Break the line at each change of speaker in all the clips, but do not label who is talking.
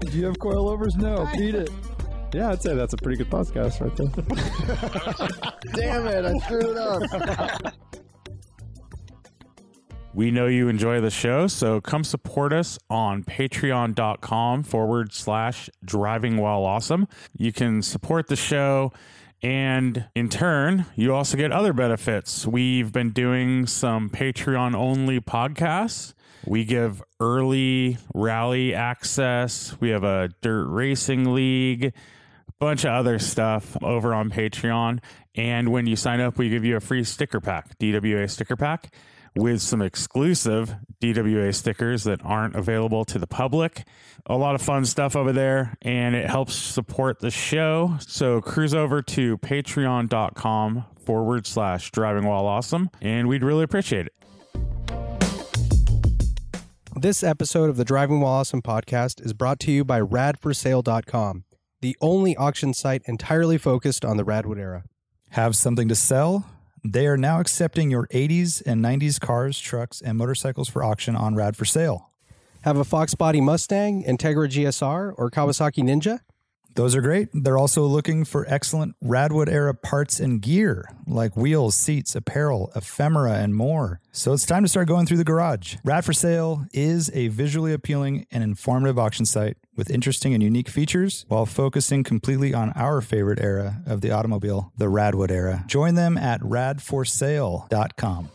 Do you have coilovers? No, beat it. Yeah, I'd say that's a pretty good podcast right there.
Damn it, I threw it up.
We know you enjoy the show, so come support us on patreon.com forward slash driving while awesome. You can support the show, and in turn, you also get other benefits. We've been doing some Patreon only podcasts. We give early rally access, we have a dirt racing league bunch of other stuff over on Patreon. And when you sign up, we give you a free sticker pack, DWA sticker pack, with some exclusive DWA stickers that aren't available to the public. A lot of fun stuff over there, and it helps support the show. So cruise over to patreon.com forward slash driving while awesome, and we'd really appreciate it.
This episode of the Driving While Awesome podcast is brought to you by radforsale.com, the only auction site entirely focused on the Radwood era.
Have something to sell? They are now accepting your 80s and 90s cars, trucks, and motorcycles for auction on Rad for Sale.
Have a Fox Body Mustang, Integra GSR, or Kawasaki Ninja?
Those are great. They're also looking for excellent Radwood era parts and gear like wheels, seats, apparel, ephemera, and more. So it's time to start going through the garage. Rad for Sale is a visually appealing and informative auction site with interesting and unique features while focusing completely on our favorite era of the automobile, the Radwood era. Join them at radforsale.com.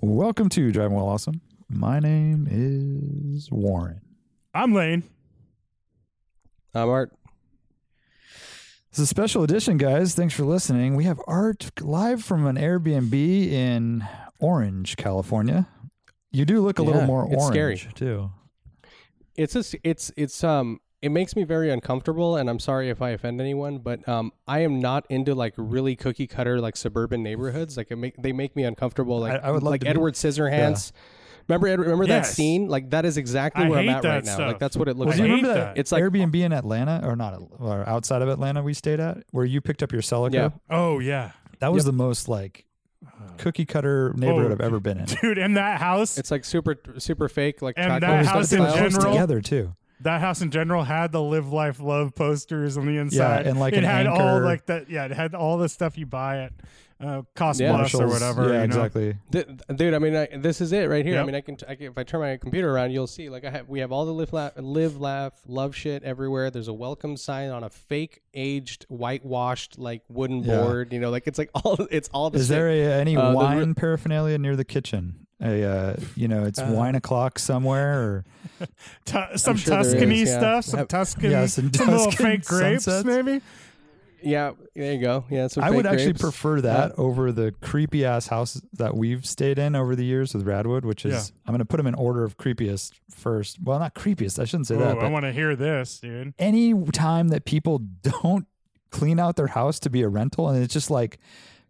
Welcome to Driving Well Awesome. My name is Warren.
I'm Lane.
I'm Art.
It's a special edition, guys. Thanks for listening. We have art live from an Airbnb in Orange, California. You do look a little
Yeah,
more
it's scary.
orange too.
It's just it's it's um it makes me very uncomfortable, and I'm sorry if I offend anyone, but um I am not into like really cookie cutter like suburban neighborhoods. Like it make they make me uncomfortable. Like
I would love
like
to be-
Edward Scissorhands. Remember Ed, remember
Yes.
that scene? Like that is exactly
I
where I'm
hate
at
that
right now.
stuff.
Like that's what it
Well,
looks
do you
hate
like.
remember
that.
that
It's like-
Airbnb in Atlanta, or not, or outside of Atlanta, we stayed at where you picked up your Celica?
Yeah.
Oh, yeah.
That was the most like cookie cutter neighborhood
Oh.
I've ever been in.
Dude, in that house,
It's like super super fake. Like
And
taco
that
stuff
house in
style.
Close
general-
together too.
that house in general had the live life love posters on the inside
and, like,
it
an
had all
anchor.
like that yeah it had all the stuff you buy at uh cost
Yeah.
plus or
Marshalls.
whatever
Yeah,
you know?
exactly.
Th- dude, I mean, I, this is it right here.
Yep.
I mean, I can, t- I can, if I turn my computer around, you'll see. Like, I have, we have all the live, laugh, live, laugh, love shit everywhere. There's a welcome sign on a fake, aged, whitewashed, like wooden
Yeah.
board. You know, like it's like all, it's all. The
Is there
same.
a, any
Uh, the
wine
real-
paraphernalia near the kitchen? A uh, you know, it's wine o'clock somewhere or
Tu- some
sure there
tuscany
is, yeah.
stuff some
Have-
tuscany
Yeah, some
little
Tuscan
fake grapes
sunsets.
maybe
yeah, there you go. Yeah, some
I
fake
would actually
grapes.
prefer that over the creepy ass houses that we've stayed in over the years with Radwood, which is
Yeah.
I'm going to put them in order of creepiest first. Well, not creepiest. I shouldn't say
oh
that.
i
But
want to hear this dude
any time that people don't clean out their house to be a rental, and it's just like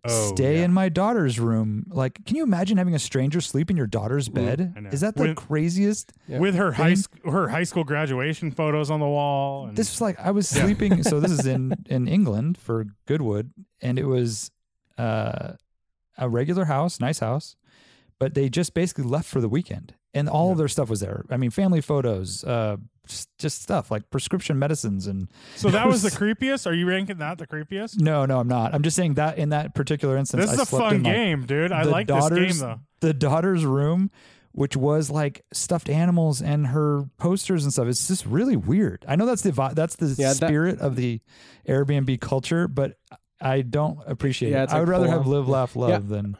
Oh,
stay
yeah.
in my daughter's room. Like, can you imagine having a stranger sleep in your daughter's
I
bed?
know.
Is that the
When-
craziest?
Yeah.
with her high sc- her high school graduation photos on the wall and
this was like I was sleeping. so this is in in England for Goodwood, and it was uh, a regular house, nice house, but they just basically left for the weekend, and all of their stuff was there. I mean, family photos, uh, just, just stuff like prescription medicines, and
so that was the creepiest are you ranking that the creepiest
no, no, I'm not. I'm just saying that in that particular instance,
this
I
is a
slept
fun
in, like,
game dude i
the
like this game
daughter's-
though
The daughter's room, which was like stuffed animals and her posters and stuff. It's just really weird. I know that's the vi- that's the
Yeah, that-
spirit of the Airbnb culture, but I don't appreciate
Yeah,
it.
it's
I
like
would rather
full
have
on.
live, laugh, love
Yeah.
than.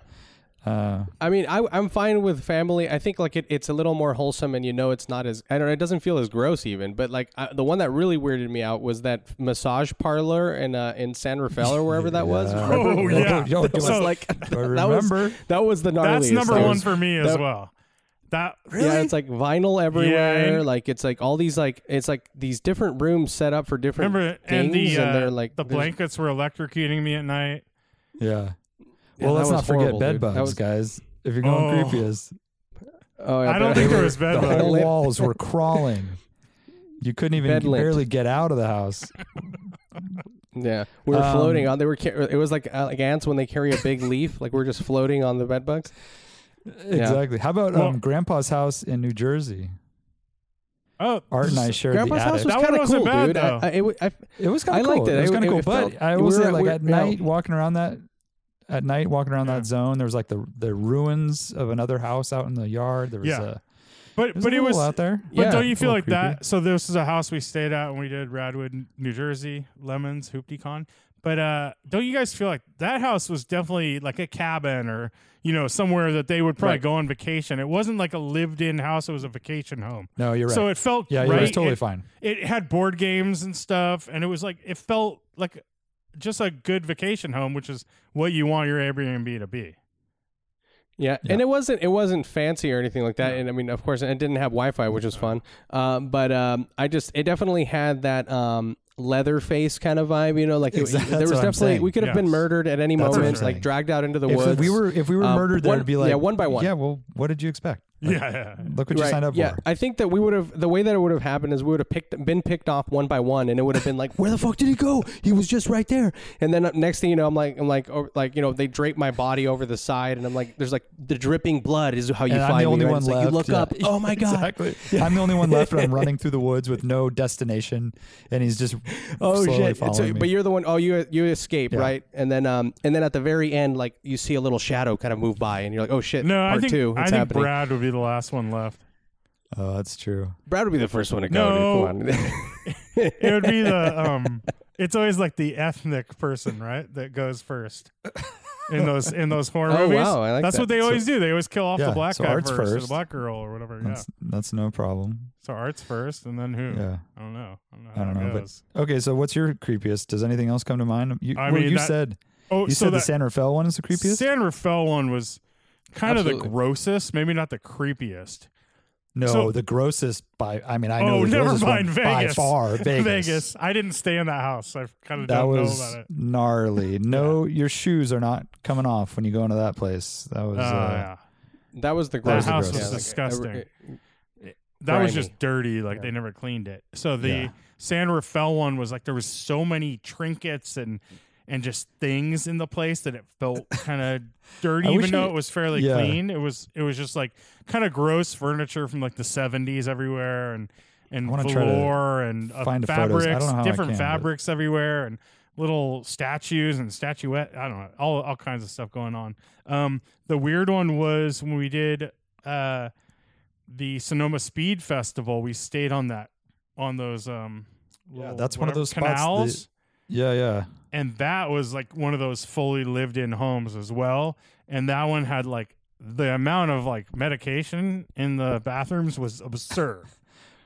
Uh,
I mean, I, I'm fine with family. I think like it, it's a little more wholesome, and you know, it's not as I don't. It doesn't feel as gross even. But like I, the one that really weirded me out was that massage parlor in uh, in San Rafael or wherever that was.
Yeah.
Remember?
Oh,
Yo,
yeah.
yo, do
It was
So-
I-
like
do I
that was
remember?
that was the gnarliest.
that's number
That
one
was-
for me as
that-
well That really?
Yeah, it's like vinyl everywhere.
and-
like it's like all these like it's like these different rooms set up for different
Remember,
things,
and the uh,
they're like
the
there's-
blankets were electrocuting me at night.
Yeah.
Yeah,
Well, let's
that
not
was
forget
horrible,
bed
dude. That
bugs,
was-
guys. If you're going
Oh.
creepy as
Oh, yeah,
I don't
but-
think there was
the
bed
Bed
bugs.
whole
lint.
walls were crawling. You couldn't even
Bed lint.
barely get out of the house.
Yeah, we were
Um,
floating on. They were. Car- it was like uh, like ants when they carry a big leaf. Like we're just floating on the bed bugs.
Exactly. How about
Well-
um, Grandpa's house in New Jersey?
Oh,
Art and I shared
Grandpa's
the
house
attic.
was
That one
kind of
wasn't
cool,
bad,
dude. I,
though.
I, it, w- I,
it was kind
I
of
liked
cool.
it.
It was
It-
kind
it
of cool.
felt-
but I
we
was
were-
like
we-
at
yeah.
night walking around that at night walking around
Yeah.
that zone. There was like the the ruins of another house out in the yard. There was
Yeah.
a
but
was
but
a
it was
little out there.
But
Yeah.
don't you feel
Little
like
creepy.
that? So this is a house we stayed at when we did Radwood, New Jersey, Lemons, Hooptycon. But uh, don't you guys feel like that house was definitely like a cabin or you know somewhere that they would probably
Right.
go on vacation? It wasn't like a lived-in house; it was a vacation home.
No, you're right.
So it felt
yeah,
right.
you're right. It's totally
it,
fine.
it had board games and stuff, and it was like it felt like just a good vacation home, which is what you want your Airbnb to be.
Yeah. and it wasn't it wasn't fancy or anything like that. And I mean, of course, it didn't have Wi-Fi, which was fun. Um, but um, I just it definitely had that um, leather face kind of vibe. You know, like it-
Exact-
there
that's
was
what I'm
definitely
saying.
we could have been
Yes.
murdered at any
That's what I'm
moment,
saying.
like dragged out into the
If
woods.
we were if we were
Um,
murdered,
one-
there'd be like
yeah, one by one.
Yeah, well, what did you expect? Like,
yeah,
Look what you signed up
yeah,
for.
I think that we would have the way that it would have happened is we would have picked been picked off one by one, and it would have been like, where the fuck did he go? He was just right there. And then uh, next thing you know, I'm like, I'm like, oh, like you know, they drape my body over the side, and I'm like, there's like the dripping blood is how you
and
find
I'm the
me,
only
right?
one
It's
left.
Like, you look
Yeah.
up, oh my god,
exactly. I'm the only one left, and I'm running through the woods with no destination, and he's just
oh
slowly
shit.
following
So-
me.
but you're the one, oh you you escape
Yeah.
right, and then um and then at the very end, like you see a little shadow kind of move by, and you're like, oh shit,
No, I
part
think
two,
I
it's
think
happening.
Brad would be the last one left.
oh, that's true.
Brad would be the first one to
No.
go. dude. Come on.
it would be the um it's always like the ethnic person right that goes first in those in those horror
Oh,
movies
wow, I like
that's
that.
what they always do they always kill off
Yeah,
the black
so
guy
art's
first, or the
first.
black girl or whatever yeah
That's that's no problem.
so art's first and then who
Yeah.
i don't know i don't know,
I
how
don't
that
know, but-
goes.
Okay, so what's your creepiest? Does anything else come to mind? You,
I
well,
mean,
you
that-
said
oh
you
so
said the
that
San Rafael one is the creepiest.
san rafael one was kind of the
Absolutely.
grossest maybe not the creepiest
no,
so-
the grossest by. I mean, I know.
oh
the
never
grossest
mind
one
vegas
By far, Vegas.
i didn't stay in that house i kind of
That
don't
was
know about it
gnarly. No, your shoes are not coming off when you go into that place. That was.
Oh,
Uh,
yeah.
That was the
That
gross.
house was
disgusting. that was
grimy.
just dirty like
Yeah.
they never cleaned it so the
Yeah.
san rafael one was like there was so many trinkets and and just things in the place that it felt kind of dirty
I
even
wish
though
I-
it was fairly
Yeah.
clean it was it was just like kind of gross furniture from like the 70s everywhere and and
I wanna try to
velour and uh,
find the
fabrics
photos. I don't know how I
different
can, but-
fabrics everywhere and little statues and statuette i don't know all, all kinds of stuff going on um the weird one was when we did uh the Sonoma Speed Festival, we stayed on that on those um little
that's one of
whatever-
those spots that-
canals.
yeah, yeah.
and that was like one of those fully lived in homes as well. And that one had like the amount of like medication in the bathrooms was absurd.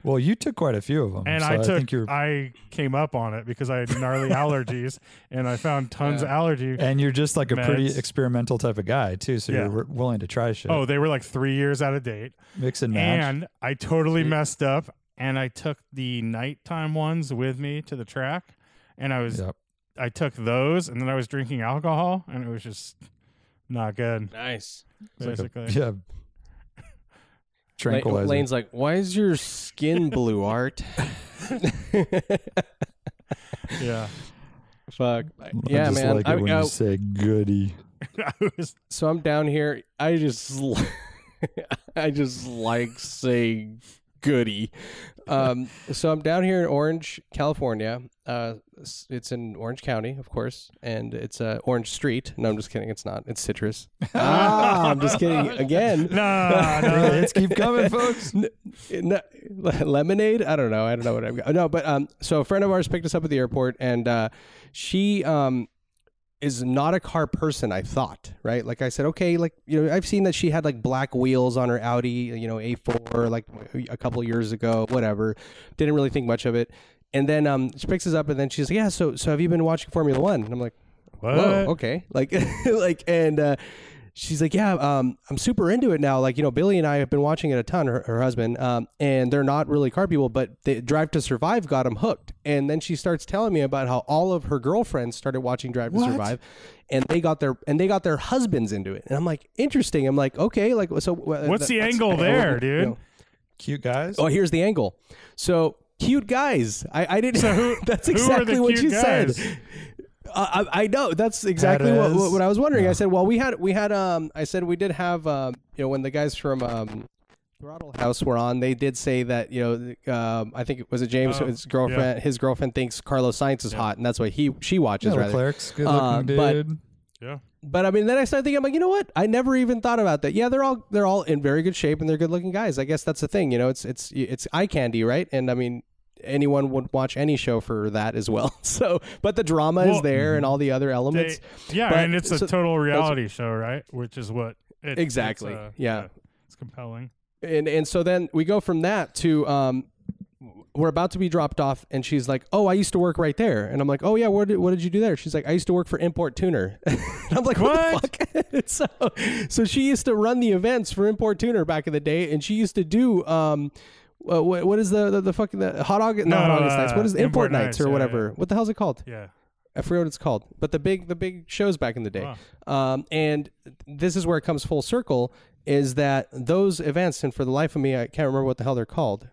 Well, you took quite a few of them,
And
so
I
think
took
you're
I, came up on it because I had gnarly allergies and I found tons of allergy.
And you're just like a pretty
Meds.
experimental type of guy too, so
Yeah.
you're w- willing to try shit.
Oh, they were like three years out of date.
mix and match.
And I totally messed up and I took the nighttime ones with me to the track and I was
Yep.
I took those and then I was drinking alcohol and it was just not good.
Nice.
It's like a-
Basically.
yeah. Tranquilizer.
Lane's like, why is your skin blue, Art?
yeah.
Fuck.
I
yeah,
just
man.
Like it
I, uh,
when
I-
you say goody.
I was
so I'm down here. I just, li- I just like saying goody. Um, so I'm down here in Orange, California. Uh, s- it's in Orange County, of course, and it's uh, Orange Street. No, I'm just kidding. It's not. It's Citrus. ah, I'm just kidding again.
Ah,
no, no.
Let's keep coming, folks.
No, lemonade i don't know i don't know what i've got no but um so a friend of ours picked us up at the airport and uh she um is not a car person i thought right like i said okay like you know i've seen that she had like black wheels on her audi you know a4 like a couple years ago whatever didn't really think much of it and then um she picks us up and then she's like yeah so so have you been watching formula one and i'm like
What?
whoa okay like like and uh she's like, yeah, um, I'm super into it now. Like, you know, Billy and I have been watching it a ton, her, her husband, um, and they're not really car people, but they, Drive to Survive got them hooked. And then she starts telling me about how all of her girlfriends started watching Drive to Survive. And they got their and they got their husbands into it, and I'm like, interesting. I'm like, okay, like so. uh,
What's the angle there, dude?
Cute guys.
Oh, here's the angle. So cute guys. I, I didn't. that's
who are the
exactly what
cute
you
guys?
said. Uh, I, I know. That's exactly what, what,
is-
what I was wondering. I said, well, we had we had um. I said we did have um. You know, when the guys from um. Throttle House were on. They did say that you know, um, I think it was it James,
Oh,
his girlfriend. His girlfriend thinks Carlos Sainz is hot, and that's why he she watches.
Yeah,
rather.
Leclerc's good looking
Uh, but-
dude.
Yeah.
But I mean, then I started thinking, I'm like, you know what? I never even thought about that. Yeah, they're all they're all in very good shape and they're good looking guys. I guess that's the thing, you know. It's it's it's eye candy, right? And I mean, anyone would watch any show for that as well. So, but the drama is
Well,
there and all the other
They-
elements.
yeah,
but-
and it's a
so-
total reality show, right? Which is what it- it's,
Exactly,
uh,
yeah.
it's compelling.
and and so then we go from that to um we're about to be dropped off and she's like oh i used to work right there and i'm like oh yeah where did, what did you do there she's like i used to work for import tuner and i'm like what, the fuck so so she used to run the events for import tuner back in the day and she used to do um uh, what, what is the, the the fucking the hot august no,
No,
hot august nights what is
uh,
the import,
Import
nights
Nights,
or
yeah,
whatever
yeah.
what the hell's it called
Yeah,
I forget what it's called, but the big the big shows back in the day. Um, and this is where it comes full circle is that those events, and for the life of me, I can't remember what the hell they're called,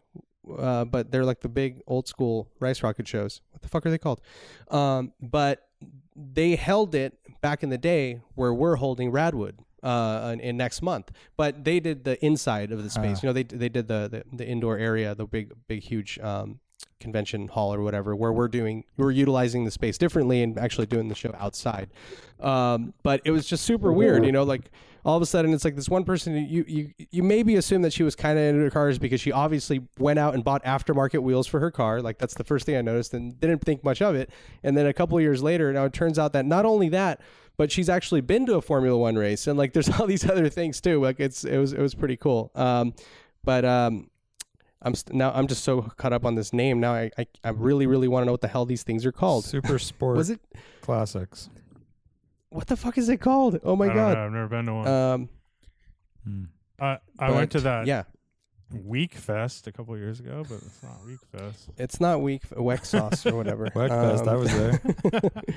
uh, but they're like the big old school rice rocket shows. What the fuck are they called? Um, but they held it back in the day where we're holding Radwood. Uh, in, in next month, but they did the inside of the space. You know, they they did the, the the indoor area, the big big huge um, convention hall or whatever where we're doing we're utilizing the space differently and actually doing the show outside um, but it was just super weird you know like all of a sudden it's like this one person you you you maybe assume that she was kind of into cars because she obviously went out and bought aftermarket wheels for her car like that's the first thing i noticed and didn't think much of it and then a couple years later now it turns out that not only that but she's actually been to a formula one race and like there's all these other things too like it's it was it was pretty cool um, but um I'm st- now. I'm just so caught up on this name now. I I, I really really want to know what the hell these things are called.
Super sport
Was it
classics.
what the fuck is it called? Oh my
I don't
god.
know. I've never been to one.
Um,
I, I went
but-
to that
Yeah,
Week Fest a couple of years ago, but it's not Week Fest.
it's not weak weck sauce or whatever.
Whackfest,
Um,
I was there.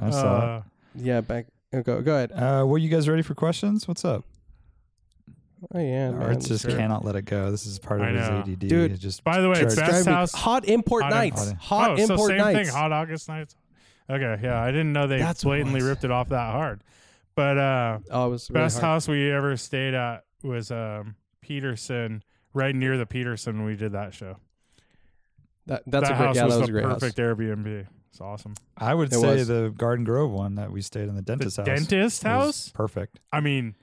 I saw
Uh,
yeah, back. oh, Go go ahead.
it. Uh, well, you guys ready for questions? What's up?
Oh yeah, man.
Arts just
sure.
cannot let it go. This is part of
I
his
know.
ADD.
Dude,
It's just
by the way,
Charged.
Bass
Drive me-
House.
hot import
Hot
nights.
import-
Hot
oh,
import
so same
nights.
thing. Hot August nights. Okay, yeah, I didn't know they
That's what it
blatantly
was.
ripped it off that hard. But uh,
Oh, it was really
best
hard.
house we ever stayed at was um, Peterson, right near the Peterson. when We did that show.
That, that's
that
a great.
house
yeah,
was
that was
the
a great house.
perfect Airbnb. It's awesome.
I would
It
say
was.
the Garden Grove one that we stayed in
The
the dentist's house.
dentist
was
house.
perfect.
I mean,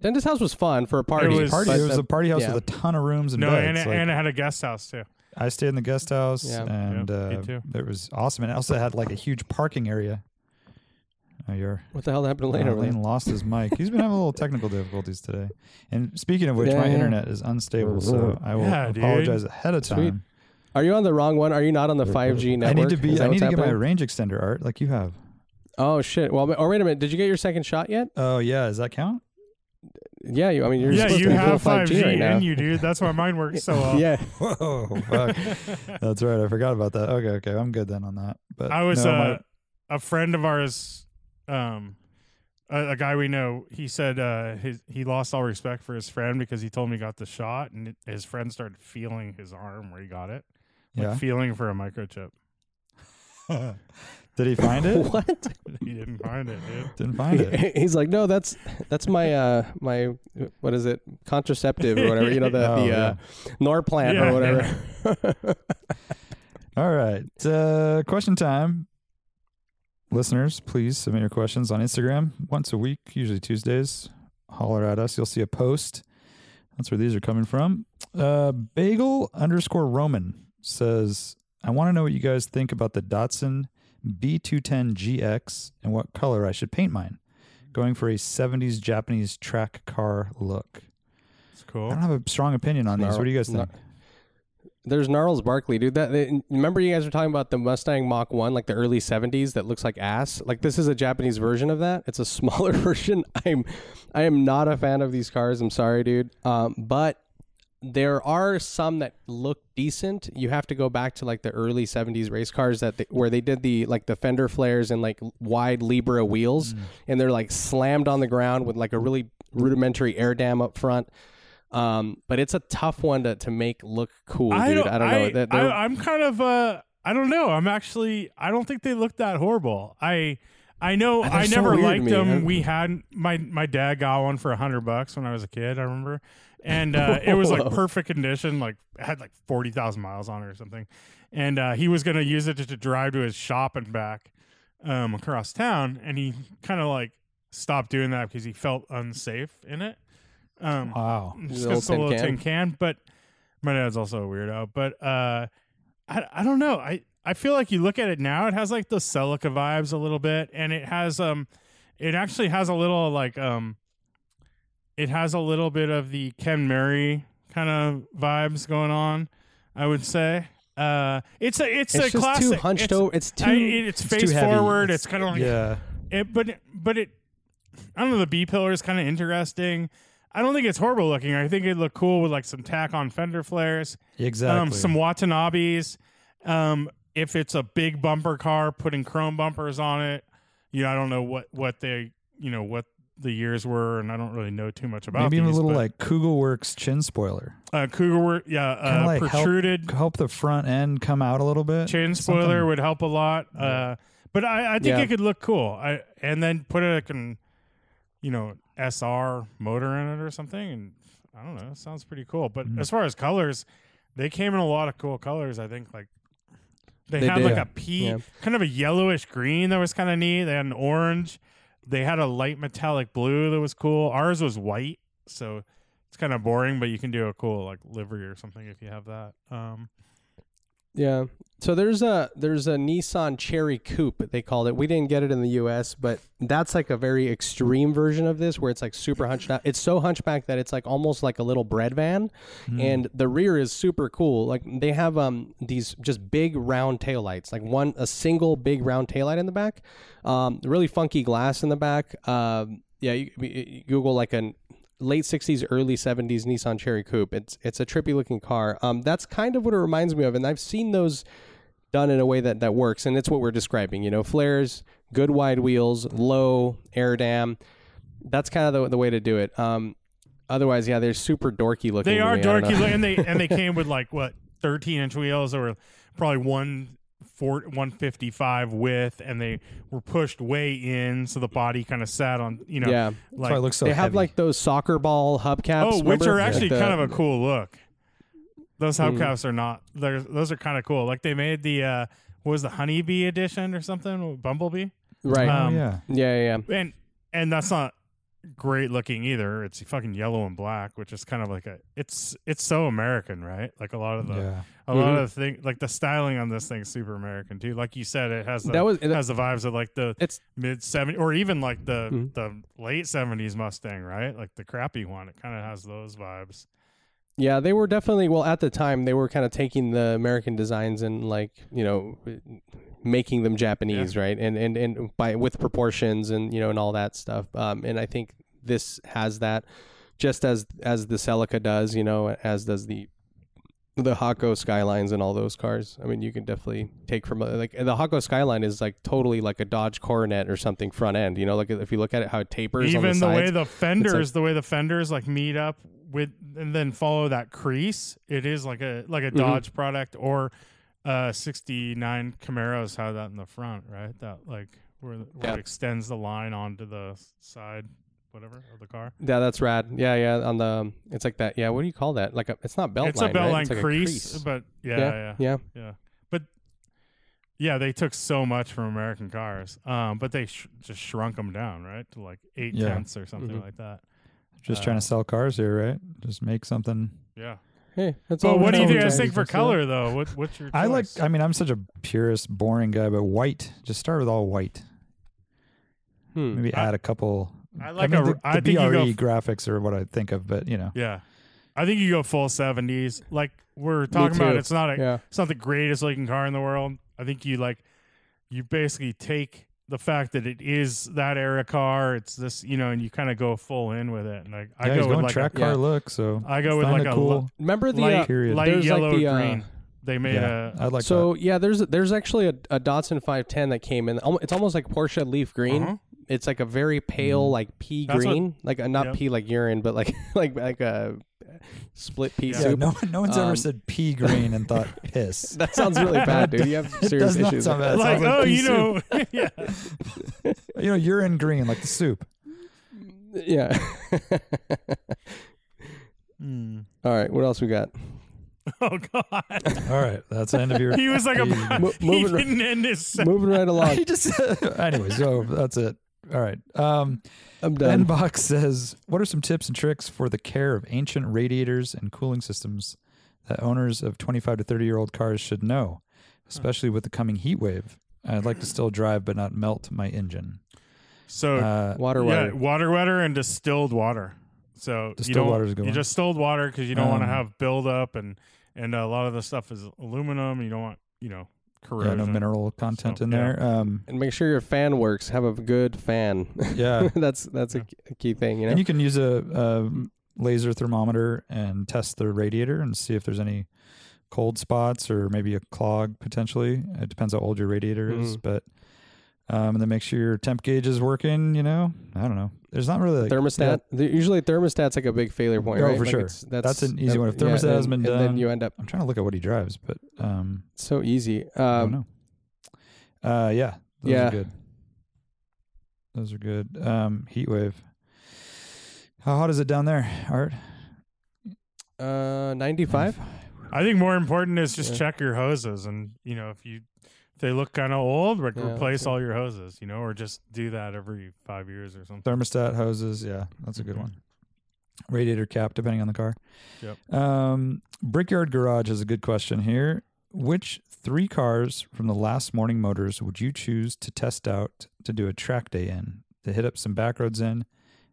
Dentist house was fun for a party.
was-
Party.
but
it was
the-
a party house
yeah.
with a ton of rooms and
no,
beds.
and it,
like,
and it had a guest house too.
I stayed in the guest house,
Yeah. Yeah,
and
me
uh,
too.
it was awesome. And it also had like a huge parking area. Oh, you're
What the hell happened to
Lane,
Lane over there?
lost his mic. He's been having a little technical difficulties today. And speaking of which,
Yeah,
my
yeah.
internet is unstable, so I will
Yeah, dude.
apologize ahead of
Sweet.
time.
Are you on the wrong one? Are you not on the 5G
I
network?
need to
Is
be.
that
I need
what's
to get my
happening?
range extender art, like you have.
Oh shit! Well, oh wait a minute. Did you get your second shot yet?
Oh yeah, does that count?
Yeah, you, I mean, you're
yeah,
supposed
you
to be full
have
5G, right
in
now.
you, dude. That's why mine works so well.
yeah,
Whoa, fuck. that's right. I forgot about that. Okay, okay, I'm good then on that. But
I was
no, my-
uh, a friend of ours, um, a, a guy we know. He said uh, his, he lost all respect for his friend because he told him he got the shot, and it- his friend started feeling his arm where he got it, like
yeah.
feeling for a microchip.
Did he find it?
what?
he didn't find it, dude.
Didn't find it.
He's like, no, that's that's my uh my what is it contraceptive or whatever you know the
Oh,
the uh, Norplant
Yeah,
or whatever.
All right. Uh, question time. Listeners, please submit your questions on Instagram once a week, usually Tuesdays. Holler at us. You'll see a post. That's where these are coming from. Uh, bagel underscore Roman says, I want to know what you guys think about the Datsun B210GX and what color I should paint mine. Going for a 70s Japanese track car look.
It's
I
cool.
don't have a strong opinion on these. What do you guys think?
There's Gnarls Barkley, dude. That they, remember you guys were talking about the Mustang Mach One, like the early '70s, that looks like ass. Like this is a Japanese version of that. It's a smaller version. I'm, I am not a fan of these cars. I'm sorry, dude. Um, but there are some that look decent. You have to go back to like the early '70s race cars that they, where they did the like the fender flares and like wide Libra
Mm.
wheels, and they're like slammed on the ground with like a really rudimentary air dam up front. Um, but it's a tough one to, to make look cool, dude. I don't know. They're- they're-
I, am kind of. Uh, I don't know. I'm actually. I don't think they look that horrible. I. I know.
They're
I
so
never
weird to
liked
me.
them.
I'm-
We had my my dad got one for a hundred bucks when I was a kid. I remember, and uh, it was like
Whoa.
perfect condition. Like it had like forty thousand miles on it or something, and uh, he was gonna use it to, to drive to his shop and back um, across town. And he kind of like stopped doing that because he felt unsafe in it. Um,
Wow.
just 'cause
The old
it's a
tin
little
can.
tin can. But my dad's also a weirdo. But uh, I I don't know. I I feel like you look at it now. It has like the Celica vibes a little bit, and it has um, it actually has a little like um, it has a little bit of the Ken Murray kind of vibes going on. I would say. Uh, it's a it's,
it's
a
just
classic.
too hunched
it's,
over. It's too.
I- it- it's face
too heavy.
forward. It's, kind of like
Yeah.
it, but but it, I don't know. The B pillar is kind of interesting. I don't think it's horrible looking. I think it'd look cool with like some tack on fender flares,
Exactly.
um, some Watanabes. Um, if it's a big bumper car, putting chrome bumpers on it. You know, I don't know what what they you know what the years were, and I don't really know too much about.
Maybe even a
these,
little
but,
like Kugel Works chin spoiler.
uh, Cougar, were- yeah, uh,
Kinda like help-
protruded
Help the front end come out a little bit.
chain spoiler
Something-
would help a lot. Uh, but I, I think
Yeah.
it could look cool. I and then put a can, you know, SR motor in it or something, and I don't know. It sounds pretty cool. But as far as colors, they came in a lot of cool colors. I think like they,
They
had
did.
like a pea,
Yeah.
kind of a yellowish green that was kind of neat. They had an orange. They had a light metallic blue that was cool. Ours was white, so it's kind of boring. But you can do a cool like livery or something if you have that. Um,
Yeah. So there's a there's a Nissan Cherry Coupe they called it. We didn't get it in the U.S., but that's like a very extreme version of this, where it's like super hunched out. It's so hunchbacked that it's like almost like a little bread van,
Mm.
and the rear is super cool. Like they have um these just big round taillights, like one a single big round taillight in the back, um really funky glass in the back. Um yeah, you, you you Google like an late 60s early 70s Nissan Cherry Coupe. It's it's a trippy looking car. Um that's kind of what it reminds me of and I've seen those done in a way that that works and it's what we're describing, you know, flares, good wide wheels, low air dam. That's kind of the, the way to do it. Um otherwise, yeah, they're super dorky looking.
They
to
are
me. I don't
dorky,
know.
li- and they and they came with like what thirteen inch wheels that were probably one four one fifty five width, and they were pushed way in, so the body kind of sat on you know
Yeah.
That's why it
like
looks so
they have
heavy.
like those soccer ball hubcaps.
oh, which
remember?
are actually
Like the- Hmm.
kind of a cool look. Those hubcaps are not. They're, those are kind of cool. Like they made the uh, what was the honeybee edition or something? Bumblebee.
right.
um,
oh, yeah.
yeah, yeah, yeah.
and and that's not great looking either. It's fucking yellow and black, which is kind of like a it's it's so American, right? Like a lot of the
Yeah.
a
Mm-hmm.
lot of the thing like the styling on this thing's super American too. Like you said, it has the
That was-
it has the vibes of like the
It's Mm-hmm.
mid 70s or even like the the late seventies Mustang, right? Like the crappy one. It kind of has those vibes.
Yeah, they were definitely well at the time. They were kind of taking the American designs and like you know, making them Japanese, right? And and and by with proportions and you know and all that stuff. Um, and I think this has that, just as as the Celica does, you know, as does the the Hako Skylines and all those cars. I mean, you can definitely take from like the Hako Skyline is like totally like a Dodge Coronet or something front end. You know, like if you look at it, how it tapers. on
Even the,
sides.
way the fenders, the way the fenders like meet up with and then follow that crease, it is like a like a
Mm-hmm.
Dodge product or uh 69 Camaros have that in the front, right? That like where, where
Yeah.
it extends the line onto the side whatever of the car.
Yeah, that's rad. Yeah, yeah. On the, um, it's like that. Yeah, what do you call that? Like a, it's not belt
it's
line.
a belt
right?
line
It's like a
crease, but yeah, yeah.
yeah,
But yeah, they took so much from American cars, um, but they sh- just shrunk them down, right, to like eight
Yeah.
tenths or something
Mhm.
like that.
Just
uh,
trying to sell cars here, right? Just make something.
Yeah.
Hey, that's
So
all.
what do you
that's all
guys
we
think
got.
for color though? What what's your? Choice?
I like. I mean, I'm such a purist, boring guy, but white. Just start with all white.
Hmm.
Maybe
I-
add a couple.
I like
mean,
a-
the, the E
I think you
BRE
go f-
graphics are what I think of, but you know,
Yeah, I think you go full seventies. Like we're talking about
too.
it's not a
Yeah.
it's not the greatest looking car in the world. I think you like you basically take the fact that it is that era car. It's this, you know, and you kind of go full in with it. And like I
yeah, he's
go with
going
like
track
a,
car
yeah.
look. So
I go
it's
with like
kinda
a
cool.
lo-
Remember the
light,
uh,
period.
light
There's like
yellow
the, uh,
green. they made
yeah,
a
I like
so yeah, there's there's actually a, a Datsun 510 that came in. Almo- It's almost like Porsche Leaf Green.
Uh-huh.
It's like a very
Mm-hmm.
pale, like pea
That's what-
green, like uh, not
Yep.
pea like urine, but like like like a split pea
Yeah.
that. Yeah,
soup.
no, no one's ever
Um,
said pea green and thought piss.
That sounds really bad, dude. You have
It
serious
does not
issues.
sound bad. It
like,
sounds
oh,
pea
you know, yeah,
soup. you know, you're in green like the soup.
Yeah.
Hmm.
All right, what else we got?
oh god,
All right, that's the end of your.
he was like a
Mo-
he
moving-
didn't end his sentence.
Moving right along.
he just anyway. So that's it. All right. Um,
I'm done.
Ben Box says, "What are some tips and tricks for the care of ancient radiators and cooling systems that owners of 25 to 30 year old cars should know, especially with the coming heat wave? I'd like to still drive, but not melt my engine.
So
Uh,
Water,
yeah,
water.
water wetter and distilled water. So you
Distilled
don't,
water's a good
you
one.
distilled water because you don't want to
Um,
have buildup and and a lot of the stuff is aluminum. You don't want you know
yeah,
corrosion.
no mineral content
So,
in
yeah.
there. Um,
And make sure your fan works. Have a good fan.
yeah,
that's that's a, k- a key thing, you know.
and you can use a, a laser thermometer and test the radiator and see if there's any." cold spots or maybe a clog potentially. It depends how old your radiator
Mm-hmm.
is, but um, and then make sure your temp gauge is working. You know, I don't know. There's not really like,
thermostat. the Usually, thermostat's like a big failure point,
Oh,
right?
for
Like
sure.
it's-
That's an easy one. If thermostat
and-
hasn't
and
been
then
done-
you end up
I'm trying to look at what he drives, but um,
so easy.
I don't
Um,
know. Uh, yeah, those
yeah.
are good. Those are good. Um, heat wave. How hot is it down there, Art?
uh, ninety-five.
I think more important is just
Yeah.
check your hoses and you know if you if they look kind of old, re-
Yeah,
replace
okay.
all your hoses. You know, or just do that every five years or something.
Thermostat hoses, yeah, that's a good
Mhm.
one. Radiator cap, depending on the car.
Yep.
Um, Brickyard Garage has a good question here. Which three cars from the last morning motors would you choose to test out to do a track day in, to hit up some back roads in,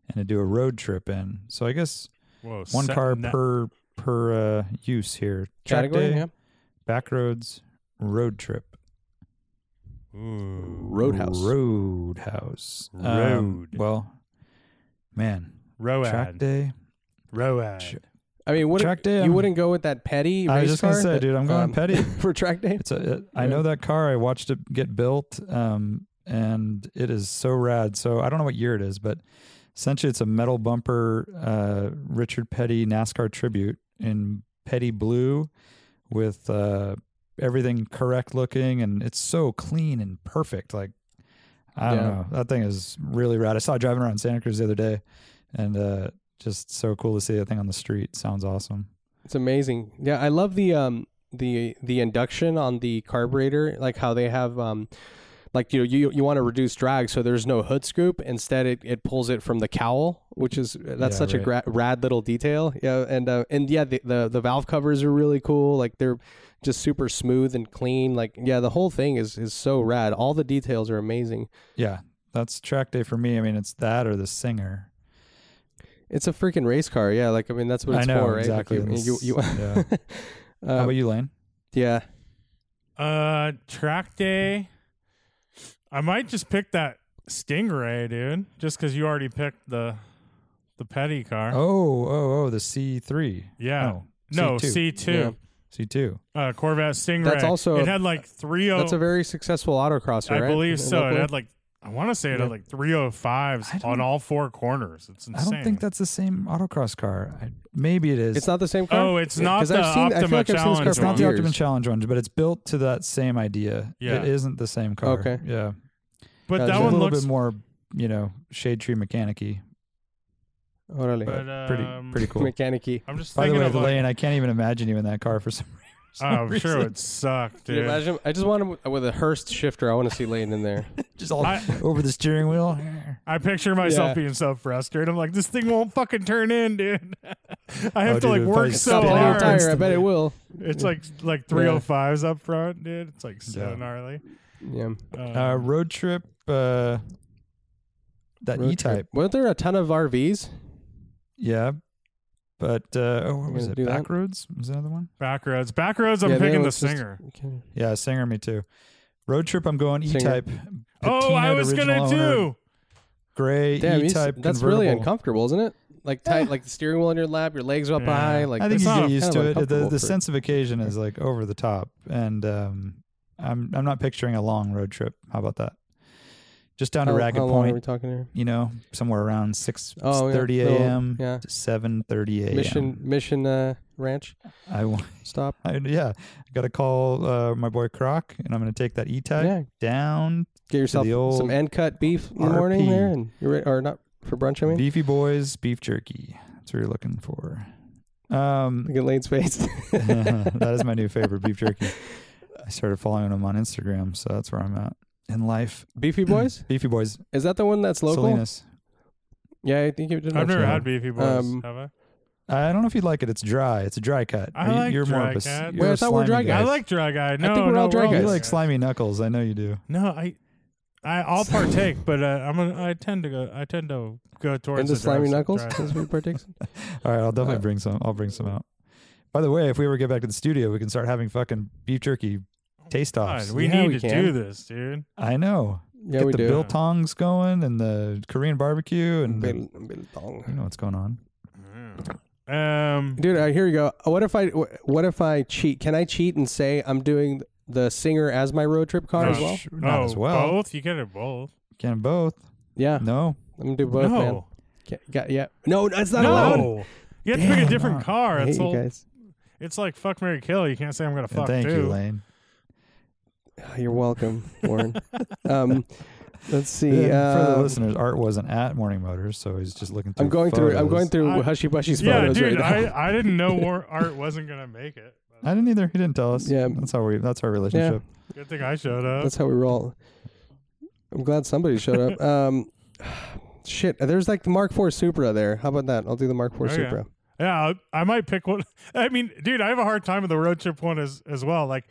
and to do a road trip in? So I guess
Whoa,
one
set-
car
na-
per per uh, use here. Track
Category.
day,
Yeah.
back roads, road trip,
Ooh,
Roadhouse.
roadhouse, Um,
Road.
well, man, track
Road.
day.
Road.
Ch-
I mean, would
Track day,
you
I'm-
wouldn't go with that petty?
I was
race
just gonna
car
say,
that-
dude, I'm going
um,
petty.
for track day.
It's a. It, I
Yeah.
know that car. I watched it get built, um, and it is so rad. So I don't know what year it is, but essentially, it's a metal bumper uh, Richard Petty NASCAR tribute in Petty blue, with uh, everything correct looking, and it's so clean and perfect. Like I don't
Yeah.
know, that thing is really rad. I saw it driving around Santa Cruz the other day, and uh, just so cool to see that thing on the street. Sounds awesome.
It's amazing. Yeah, I love the um the the induction on the carburetor, like how they have um like you know you you want to reduce drag, so there's no hood scoop. Instead, it, it pulls it from the cowl, which is uh, that's
Yeah,
such a gra- rad little detail. Yeah, and uh, and yeah, the, the the valve covers are really cool. Like they're just super smooth and clean. Like yeah, the whole thing is is so rad. All the details are amazing.
Yeah, that's track day for me. I mean, it's that or the singer.
It's a freaking race car. Yeah, like I mean that's what
I
it's
know
for, right? Like,
exactly.
you-
This-
you- you-
yeah. How
uh,
about you, Lane?
yeah.
Uh, track day. I might just pick that Stingray, dude, just because you already picked the the petty car.
Oh, oh, oh, the C three.
yeah.
Oh,
No,
C2.
C two.
C two.
Uh, Corvette Stingray.
That's also-
It had like three oh.
That's a very successful autocrosser,
I
right?
believe so. It
Locally?
had like I want to say it
Yeah.
had like three oh fives
I don't-
on all four corners. It's
I
insane.
don't think that's the same autocross car. I, maybe it is.
It's not the same car.
Oh, it's not
'cause
the
I've seen- I feel
Optima
like I've seen this car
Challenge.
It's not the
years.
Optimum Challenge one, but it's built to that same idea.
Yeah.
It isn't the same car.
Okay.
Yeah.
but
Gotcha.
that
It's a
one
little
looks
bit more, you know, shade tree mechanic-y.
Orale.
but,
Pretty,
um,
pretty cool.
Mechanic-y.
I'm just
By the
thinking
way,
of like,
Lane, I can't even imagine you in that car for some
oh,
reason.
I'm sure it sucked,
Can you
dude.
imagine? I just want him with- with a Hurst shifter. I want to see Lane in there.
just all
I-
over the steering wheel.
I picture myself
Yeah.
being so frustrated. I'm like, this thing won't fucking turn in, dude. I have to
Oh, dude,
like
it
work
probably
so
Stop blowing your
hard.
tire. I bet it will.
It's like like 305s up front, dude. It's like so
Yeah.
gnarly.
Yeah.
Um,
Uh, road trip. Uh, that
Road
E-type.
trip. Weren't there a ton of RVs?
Yeah. But uh, oh, what was
gonna
it?
do that?
Backroads was the other one.
Backroads. Backroads, I'm
Yeah, they
picking the
was just-
singer.
Okay.
Yeah, singer. Me too. Road trip. I'm going
Singer.
E-type.
oh, I
patinaed
was gonna
original owner,
do.
gray
Damn, you, s-
E-type.
that's really
convertible.
uncomfortable, isn't it? Like tight, like the steering wheel in your lap, your legs up
Yeah.
high. Like
I think
that's
you
not
get
kind
used
of
to it. The,
uncomfortable
the
for-
sense of occasion is like over the top, and um, I'm I'm not picturing a long road trip. How about that? Just down
how,
to Ragged
how long are we
Point,
talking here?
you know, somewhere around six thirty
Oh, yeah, little-
a.m.
yeah.
to seven thirty a.m.
Mission Mission uh, Ranch
I, wa-
stop.
I yeah, I got to call uh, my boy Croc, and I'm going to take that E type
Yeah.
down.
Get yourself
old
some end cut beef in the morning
RP.
there, and you're re- or not for brunch. I mean,
Beefy boys, beef jerky. That's what you're looking for. Um,
look at Lane's face.
that is my new favorite beef jerky. I started following him on Instagram, so that's where I'm at in life.
Beefy Boys
Beefy boys,
is that the one that's local?
Salinas.
Yeah, I think it did.
I've never
That's
had
right.
beefy boys.
Um,
have I?
I don't know if you'd like it. It's dry. It's a dry cut.
I
You-
like
you're more
dry
of a,
cut.
you're
Wait, I
a
thought we're
slimy
dry
guy.
guys.
I like dry guy. No,
think we're
no,
all dry
we're
You
guys.
like slimy knuckles. I know you do.
No, I, I, I'll partake, but uh, I'm gonna. I tend to go. I tend to go towards
And the
dry
slimy
side-
knuckles.
dry side.
That's what partakes. in?
All right, I'll definitely
Uh,
bring some. I'll bring some out. By the way, if we ever get back to the studio, we can start having fucking beef jerky taste
God,
offs.
we
Yeah,
need
we
to
can.
do this, dude.
I know.
Yeah,
get
we
the
do.
biltongs going and the Korean barbecue and the-
Bil- biltong.
you know what's going on.
Um,
Dude, uh, here you go. What if I wh- what if I cheat? Can I cheat and say I'm doing the singer as my road trip car
no,
as well?
sh-
Not
no,
as well.
Both. You get it both.
Can both?
Yeah,
No.
I'm gonna do both,
no,
man. Ca- got- yeah, no, it's not allowed.
no. You have to pick a
Damn,
different
no.
car.
I
It's
hate you
all,
guys.
It's like fuck Mary Kill. You can't say I'm gonna
And
fuck
thank
too.
you, Lane.
Oh, you're welcome, Warren. um, let's see.
And for the
um,
listeners, Art wasn't at Morning Motors, so he's just looking through.
I'm going through. I'm
photos.
going through
I-
Hushy Bushy's
yeah,
photos
dude.
right now.
I, I didn't know War Art wasn't gonna make it.
I didn't either. He didn't tell us.
Yeah.
Yeah, that's how we. That's our relationship.
Good thing I showed up.
That's how we roll. I'm glad somebody showed up. Um, shit, there's like the Mark IV Supra there. How about that? I'll do the Mark IV
Okay.
Supra.
Yeah, I I might pick one. I mean, dude, I have a hard time with the road trip one as as well. Like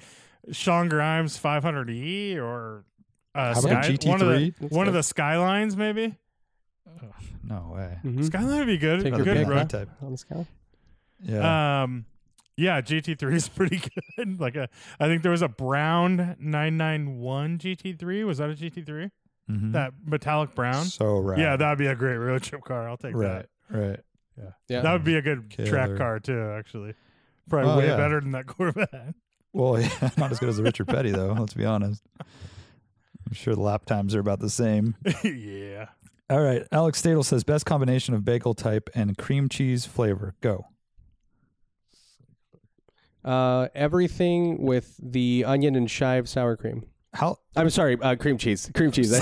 Sean Grimes 500e or uh,
How about
Sky,
a GT3?
one of the
That's
one of
good.
the Skylines maybe.
No way.
Mhm.
Skyline would be good.
Take
a
your
good
pick,
road.
type.
On the sky.
Yeah.
Um, yeah, GT3 is pretty good. like a, I think there was a brown 991 GT3. Was that a GT3?
Mm-hmm.
Mhm.
That metallic brown.
So right.
Yeah, that'd be a great road trip car. I'll take
right. Right.
that.
Yeah.
That would be a good track
Killer.
car too. Actually, probably
Oh,
way
yeah.
better than that Corvette.
Well, yeah, not as good as the Richard Petty though. Let's be honest. I'm sure the lap times are about the same.
yeah.
All right. Alex Stadel says best combination of bagel type and cream cheese flavor. Go.
Uh, everything with the onion and chive sour cream.
How
I'm sorry, uh, cream cheese. Cream cheese.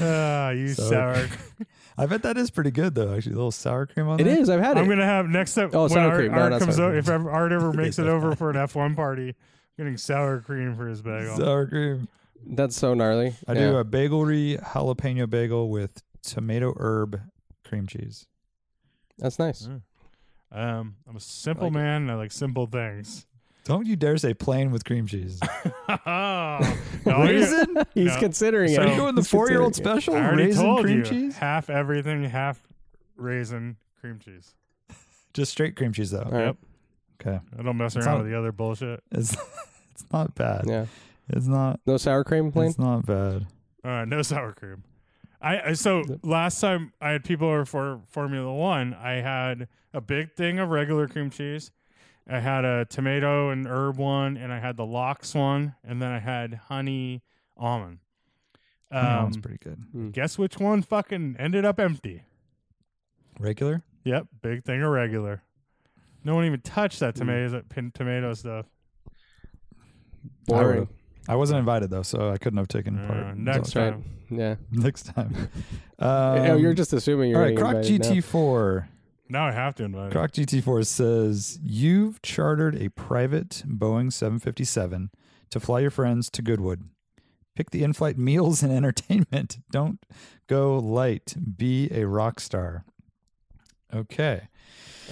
Ah, you
Sour
sour.
I bet that is pretty good though. Actually, a little sour cream on
it
there.
is. I've had it.
I'm gonna have next time
Oh,
when
sour
Art,
cream. No,
Art
not
comes
sour
over. If ever- Art ever makes it
Yeah.
over for an F1 party, I'm getting sour cream for his bagel.
Sour cream.
That's so gnarly.
I
Yeah.
do a bagelry jalapeno bagel with tomato herb cream cheese.
That's nice.
um, I'm a simple
Like it.
man. And I like simple things.
Don't you dare say plain with cream cheese.
oh,
Raisin?
He's
No.
considering
So-
Are
it.
you doing the
He's considering
four year old
it.
special?
I already
Raisin
told
cream
you.
cheese?
Half everything, half raisin cream cheese.
Just straight cream cheese though.
All right.
Yep.
Okay.
I don't mess
It's
around
not-
with the other bullshit.
It's it's not bad.
Yeah.
It's not
No sour cream, plain.
it's not bad.
Uh, no sour cream. I, I so last time I had people over for Formula One, I had a big thing of regular cream cheese. I had a tomato and herb one, and I had the lox one, and then I had honey almond.
that
Um,
one's pretty good.
guess which one fucking ended up empty?
Regular?
Yep, big thing of regular. No one even touched that tomato that pin tomato stuff.
I,
Boring.
would've- I wasn't invited though, so I couldn't have taken
Uh,
part.
next
That's
So-
right.
time.
Yeah.
next time.
oh,
Um,
you're just assuming you're
all right,
getting
Croc
invited now.
GT4.
Now I have to invite. him.
Croc GT4 says, You've chartered a private Boeing 757 to fly your friends to Goodwood. Pick the in flight meals and entertainment. Don't go light. Be a rock star. Okay.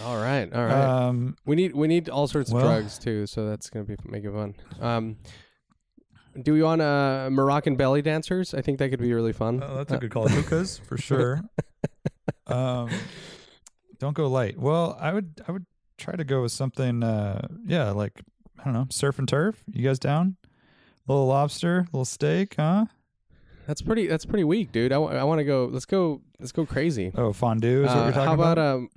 All right. All right.
Um,
we need we need all sorts
well-
of drugs too, so that's gonna be make it fun. Um, Do we want uh, Moroccan belly dancers? I think that could be really fun.
Oh, that's a good call. Hookahs for sure. um, don't go light. Well, I would I would try to go with something. Uh, yeah, like I don't know, surf and turf. You guys down? little lobster, little steak, huh?
That's pretty. That's pretty weak, dude. I, want to go. Let's go. Let's go crazy.
Oh, fondue is what
Uh,
you're talking
how about,
about.
um?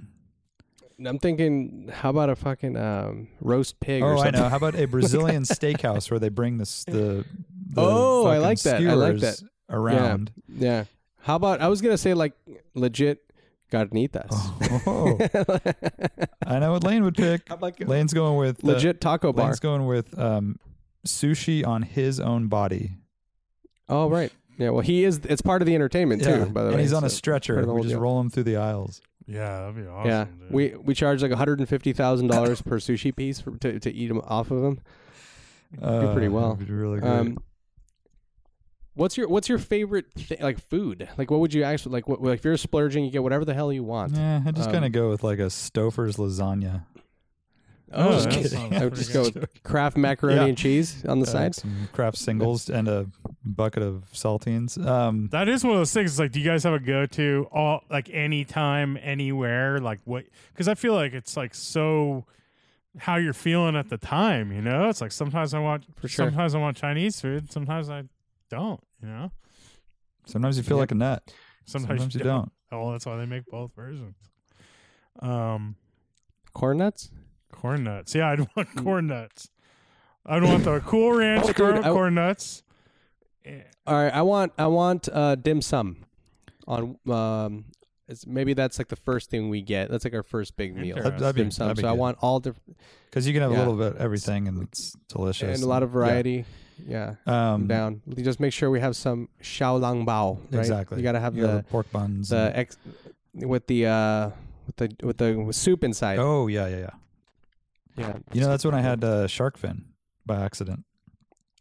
I'm thinking. How about a fucking um roast pig or
oh, I
something?
know. How about a Brazilian steakhouse where they bring this the, the
Oh, I
fucking
like that. I like
skewers
that.
around.
Yeah. How about I was gonna say like legit carnitas.
Oh, I know what Lane would pick. Lane's going with uh,
legit taco bar.
Lane's going with um, sushi on his own body.
Oh right. Yeah. Well, he is. It's part of the entertainment
Yeah,
too. By the
and
way,
he's on a
so-
stretcher.
part of the
We
whole
just
deal.
roll him through the aisles.
Yeah, that'd be awesome.
Yeah.
dude.
We we charge like 150 thousand dollars per sushi piece for, to to eat 'em off of them.
Uh,
pretty well.
that'd be really great.
Um. What's your What's your favorite th- like food? Like what would you actually like? What, like if you're splurging, you get whatever the hell you want.
yeah, I'm just
um,
gonna go with like a Stouffer's lasagna.
Oh,
just
that
kidding.
sounds
I would
pretty
just go
good.
with Kraft macaroni
Yeah.
and cheese on the
Uh,
side.
some craft singles and a bucket of saltines. Um,
That is one of those things. It's like, do you guys have a go to all like anytime, anywhere? Like what? Because I feel like it's like so how you're feeling at the time. You know, it's like sometimes I want,
For sure.
sometimes I want Chinese food, sometimes I don't. You know,
sometimes you feel
Yeah.
like a nut.
sometimes,
Sometimes you don't.
Oh, that's why they make both versions. Um,
Corn nuts.
corn nuts. Yeah, I'd want corn nuts. I'd want the Cool Ranch
Oh, dude,
corn,
Mm. I w-
corn nuts. Eh,
All right, I want I want uh, dim sum on um it's, maybe that's like the first thing we get. That's like our first big meal.
Interesting.
is dim sum. So I want all different
because you can have
Yeah.
a little bit of everything and it's delicious
and a lot of
Yeah.
variety. Yeah. I'm
Um,
down. You just make sure we have some Shaolong Bao. Right?
Exactly.
You gotta have
You got
the
pork buns.
the
and-
ex with the uh with the with the with soup inside.
oh yeah, yeah, yeah.
yeah.
You know that's when I had uh, shark fin by accident.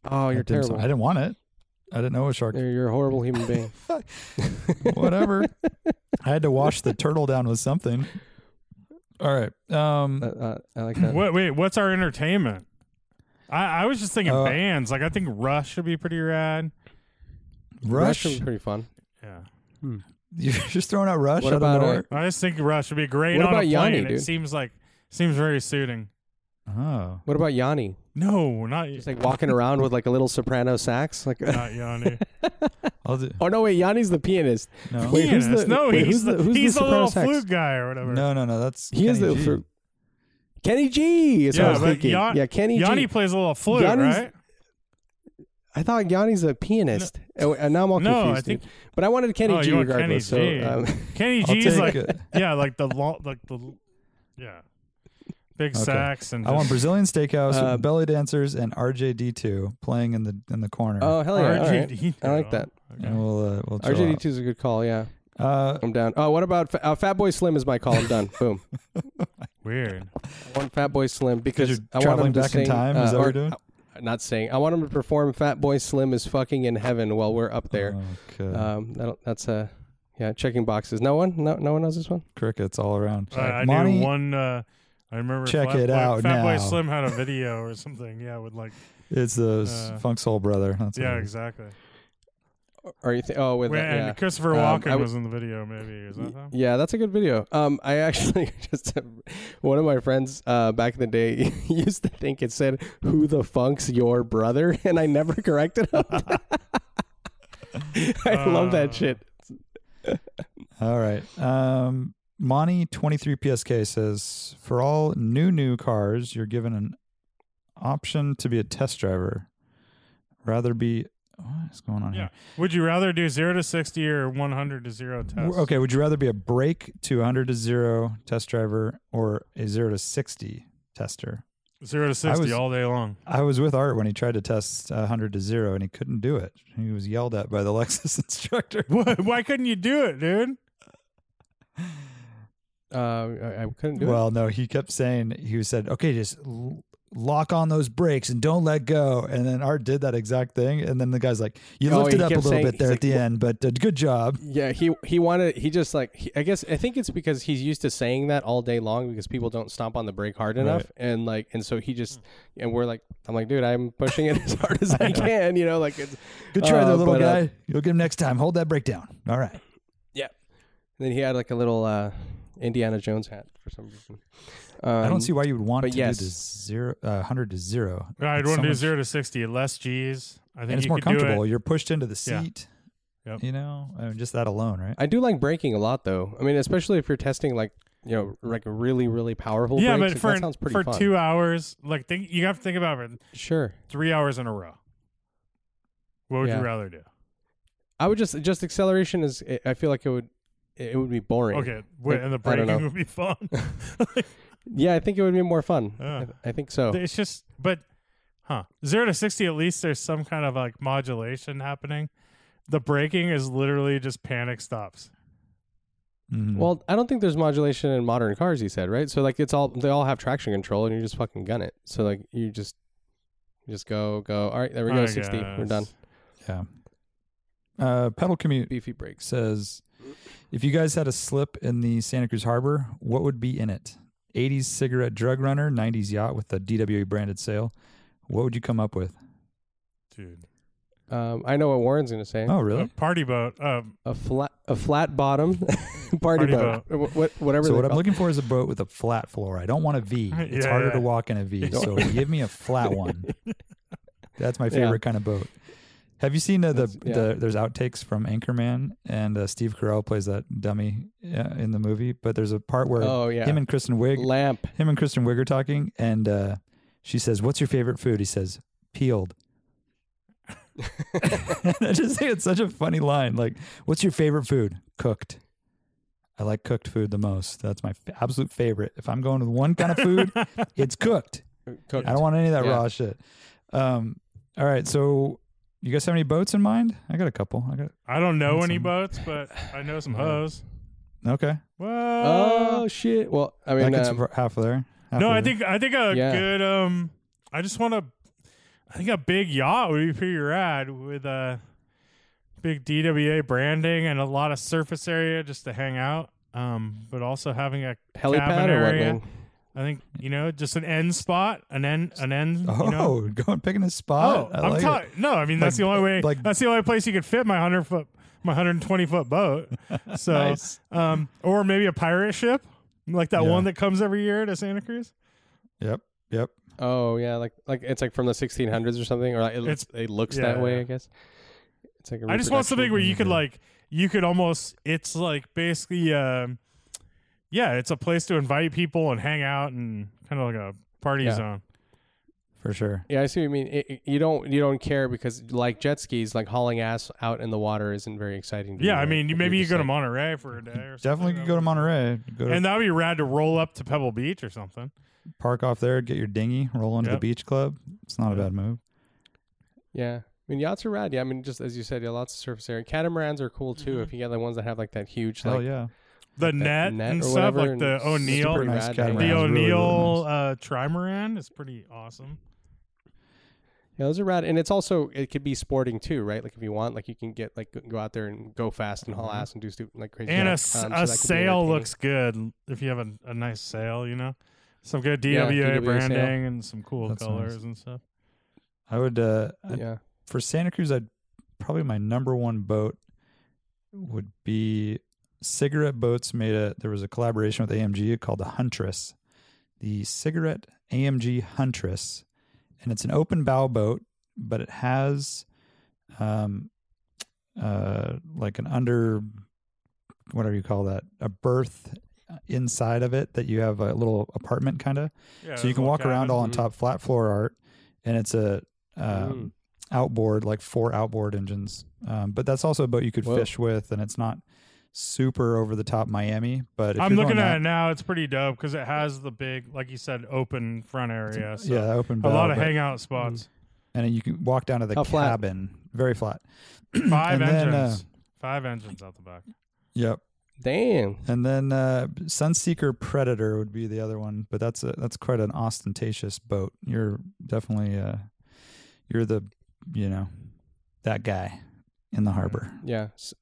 Oh, you're
At dim sum.
terrible.
I didn't want it. I didn't know it was shark.
You're, you're a horrible human being.
Whatever. I had to wash the turtle down with something. All right. Um,
Uh, uh, I like that.
What? Wait, what's our entertainment? I, I was just thinking
Uh,
bands. Like I think Rush would be pretty rad.
Rush.
was pretty fun.
Yeah,
You're just throwing out Rush.
What
out of
about, uh,
nowhere?
I just think Rush would be great
What
on a
about
plane.
Yanni,
it
dude?
seems like seems very suiting.
Oh,
What about Yanni?
No, not
Just like walking around with like a little soprano sax. Like,
not Yanni.
I'll do.
oh no, wait, Yanni's the pianist.
No,
Wait, who's
Pianist.
the-
no,
wait,
he's
who's
the,
the- who's the
he's the, little
soprano sax?
flute guy or whatever.
no, no, no. That's
He is
Kenny
the
G.
fir- Kenny G. Is what I
yeah,
was
but
thinking.
Yan-
yeah, Kenny
Yanni
G.
plays a little flute,
Yanni's-
right?
I thought Yanni's a pianist. Oh, and now I'm all
No, I
confused.
think-
dude. But I wanted Kenny
Oh,
G
you want
regardless.
Kenny G.
So, um,
Kenny
I'll
G's
take
uh,
like
it.
yeah, like the long, like the yeah, big
Okay.
sax and
I want
just
Brazilian steakhouse,
Uh,
belly dancers, and RJD2 playing in the in the corner.
oh hell yeah! all right.
RGD.
I like that.
Okay.
and we'll uh, we'll chill
RJD2 is a good call. Yeah,
out. Uh,
I'm down. Oh, what about Fa- uh, Fat Boy Slim? Is my call. I'm done. Boom.
Weird.
I want Fat Boy Slim because
you're
I want
traveling
him to
back in
sing,
time? Is
uh,
that what
or-
you're doing?
uh, Not saying. I want him to perform "Fat Boy Slim is fucking in heaven" while we're up there.
Okay.
um, that'll, that's a yeah. Checking boxes. No one. No. No one knows this one.
Crickets all around.
I, I
Monty-
knew one. Uh, I remember.
Check
Fat
it
Boy,
out
Fat Boy
now.
Slim had a video or something. Yeah, with like.
It's the s-
Uh,
Funk Soul brother. That's
Yeah,
what it is.
exactly.
Or you think? Oh, with
Wait,
that,
and
yeah.
Christopher
Um,
Walken
I w-
was in the video, maybe. Is that him?
Yeah, that's a good video. Um, I actually just one of my friends uh, back in the day used to think it said "Who the funk's your brother?" and I never corrected him. I love
Uh.
that shit.
All right. Um, Monty twenty three PSK says for all new new cars, you're given an option to be a test driver. Rather be what is going on
Yeah.
here?
Would you rather do zero to sixty or one hundred to zero tests?
W- Okay, would you rather be a break to 100 to 0 test driver or a 0 to 60 tester?
Zero to sixty
was-
all day long.
I was with Art when he tried to test uh, 100 to 0 and he couldn't do it. He was yelled at by the Lexus instructor.
What? Why couldn't you do it, dude?
Uh, I, I couldn't do
well, no, he kept saying, he said, okay, just l- lock on those brakes and don't let go. And then Art did that exact thing. And then the guy's like, you
Oh,
lifted
he
up a
kept
little
saying-
bit there
he's
at the end, but uh, good job.
Yeah, he he wanted he just like he, I guess I think it's because he's used to saying that all day long because people don't stomp on the brake hard enough and like and so he just and we're like I'm like dude I'm pushing it as hard as I can you know like it's
Good try
uh,
there, little
but, uh,
guy. You'll get him next time. Hold that brake down. All right.
then he had like a little uh, Indiana Jones hat for some reason. Um,
I don't see why you would want
but
to
yes.
do the zero, uh, 100 to zero.
I'd want
It's so
to do
much-
zero to sixty less G's. I think
And it's
you
more
could do it.
comfortable. You're pushed into the
Yeah.
seat.
Yep.
You know, I mean, just that alone, right?
I do like braking a lot though. I mean especially if you're testing like you know like really really powerful.
Yeah,
brakes,
but
like,
for
that sounds pretty
for
fun.
two hours, like think you have to think about it.
sure.
Three hours in a row. What would
Yeah.
you rather do?
I would just just acceleration is I feel like it would it would be boring.
Okay, wait,
Like,
and the
I
braking
don't know.
would be fun.
Yeah, I think it would be more fun.
Yeah.
I, I think so.
it's just, but huh? Zero to sixty, at least there's some kind of like modulation happening. The braking is literally just panic stops.
Mhm.
Well, I don't think there's modulation in modern cars. You said right, so like it's all they all have traction control, and you just fucking gun it. So like you just you just go go. All right, there we go.
I
Sixty, we're done.
guess.
yeah. Uh, pedal commute
Beefy brakes.
says, if you guys had a slip in the Santa Cruz Harbor, what would be in it? 80s cigarette drug runner, 90s yacht with the DWA E branded sail. What would you come up with?
dude.
Um, I know what Warren's gonna say.
Oh,
A
really?
party boat. Um,
A flat a flat bottom party, boat. Wh- wh- whatever.
So
they're
what I'm
called.
looking for is a boat with a flat floor. I don't want a V. It's
Yeah,
harder
yeah.
to walk in a V. So give me a flat one. That's my
Yeah.
favorite kind of boat. Have you seen uh, the,
That's- yeah.
the there's outtakes from Anchorman and uh, Steve Carell plays that dummy uh, in the movie, but there's a part where
Oh yeah.
him and Kristen Wiig
Lamp.
him and Kristen Wiig are talking, and uh, she says, "What's your favorite food?" He says, "Peeled." I just think it's such a funny line. Like, "What's your favorite food?" Cooked. I like cooked food the most. That's my f- absolute favorite. If I'm going with one kind of food, it's cooked.
Cooked.
I don't want any of that
Yeah.
raw shit. Um, all right, so you guys have any boats in mind? I got a couple. I got
I don't know
That's
any
some-
boats, but I know some
Yeah.
hoes.
okay.
Whoa. Uh,
Oh shit. Well, I
I
mean,
could
um,
support half of there. half
No,
of
I
there.
think I think a
Yeah.
good um I just want a I think a big yacht would be pretty rad with a big DWA branding and a lot of surface area just to hang out. Um but also having a
helipad
cabin
or what?
area.
man?
I think you know just an end spot, an end an end,
Oh,
you know.
going picking a
Oh,
spot. I
I'm
like it.
talking No, I mean that's
Like-
the only way
like-
that's the only place you could fit my 100 foot my 120 foot boat. So
Nice.
um or maybe a pirate ship like that
Yeah.
one that comes every year to Santa Cruz.
Yep. Yep.
Oh yeah, like like it's like from the 1600s or something, or like, it,
It's-
looks, it looks
yeah,
that way,
yeah.
I guess. It's like a
I just want
reproduction.
something where you could
Mhm.
like you could almost it's like basically um yeah, it's a place to invite people and hang out and kind of like a party
Yeah.
zone.
For sure.
Yeah, I see what you mean. It, it- you don't you don't care because like jet skis, like hauling ass out in the water isn't very exciting. To
Yeah,
you,
I
right?
mean, you,
You're
maybe you
just
go to
like-
Monterey for a day or something.
Definitely could go to Monterey. Go to
And that would be rad to roll up to Pebble Beach or something.
park off there, get your dinghy, roll onto
Yep.
the beach club. It's not a bad move.
Yeah, I mean yachts are rad. Yeah, I mean just as you said, yeah, lots of surface area. Catamarans are cool
Mm-hmm.
too if you get the ones that have like that huge
Hell
like
yeah.
The
that
net,
net
and
or
stuff,
whatever,
like
and
the
super
O'Neill,
Super nice
rad
catamaran.
the
It's really, really
O'Neill
nice.
uh, trimaran is pretty awesome.
Yeah, those are rad, and it's also it could be sporting too, right? Like if you want, like you can get like go out there and go fast and haul ass and do stupid like crazy.
Mm-hmm. And a,
shit.
s-
Um, so
a
that could be
sail
entertaining.
looks good if you have a, a nice sail, you know? Some good
Yeah,
DWA,
DWA sail.
branding and some cool
That's nice.
colors and stuff.
I would uh I'd-
Yeah,
for Santa Cruz I'd probably my number one boat would be cigarette boats made a there was a collaboration with AMG called the Huntress. The cigarette AMG Huntress. And it's an open bow boat, but it has um uh like an under whatever you call that, a berth inside of it that you have a little apartment kind of
Yeah,
so
those
you can
little
walk around
cabins.
all on
Mhm.
top flat floor art and it's a
Mm.
um, outboard like four outboard engines um, but that's also a boat you could
Whoa.
fish with and it's not super over the top miami but if
I'm
you're
looking
going
at it
that-
now. It's pretty dope because it has the big, like you said, open front area. So
yeah Mm. open
a
bow,
lot of
but-
hangout spots.
and you can walk down to the
How flat?
cabin very flat
Five
And then, uh,
engines. Five engines out the back.
yep
Damn.
And then uh, Sunseeker Predator would be the other one, but that's a, that's quite an ostentatious boat. You're definitely uh, you're the you know that guy in the harbor.
Yeah. S-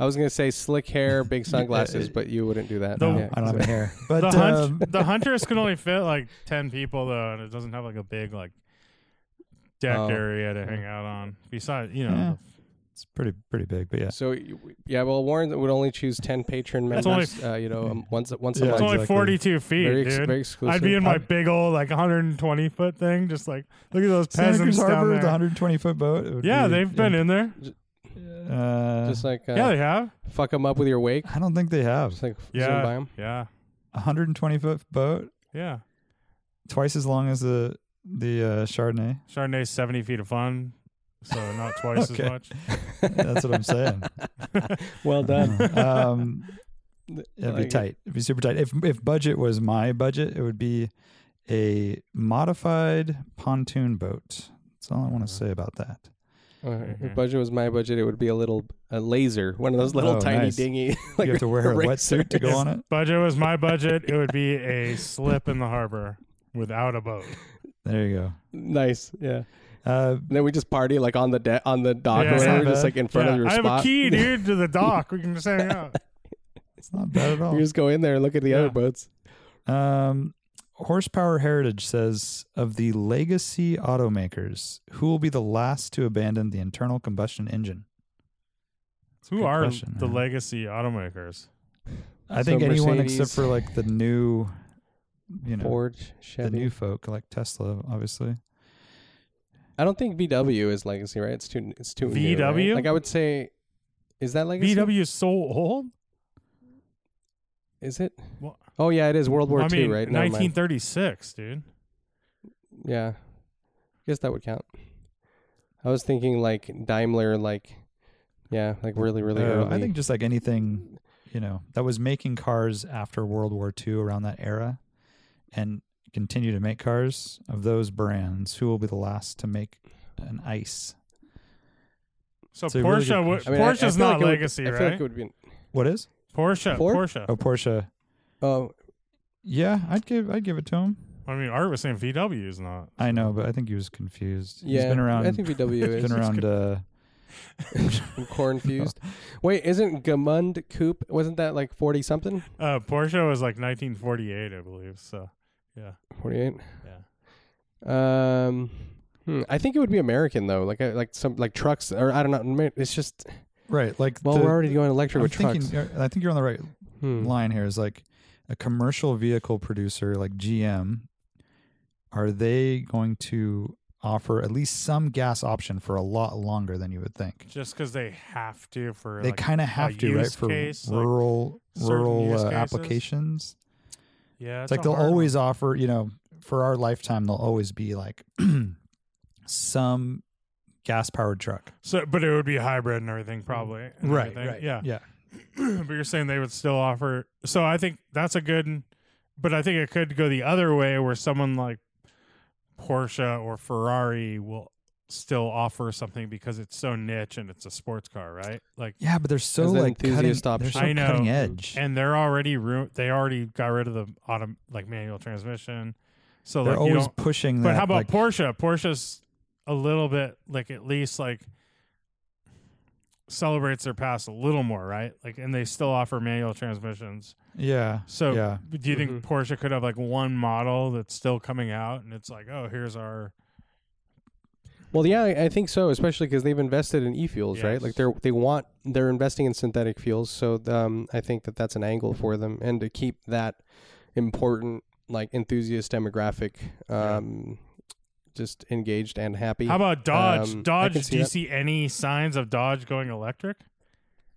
I was gonna say slick hair, big sunglasses, but you wouldn't do that.
The-
No,
Yeah.
I don't have any hair, but
the,
um,
hunch, the hunters can only fit like 10 people though and it doesn't have like a big like deck
Oh.
area to hang out on besides you know
Yeah. it's pretty pretty big. But yeah,
So you- yeah, well, Warren would only choose ten patron
That's
members.
only-
uh, you know, um, once once a
Yeah,
it's
month.
only
exactly.
42 feet
Very, ex-
dude
very exclusive.
i'd be in my
I'm-
big old like 120 foot thing just like look at those
Santa
peasants
Cruz
down
Harbor, the
there
120 foot boat. it would
yeah
be-
they've been in there
Uh,
just like uh,
yeah they have
fuck them up with your wake.
I don't think they have
Just like zoom by
yeah
'em.
yeah
a 120 foot boat,
yeah
twice as long as the the uh, Chardonnay.
chardonnay's 70 feet of fun so not twice
Okay.
as much
That's what I'm saying.
Well done.
um, it'd be
Like-
tight. It'd be super tight. If if budget was my budget, it would be a modified pontoon boat. That's all I want to say about that.
All right. If
Mhm.
budget was my budget, it would be a little a laser, one of those little
Oh,
tiny
nice.
dingy. like
you have to wear a
racer.
wetsuit to go on it.
budget was my budget it would be a slip in the harbor without a boat
There you go.
Nice, yeah.
Uh,
And then we just party like on the de- on the dock
Yeah.
or whatever,
Not
just
bad.
like in front
Yeah,
of your
I have
spot.
a key, dude, to the dock. We can just hang out.
it's not bad at all.
You just go in there and look at the
Yeah.
other boats.
Um, Horsepower Heritage says of the legacy automakers, who will be the last to abandon the internal combustion engine? That's a
Who
good
are
question,
the
man.
legacy automakers?
I think
So
anyone except
Mercedes-
for like the new, you know,
Ford,
the
Chevy.
new folk like Tesla, obviously.
I don't think VW is legacy, right? It's too it's too new, right?
VW?
Like I would say, is that legacy?
VW is so old.
is it?
Wha-
Oh yeah, it is World War
I
II,
mean,
right? Never mind.
1936, dude.
Yeah, guess that would count. I was thinking like Daimler, like yeah, like really really
Oh,
Uh,
early.
I think just like anything, you know, that was making cars after World War II around that era, and continue to make cars of those brands. Who will be the last to make an ICE?
So
It's a really
Porsche,
good
w-
I
question.
mean, I- I
Porsche's not
feel like it would-
legacy,
I feel like
right?
it would be. an-
What is?
Porsche,
Ford?
Porsche.
Oh, Porsche.
Oh,
Yeah, I'd give I'd give it to him.
I mean, Art was saying VW is not.
I know, but I think he was confused.
yeah.
he's been around.
I think VW
he's
is
been around. Uh,
I'm corn fused. Wait, isn't Gamund Coupe? Wasn't that like forty something?
Uh, Porsche was like 1948, I believe. So, yeah,
Forty eight.
yeah.
Um, hmm, I think it would be American though. Like uh, like some like trucks or I don't know. ma- It's just
right, like
well,
the-
we're already going electric
I'm
with
thinking, uh,
trucks.
I think you're on the right
Hmm.
line here. Is like a commercial vehicle producer like GM. Are they going to offer at least some gas option for a lot longer than you would think?
Just because they have to for
they
like,
kind of have to, right?
use
For
case, like,
rural
certain
rural
use
uh,
cases.
applications.
yeah,
It's
a
like they'll
hard one.
always offer, you know, for our lifetime, they'll always be like some gas powered truck.
So, but it would be hybrid and everything, probably. and
Mm-hmm. Right,
everything.
right,
Yeah.
yeah.
but you're saying they would still offer. So I think that's a good. But I think it could go the other way, where someone like Porsche or Ferrari will still offer something because it's so niche and it's a sports car, right? Like,
Yeah, but they're so
As an
like cutting,
enthusiast option.
they're so
I know.
cutting edge.
and they're already ru- they already got rid of the auto like manual transmission. So
they're
like you
always
don't,
pushing that.
but how about
like,
Porsche? Porsche's a little bit like at least like celebrates their past a little more, right? Like, and they still offer manual transmissions.
Yeah.
So,
yeah.
do you think
Mhm.
Porsche could have like one model that's still coming out, and it's like, oh, here's our
Well, yeah, I I think so, especially because they've invested in e-fuels, right?
Yes.
Like they're they want they're investing in synthetic fuels, so um, I think that that's an angle for them, and to keep that important like enthusiast demographic, um, just engaged and happy.
How about Dodge?
Um, I
Dodge, do
can see
you
that.
see any signs of Dodge going electric?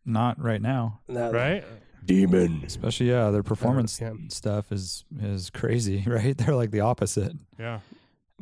Not right now.
No,
Right?
demon?
Especially yeah, their performance
yeah.
stuff is is crazy, right? They're like the opposite.
Yeah.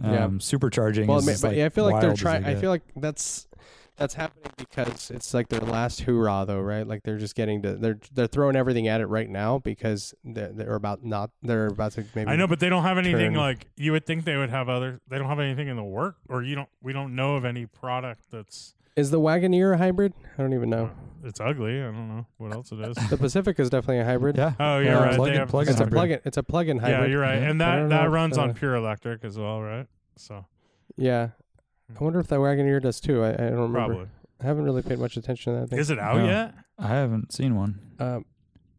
Um
Yeah.
supercharging
Well,
is
ma-
just,
but
like
yeah, I feel like they're
wild as
trying.
they
I
get.
feel like that's that's happening because it's like their last hoorah, though, right? Like they're just getting to they're they're throwing everything at it right now because they're, they're about not they're about to maybe
I know, but they don't have anything
Turn.
like you would think they would have other. They don't have anything in the work, or you don't. We don't know of any product that's
Is the Wagoneer a hybrid? I don't even know.
It's ugly. I don't know what else it is.
The Pacifica is definitely a hybrid.
Yeah.
Oh, you're
Yeah,
right.
plug
They
in,
have-
plug in
It's a
hybrid.
plug-in. It's a plug-in hybrid.
Yeah, you're right.
Yeah.
And
I
that
don't
that
know if,
runs
uh,
on pure electric as well, right? So
Yeah. I wonder if that Wagoneer does too. I, I don't remember.
probably
I haven't really paid much attention to that thing.
is it out
No.
yet?
I haven't seen one.
Um,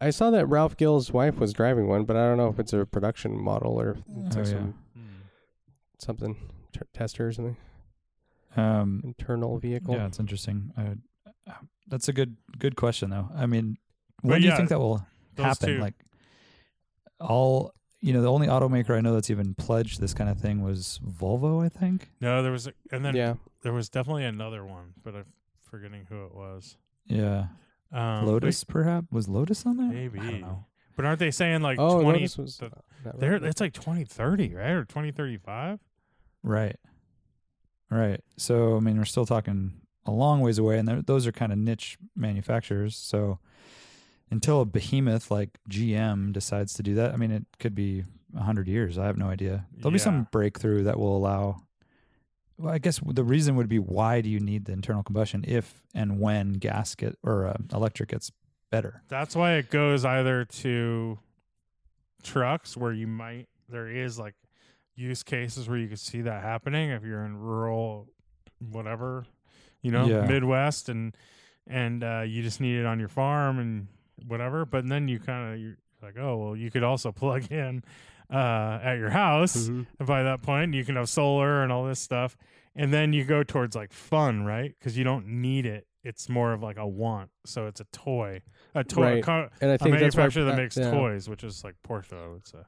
I saw that Ralph Gill's wife was driving one, but I don't know if it's a production model or if it's
Oh,
like
yeah.
some, something t- tester or something
Um,
internal vehicle.
yeah, it's interesting. I, uh, that's a good good question though. I mean,
But
when do
yeah,
you think that will
Those
happen?
two.
Like all you know, the only automaker I know that's even pledged this kind of thing was Volvo, I think.
no, there was a, and then
yeah.
there was definitely another one, but I'm forgetting who it was.
Yeah.
Um,
Lotus perhaps was Lotus on there?
Maybe.
I don't know.
But aren't they saying like
oh, no,
20
this was
the-
not
There,
right.
it's like 2030, right? Or 2035?
Right. Right. So I mean, we're still talking a long ways away, and they're- those are kind of niche manufacturers. So until a behemoth like GM decides to do that, I mean, it could be a hundred years. I have no idea. There'll be
Yeah.
some breakthrough that will allow. Well, I guess the reason would be why do you need the internal combustion if and when gas get or uh, electric gets better?
That's why it goes either to trucks where you might there is like use cases where you can see that happening if you're in rural whatever, you know,
Yeah.
Midwest and and uh you just need it on your farm and whatever, but then you kind of you're like, "Oh, well, you could also plug in uh at your house." And by that point you can have solar and all this stuff and then you go towards like fun right because you don't need it it's more of like a want so it's a toy a toy a,
Right.
car,
and I
a
think that's why
manufacturer that
uh,
makes
yeah.
toys which is like porsche i would say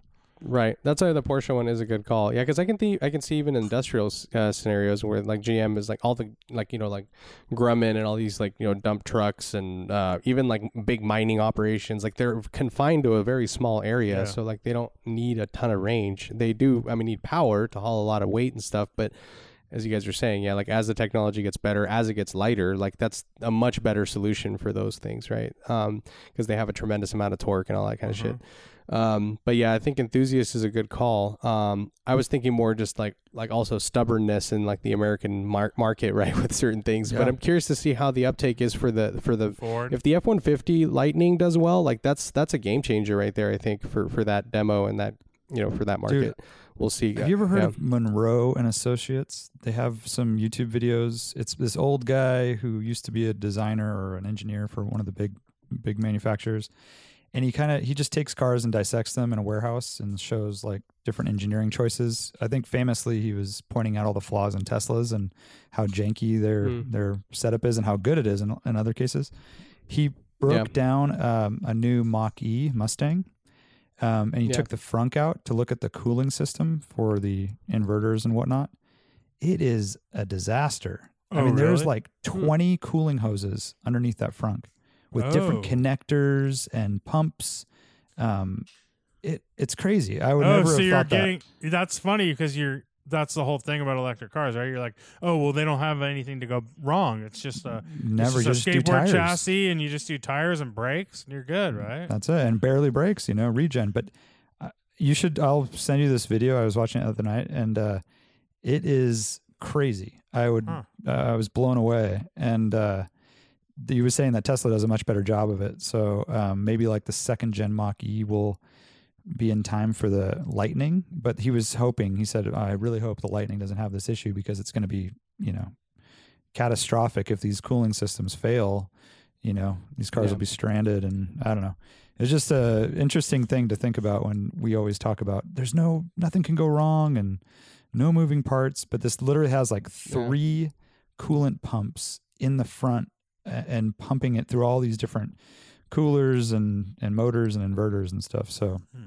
Right. That's why the Porsche one is a good call. Yeah, because I can see I can see even industrial s- uh, scenarios where like GM is like all the like you know like Grumman and all these like you know dump trucks and uh, even like big mining operations like they're confined to a very small area,
Yeah.
so like they don't need a ton of range. They do. I mean, need power to haul a lot of weight and stuff, but. As you guys are saying, yeah, like as the technology gets better, as it gets lighter, like that's a much better solution for those things, right? Because they have a tremendous amount of torque and all that kind
Mm-hmm.
of shit. Um, but yeah, I think enthusiast is a good call. Um, I was thinking more just like like also stubbornness in like the American mar- market, right, with certain things. But
Yeah.
I'm curious to see how the uptake is for the for the
ford
if the F one fifty Lightning does well, like that's that's a game changer right there. I think for for that demo and that you know for that market, we'll see.
Have you ever heard
Yeah.
of Monroe and Associates? They have some YouTube videos. It's this old guy who used to be a designer or an engineer for one of the big big manufacturers. And he kind of he just takes cars and dissects them in a warehouse and shows like different engineering choices. I think famously he was pointing out all the flaws in Teslas and how janky their
Hmm.
Mm.
their setup is and how good it is in, in other cases. He broke down um, a new Mach E Mustang um, and he
Yeah.
took the frunk out to look at the cooling system for the inverters and whatnot. It is a disaster. I
Oh,
mean, there's
really?
like 20 cooling hoses underneath that frunk with different
Oh.
connectors and pumps. Um, it it's crazy. I would
oh
never
so
have
you're
thought
getting that's funny because you're that's the whole thing about electric cars right you're like oh well they don't have anything to go wrong it's just a
that. Never
it's
just,
just a
do
skateboard
tires.
chassis and you just do tires and brakes and you're good right
That's it, and barely breaks, you know, regen. But uh, you should. I'll send you this video. I was watching it the other night, and uh, it is crazy. I would.
Huh.
Uh, I was blown away, and uh, th- you were saying that Tesla does a much better job of it. So um, maybe like the second gen Mach E will be in time for the Lightning. But he was hoping. He said, "I really hope the Lightning doesn't have this issue because it's going to be, you know." catastrophic if these cooling systems fail you know these cars
Yeah.
will be stranded and i don't know it's just a interesting thing to think about when we always talk about there's no nothing can go wrong and no moving parts but this literally has like three coolant pumps in the front a- and pumping it through all these different coolers and and motors and inverters and stuff so
Hmm.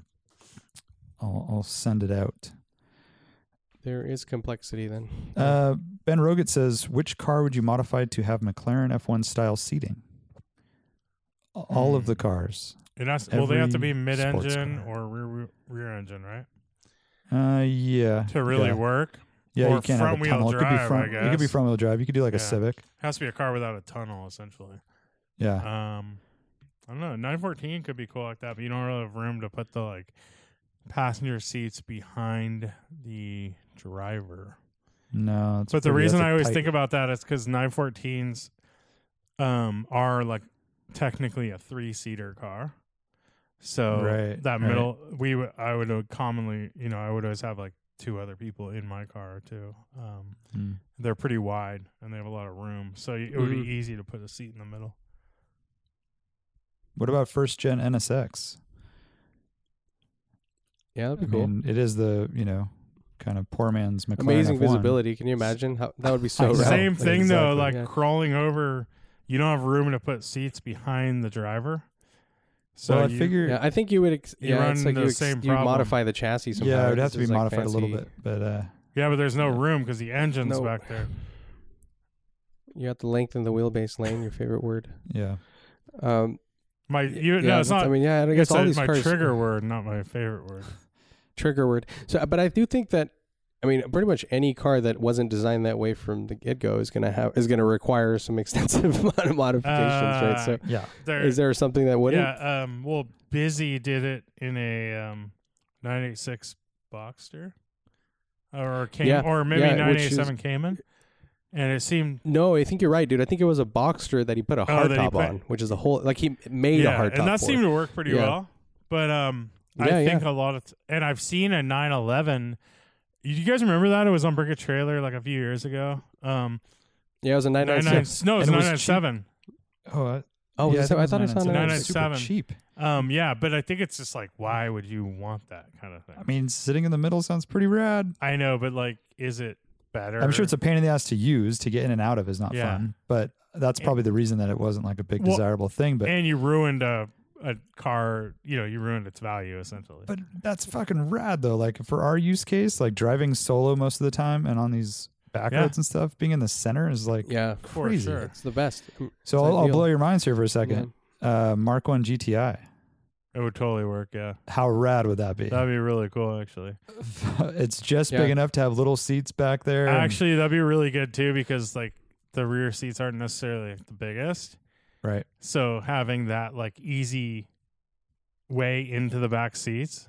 I'll, I'll send it out
There is complexity then.
uh, ben Rogat says, which car would you modify to have McLaren F1 style seating? A- All
Hmm.
of the cars.
it has well they have to be
Every sports
mid-engine
car.
or rear rear engine right
Uh, yeah.
to really
yeah.
work
Yeah,
or
you can't have a
front-wheel
tunnel. it could
drive, I
be front. It could be
guess.
front wheel drive. You could do like a
Yeah.
Civic.
has to be a car without a tunnel essentially
Yeah.
Um, I don't know. Nine fourteen could be cool like that, but you don't really have room to put the like passenger seats behind the driver.
No, it's
But the
pretty-
reason
that's
I
a
always
tight-
think about that is because 914s um, are like technically a three seater car. So
Right,
that
right.
middle, we w- I would commonly, you know, I would always have like two other people in my car too. Um,
Hmm. Mm-hmm.
They're pretty wide and they have a lot of room, so it would
Mhm.
be easy to put a seat in the middle.
What about first gen NSX?
Yeah, that'd
I
be cool.
mean, it is the you know kind of poor man's McLaren.
Amazing
F1.
visibility. Can you imagine? How, that would be so
know.
rad.
Same thing though,
Oh, Exactly.
like
Yeah.
crawling over. You don't have room to put seats behind the driver. So
So I
Oh, you-
figure,
Yeah,
yeah,
I think you would. Ex-
You
yeah,
run
it's like
the
you, ex-
same
you
problem.
modify the chassis somehow.
it would
because
have to be
it's, like,
modified a little
fancy-
bit, but uh,
yeah, but there's no room because the engine's
No.
back there.
You have to lengthen the wheelbase lane. Your favorite word.
yeah,
Um,
My, you,
yeah,
no, it's not.
I mean, yeah, I guess
it's
all
a-
these
my
cars.
trigger word, not my favorite word.
trigger word. So, but I do think that I mean, pretty much any car that wasn't designed that way from the get go is gonna have is gonna require some extensive amount of modifications, right? So,
yeah.
Ah, There,
is there something that wouldn't?
yeah, um, well, Busy did it in a um, 986 Boxster, or came,
Yeah,
or maybe
yeah, which is-
987 Cayman, and it seemed
No, I think you're right, dude. I think it was a Boxster that he put a
Oh,
hard
that he
top
put-
on, which is a whole like he made a
yeah,
hard top.
and that
for
seemed
it.
to work pretty
Yeah.
well. But um, I
Yeah,
think a lot of, t- and I've seen a 911. You guys remember that it was on Brick Trailer like a few years ago. Um,
yeah, it was a
99
996.
no, it was
And it was cheap.
997.
Oh, uh,
Oh, was
yeah,
it so- I thought I saw
997.
997.
Super cheap.
Um, yeah, but I think it's just like, why would you want that kind of thing?
I mean, sitting in the middle sounds pretty rad.
I know, but like, is it better?
I'm sure it's a pain in the ass to use to get in and out of is not
Yeah.
fun, but that's probably the reason that it wasn't like a big
Well,
desirable thing. But
and you ruined a a car. You know, you ruined its value essentially.
but that's fucking rad though. Like for our use case, like driving solo most of the time and on these back
Yeah.
roads and stuff, being in the center is like
Yeah,
For
crazy.
sure.
it's the best.
So
It's
I'll, I'll
ideal.
blow your minds here for a second. Uh, Mark One GTI.
it would totally work. Yeah,
How rad would that be?
that'd be really cool. Actually,
it's just
Yeah.
big enough to have little seats back there. and-
actually, that'd be really good too because like the rear seats aren't necessarily the biggest.
right.
So having that like easy way into the back seats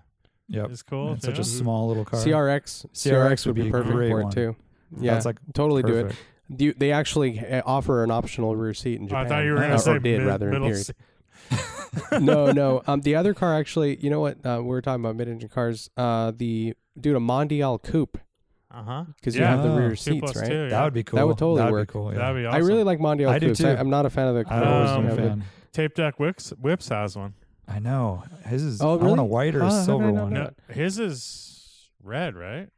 Yep.
is cool.
It's such
too.
a small little car.
CRX, CRX would be,
a
perfect
great
for
one.
it too. Yeah,
That's like
totally do it.
perfect.
Do you, they actually uh, offer an optional rear seat in Japan?
Oh, I thought you were
Uh,
gonna
or
say
did
mid-
rather in
middle
theory.
seat.
no, no. Um, the other car actually, you know what? Uh, we were talking about mid-engine cars. Uh, the dude a Mondial Coupe
Uh huh.
because
Yeah.
you have the
Oh.
rear
Two
Two
seats,
plus
right?
two. Yeah.
That would be cool.
would totally
That'd
work.
Be cool. Yeah.
That'd be awesome.
I really like Mondial
I do
Coupes. I,
too.
I'm not a fan of the.
I always
Um,
been a
Coupes.
fan.
Tape deck whips, whips has one.
I know. His is.
Oh,
I
really?
want a white or
Oh,
a
how did I
silver
not
one.
know?
No, his is red, right?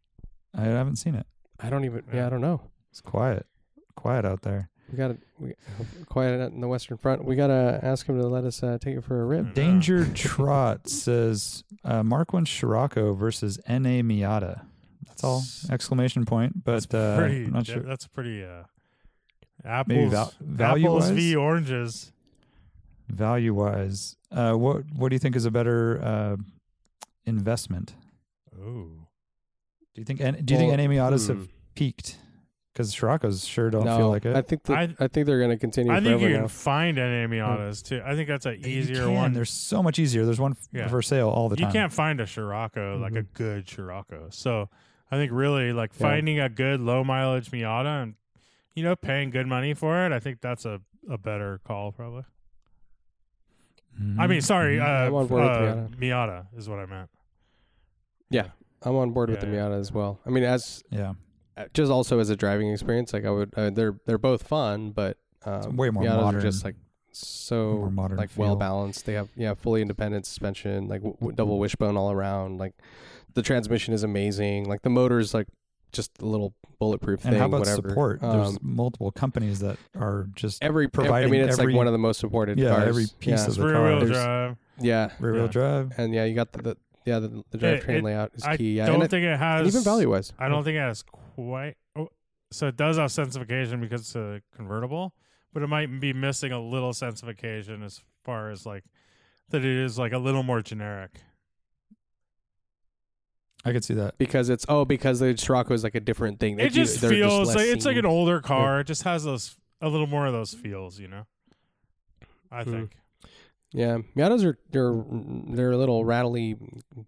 I haven't seen it.
I don't even. Yeah, I don't know.
It's quiet. Quiet out there.
We got to we, quiet out in the Western Front. We got to ask him to let us uh, take it for a rib.
Danger Trot says uh, Mark One Scirocco versus N.A. Miata. That's all. Exclamation point. But uh,
pretty.
I'm not
yeah,
sure.
That's pretty. Uh, apples,
Maybe val-
apples
value-wise?
v oranges.
Value wise, uh, what what do you think is a better uh, investment?
Ooh,
Do you think? And do you think
Well,
N.A. Miatas
hmm.
have peaked? Because Scirocco's sure don't
no,
feel like it.
I think that, I,
I-
think they're going to continue
I think
forever
you can
now.
find an Miatas too. I think that's an
Oh. You
easier
can.
one.
They're so much easier. There's one f-
Yeah.
for sale all the
You
time. Mm-hmm.
can't find a Scirocco like a good Scirocco. So I think really like finding a good low mileage Miata and you know paying good money for it. I think that's a a better call probably.
Mm-hmm.
I
Mm-hmm.
mean, sorry, uh,
I'm on board with
uh, Miata is what I meant.
I'm on board with
Yeah,
the
yeah.
Miata as well. I mean, as
yeah,
uh, just also as a driving experience, like I would. Uh, they're they're both fun, but uh,
way more
Miatas
modern.
are just like so
More modern
like
feel.
well balanced. They have yeah fully independent suspension, like w- w- double wishbone all around. Like the transmission is amazing. Like the motor's like just a little bulletproof
and
thing.
how about
whatever.
support?
Um,
There's multiple companies that are just
every
providing
I mean, it's
every-
like one of the most supported
yeah,
cars.
every piece
yeah.
of the
Rear
car.
wheel
There's
drive.
yeah,
Rear wheel
Yeah.
drive.
and yeah, you got the, the yeah the, the
It-
drivetrain
it-
layout is
I
key. Yeah,
don't
and, it-
think it has
and even value wise.
I don't think it has quite. Oh, so it does have sensification because it's a convertible, but it might be missing a little sensification as far as like that it is like a little more generic.
I could see that.
because it's oh because the Scirocco is like a different thing. They
it
do-
just
they're
feels
less
like it's like
seen.
an older car. It just has those a little more of those feels, you know. I
Hmm.
think.
Yeah, Miatas are they're they're little rattly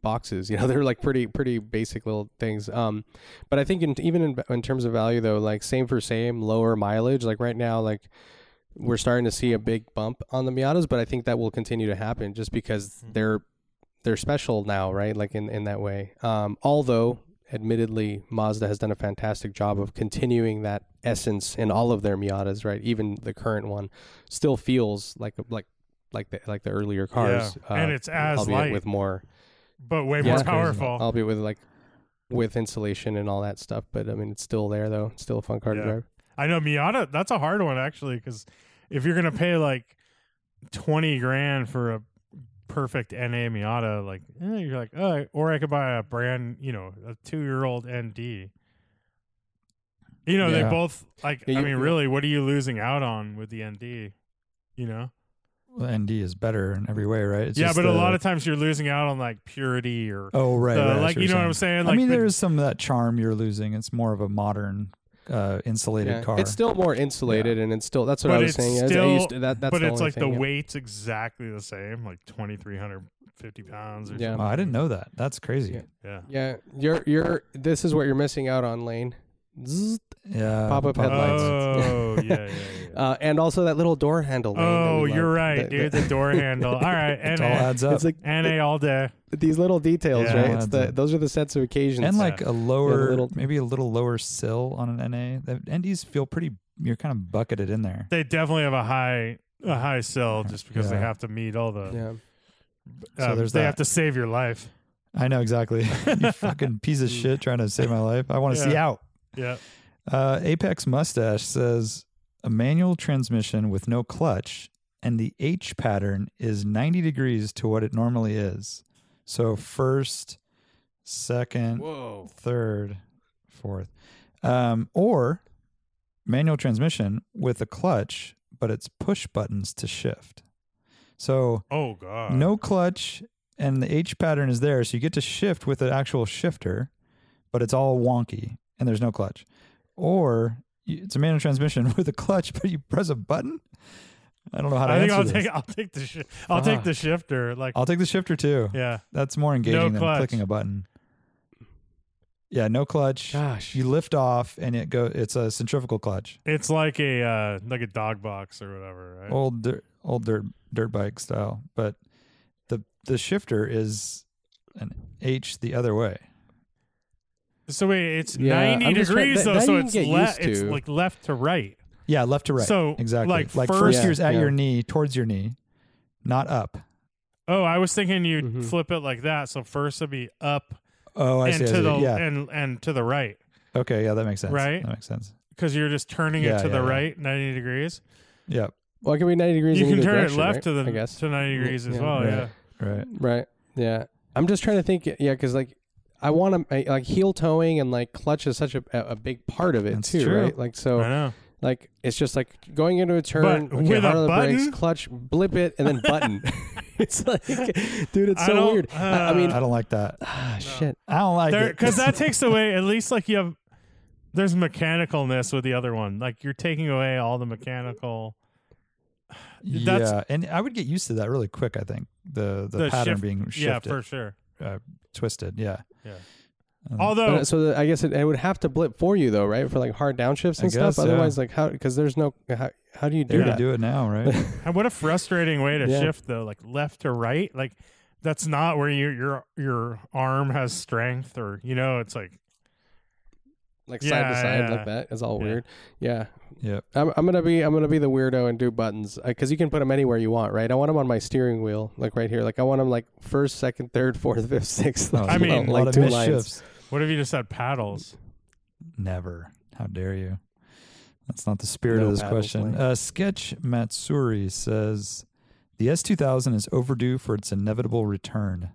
boxes. You know, they're like pretty pretty basic little things. Um, but I think in, even in, in terms of value though, like same for same, lower mileage. Like right now, like we're starting to see a big bump on the Miatas, but I think that will continue to happen just because
Mm-hmm.
they're they're special now, right? Like in in that way. Um, although admittedly Mazda has done a fantastic job of continuing that essence in all of their Miatas, right? Even the current one still feels like like like the like the earlier cars. uh,
Yeah, and it's as
albeit
light.
with more
but way
yeah,
more
it's crazy.
powerful.
albeit with like with insulation and all that stuff. But I mean, it's still there though. It's still a fun car
Yeah.
to drive.
I know Miata. That's a hard one actually, because if you're gonna pay like twenty grand for a perfect NA Miata, like eh, you're like, oh, or I could buy a brand, you know, a two year old ND. You know, they
Yeah.
both like.
Yeah,
I
you-
mean, really, what are you losing out on with the ND? You know,
Well, ND is better in every way, right? It's
yeah,
just
but a
the-
lot of times you're losing out on like purity or
oh right,
the-
right, I see
like you know what I'm saying. Like,
I mean,
but-
there's some of that charm you're losing. It's more of a modern, uh, insulated
Yeah.
car.
It's still more insulated, and it's still that's what
But
I was
it's
saying. I- I
still-
used to- that- that's
but
the
it's
only
like the
thing, yeah.
weight's exactly the same, like twenty three hundred fifty pounds or
Yeah.
something.
oh, I didn't know that. That's crazy.
Yeah.
Yeah.
Yeah, you're you're. This is what you're missing out on, Lane. Zzz.
Yeah,
Pop-up
the
headlights.
Oh yeah, yeah. yeah.
Uh, and also that little door handle. Lane, that we
oh,
love.
you're right,
The-
dude. The,
the-
door handle. All right,
It all
NA,
adds up.
it's like
NA all day.
these little details,
Yeah.
right? It's the,
That's-
those are the sets of occasions.
and like a lower,
little-
maybe a little lower sill on an NA. The NDs feel pretty. You're kind of bucketed in there.
They definitely have a high a high sell just because they
Yeah.
have to meet all the.
yeah,
So
um,
there's
they
that.
have to save your life.
I know exactly. you fucking piece
Mm.
of shit trying to save my life. I want to see
Yeah.
out.
Yeah.
Uh, Apex Mustache says a manual transmission with no clutch, and the H pattern is 90 degrees to what it normally is. So first, second,
Whoa.
third, fourth, um, or manual transmission with a clutch, but it's push buttons to shift. So
Oh god.
no clutch and the H pattern is there, so you get to shift with an actual shifter, but it's all wonky and there's no clutch. Or you- it's a manual transmission with a clutch, but you press a button. I don't know how to
I think
answer
I'll
this.
take I'll take the shi I'll take the shifter. Like
I'll take the shifter too.
yeah.
That's more engaging than
clutch.
clicking a button. Yeah, no clutch.
Gosh.
You lift off and it go. It's a centrifugal clutch.
It's like a uh, like a dog box or whatever, right?
old dirt, old dirt dirt bike style, but the the shifter is an H the other way.
so wait, it's
Yeah,
ninety
I'm just trying-
degrees
that-
though,
that
so
you
it's
can get
left.
used
It's
to.
like left to right.
Yeah, left to right.
So,
exactly,
like,
like
first-
first
Yeah,
year's at
yeah.
your knee, towards your knee, not up.
Oh, I was thinking you'd
Mhm.
flip it like that. So first it'd be up
Oh, I
and
see. I
to
see.
the
yeah.
and and to the right
okay. Yeah, that makes sense.
Right?
That makes sense.
because you're just turning
Yeah,
it to
yeah,
the
yeah.
right ninety degrees.
Yep.
Well, it can be ninety degrees.
you
in
can
either
turn
direction,
it left
right?
to the
I guess.
to ninety
Yeah,
degrees as
yeah.
well.
Right.
Yeah.
Right.
Right. Yeah. I'm just trying to think. Yeah, because like I want to like heel towing and like clutch is such a a a big part of it
That's
too,
true.
right? Like so.
I know.
Like it's just like going into a turn, okay,
with a
hard on the brakes,
button?
clutch, blip it, and then button. it's like, dude, it's
I
so
don't- uh,
weird. I, I mean,
I don't like that.
ah, shit.
I don't like it
Because that takes away at least like you have there's mechanicalness with the other one. Like you're taking away all the mechanical. that's-
yeah, and I would get used to that really quick. I think the the,
The
pattern
shift-
being
Yeah,
shifted,
for sure.
twisted. Yeah.
Yeah.
Um,
Although
But, uh, so that- I guess it, it would have to blip for you though, right? For like hard downshifts
I
and
guess,
stuff.
yeah.
Otherwise, like how? Because there's no how, how do you do
they're
that?
to do it now, right?
And what a frustrating way to
Yeah.
shift though, like left to right. Like that's not where you, your your arm has strength or you know, it's like
like
Yeah,
side to side
yeah.
like that is all
Yeah.
weird. Yeah.
Yep.
I'm, I'm gonna be I'm gonna be the weirdo and do buttons because you can put them anywhere you want, right? I want them on my steering wheel, like right here. Like I want them like first, second, third, fourth, fifth, sixth.
Oh,
like,
I
you know,
mean,
a lot
like
of
two
missed
lines.
shifts.
what if you just had paddles?
Never. How dare you? That's not the spirit
No
of this
paddles,
question.
Link.
Uh, Sketch Matsuri says The S2000 is overdue for its inevitable return.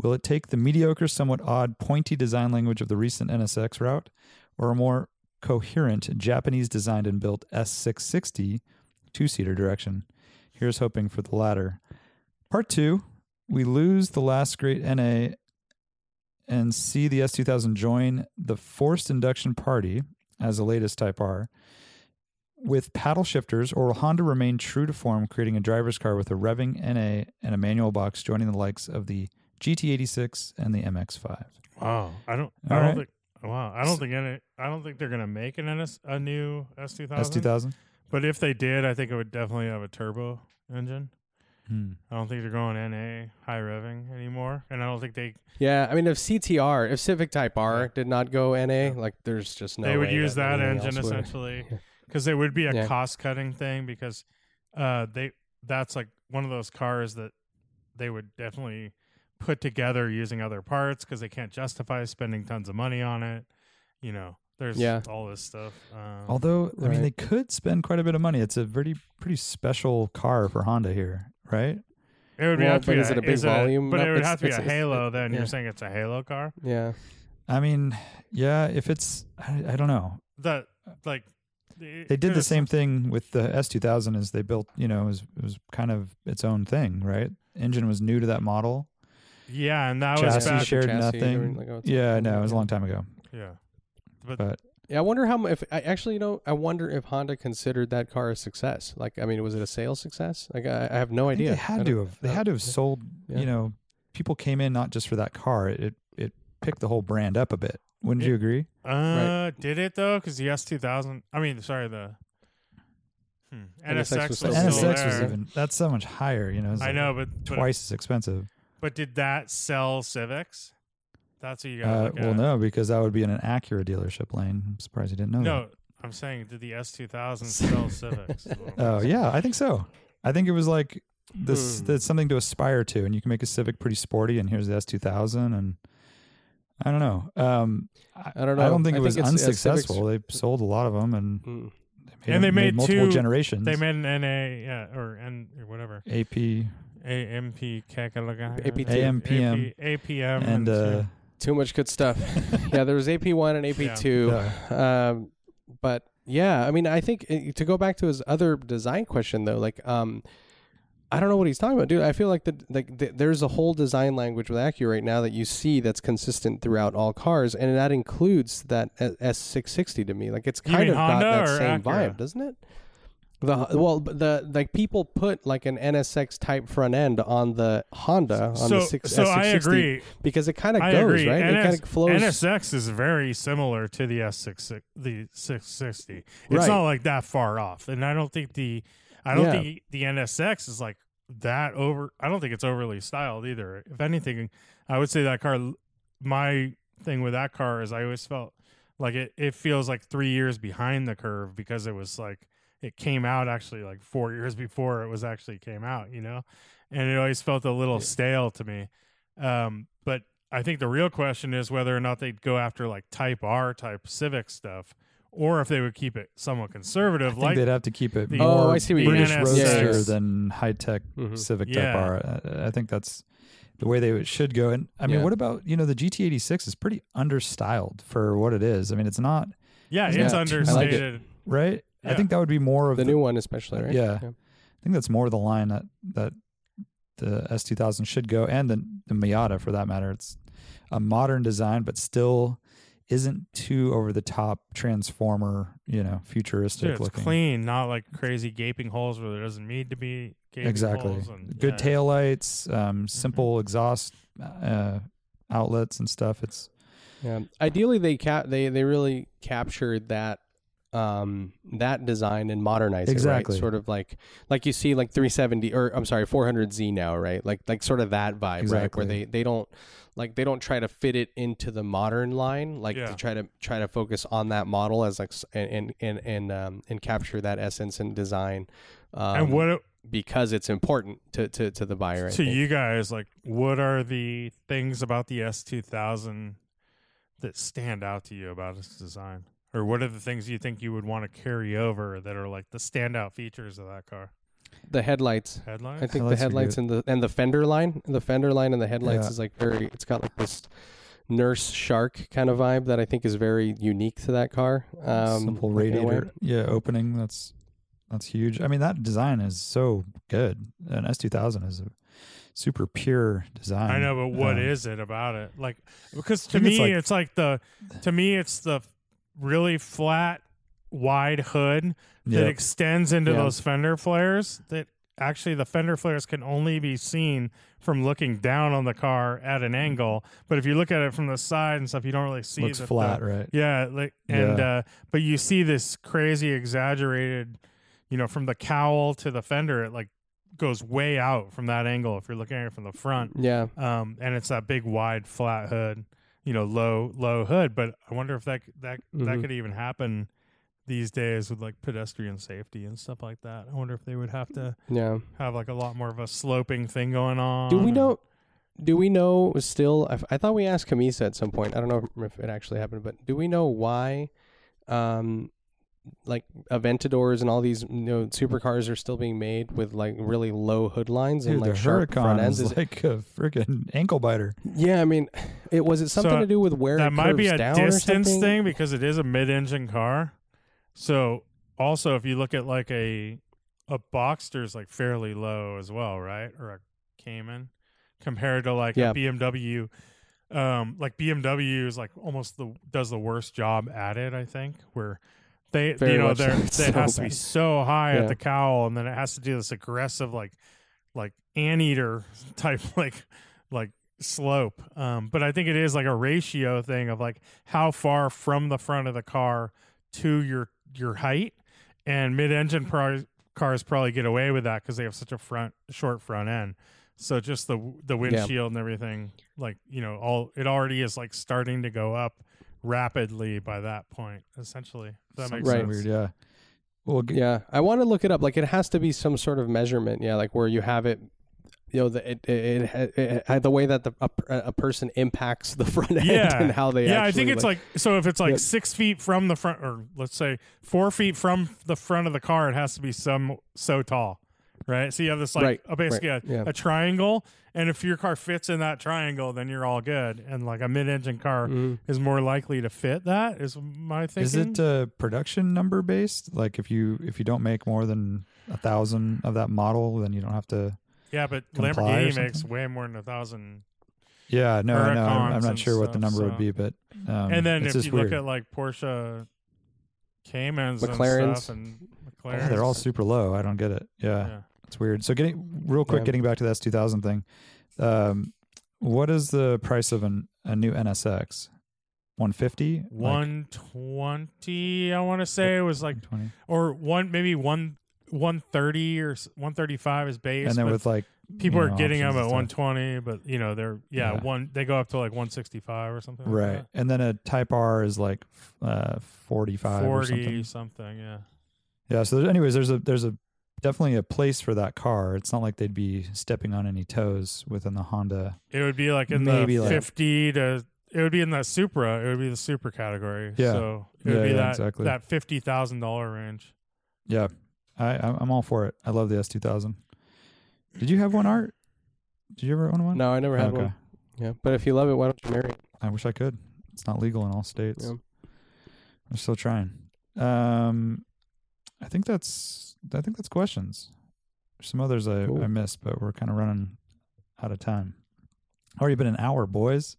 Will it take the mediocre, somewhat odd, pointy design language of the recent NSX route or a more coherent Japanese designed and built S660 two seater direction? Here's hoping for the latter. Part two we lose the last great NA and see the S2000 join the forced induction party as the latest Type R. with paddle shifters, or will Honda remain true to form, creating a driver's car with a revving NA and a manual box, joining the likes of the GT86 and the MX5?
Wow, I don't. I don't
All right.
think. Wow, I don't think any. I don't think they're gonna make an NS, a new S two
S two
thousand.
thousand.
But if they did, I think it would definitely have a turbo engine. I don't think they're going NA high revving anymore, and I don't think they
Yeah, I mean, if CTR, if Civic Type R did not go NA, like there's just no.
they would
way
use that
anything
engine
else would.
essentially because it would be a
Yeah.
cost cutting thing because uh, they that's like one of those cars that they would definitely put together using other parts because they can't justify spending tons of money on it. You know, there's
Yeah.
all this stuff. Um,
Although, I mean,
Right.
they could spend quite a bit of money. It's a pretty pretty special car for Honda here, right?
it would be
Well,
have to
but
be
is it a big volume?
but
No,
it would
it's-
have to be a
it's- it's-
Halo. then
yeah.
you're saying it's a Halo car.
Yeah,
I mean, yeah. If it's, I, I don't know.
That like
They did the same thing with the S two thousand as they built. You know, it was, it was kind of its own thing, right? Engine was new to that model.
Yeah, and that was
chassis
back.
shared
Chassis,
nothing.
I mean, like, oh, it's-
yeah, no, it was a long time ago.
yeah,
But
yeah. I wonder how mu- if I actually, you know, I wonder if Honda considered that car a success. Like, I mean, was it a sales success? Like, I, I have no
I think
idea.
they had
I
to
don't-
have. They
uh,
had to have sold.
yeah.
You know, people came in not just for that car. It it picked the whole brand up a bit. Wouldn't
It-
you agree?
Uh, did it though? Because the S two thousand. I mean, sorry, the hmm, NSX,
NSX was
was,
still
still
NSX
there.
was even that's so much higher. You know, it's
I
like
know, but but,
twice as expensive.
but did that sell Civics? That's what you got.
Uh,
look
well,
at.
no, because that would be in an Acura dealership lane. I'm surprised you didn't know
no. I'm saying, did the S two thousand sell Civics?
that. Oh yeah, I think so. I think it was like this.
Hmm.
That's something to aspire to, and you can make a Civic pretty sporty. And here's the S2000, and I don't know. Um,
I don't know.
I don't think
I
it was
think it's- yeah, Civic's-
unsuccessful. They sold a lot of them, and
Mm.
they made,
And they
them-
made
multiple
two-
generations.
They made an NA, yeah, or N, or whatever.
AP
AMP, Kakalaga,
APT.
AMPM.
APM,
and uh,
Too much good stuff. yeah, there was AP one and AP two, um, but yeah, I mean, I think uh, to go back to his other design question though, like, um, I don't know what he's talking about, dude. I feel like the like the, there's a whole design language with Acura right now that you see that's consistent throughout all cars, and that includes that S six sixty to me. Like it's
You
kind
mean
of
Honda
got that
or Acura?
same vibe, doesn't it? The well, but the like people put like an NSX type front end on the Honda on
so
the six,
so I
S660
agree.
because it kind of
I
goes
agree.
right.
NS,
it kind of flows.
NSX is very similar to the S six the six sixty. It's
Right.
not like that far off, and I don't think the I don't
Yeah.
think the NSX is like that over. I don't think it's overly styled either. If anything, I would say that car. My thing with that car is I always felt like it. It feels like three years behind the curve because it was like it came out actually like four years before it was actually came out. You know, and it always felt a little stale to me. Um, but I think the real question is whether or not they'd go after like Type R type Civic stuff, or if they would keep it somewhat
I
conservative.
think
like
they'd have to keep it
the-
more
Oh, I see what you mean.
British
NSX.
roadster
Yes.
than high tech
Mhm.
Mm-hmm.
Civic
Yeah.
Type R. I, I think that's the way they should go. And I mean,
Yeah.
what about you know the GT86 is pretty understyled for what it is. I mean, it's not
yeah,
Yeah,
it's
I like it.
understated.
right. I
Yeah.
think that would be more of
the new one especially, right?
Yeah. I think that's more the line that that the S2000 should go, and the, the Miata for that matter. It's a modern design, but still isn't too over the top transformer, you know, futuristic
Dude, it's
looking.
clean, not like crazy gaping holes where there doesn't need to be gaping
exactly.
holes. and-
Good
yeah. Mm-hmm.
taillights, um, simple exhaust uh, outlets and stuff. It's
Yeah. Ideally, they cap they they really captured that um that design and modernized it
Exactly.
right sort of like like you see like 370 or I'm sorry 400Z now right like like sort of that vibe right where
Exactly.
they they don't like they don't try to fit it into the modern line like
Yeah.
to try to try to focus on that model as like s- and and and and, um, and capture that essence and design um,
and what it-
because it's important to to, to the buyer I
to
think.
you guys, like, what are the things about the S2000 that stand out to you about its design? Or what are the things you think you would want to carry over that are like the standout features of that car?
the headlights
Headlights?
I think the
Headlights
headlights
are
and the and the fender line, the fender line and the headlights
Yeah.
is like very. It's got like this nurse shark kind of vibe that I think is very unique to that car. Um,
simple
like, in a way.
radiator, yeah, opening. That's that's huge. I mean, that design is so good. An S2000 is a super pure design.
I know, but what
Um,
is it about it? Like, because to
think
me,
it's
it's like,
like-
the, to me, it's the really flat wide hood that
Yep.
extends into
Yeah.
those fender flares that actually the fender flares can only be seen from looking down on the car at an angle but if you look at it from the side and stuff you don't really see
Looks
that the-
flat, right?
yeah like and
Yeah.
uh but you see this crazy exaggerated you know from the cowl to the fender it like goes way out from that angle if you're looking at it from the front
Yeah.
um, and it's that big wide flat hood, you know, low low hood. But I wonder if that that that
Mhm.
could even happen these days with like pedestrian safety and stuff like that. I wonder if they would have to
Yeah.
have like a lot more of a sloping thing going on.
Do we
or-
know? Do we know still? I, I thought we asked Camisa at some point. I don't know if it actually happened, but do we know why, um, like Aventadors and all these you know, supercars are still being made with like really low hood lines
Dude,
and like
the
sharp
Huracan
front ends?
is
Is it-
like a freaking ankle biter.
yeah, I mean, it was it something
So,
to do with where it
that might be
curves
a
down or
distance
something?
thing because it is a mid-engine car. So also, if you look at like a a Boxster's like fairly low as well, right? Or a Cayman compared to like
Yeah.
a BMW. Um, like BMW is like almost the does the worst job at it. I think where they
Very
you know
much so.
they're,
It's
they
so
has to be
bad.
so high
Yeah.
at the cowl, and then it has to do this aggressive like like anteater type like like slope. Um, but I think it is like a ratio thing of like how far from the front of the car to your your height, and mid-engine pro- cars probably get away with that because they have such a front short front end. So just the the windshield and everything, like you know, all it already is like starting to go up rapidly by that point. Essentially, Does that makes
Right.
sense.
Weird, yeah. Well, g-
Yeah, I want to look it up. Like it has to be some sort of measurement. Yeah, like where you have it. You know, the, it, it, it, it- the way that the, a, a person impacts the front end
Yeah.
and how they
yeah, I
actually,
think it's like, so if it's like
Yeah.
six feet from the front, or let's say four feet from the front of the car, it has to be some so tall, right? So you have this like
Right,
a, basically
right,
a,
yeah.
a triangle, and if your car fits in that triangle, then you're all good. And like a mid-engine car
Mhm.
is more likely to fit that. Is my thinking?
is it uh, production number based? Like if you if you don't make more than a thousand of that model, then you don't have to.
yeah, but
comply or
Lamborghini
something?
makes way more than a thousand.
Yeah, no, I know. I'm, I'm
Huracans
not
and
sure what the
stuff,
number
so-
would be, but um,
and then
it's
if
just
you
weird.
look at like Porsche Caymans, and
McLarens.
stuff, and McLarens,
yeah, they're all uh, super low. I don't get it. Yeah,
Yeah.
it's weird. So getting real quick,
Yeah.
getting back to that 2000 thing. Um, what is the price of an a new NSX? 150.
One twenty, I want to say it was like,
Like 20.
or one maybe one one thirty or one thirty five is base.
And then
but
with like
people
you
are
know,
getting them
options
at one
and stuff.
twenty, but you know they're yeah,
Yeah.
one they go up to like one sixty five or something. like
right, and then a Type R is like f- uh,
that.
45 or
forty
something.
something. yeah.
Yeah. So, there- anyways, there's a there's a definitely a place for that car. It's not like they'd be stepping on any toes within the Honda.
It would be like in
Maybe,
the
like-
fifty to. It would be in that Supra. It would be the Super category.
Yeah.
So it would
Yeah,
be
yeah,
that
exactly.
that fifty thousand dollar range.
Yeah, I I'm I'm all for it. I love the S2000. Did you have one art? Did you ever own one?
No, I never had
okay.
one. Yeah, but if you love it, why don't you marry? It?
I wish I could. It's not legal in all states.
Yeah.
I'm still trying. Um, I think that's I think that's questions. There's some others I,
Cool.
I missed, but we're kind of running out of time. Already been an hour, boys.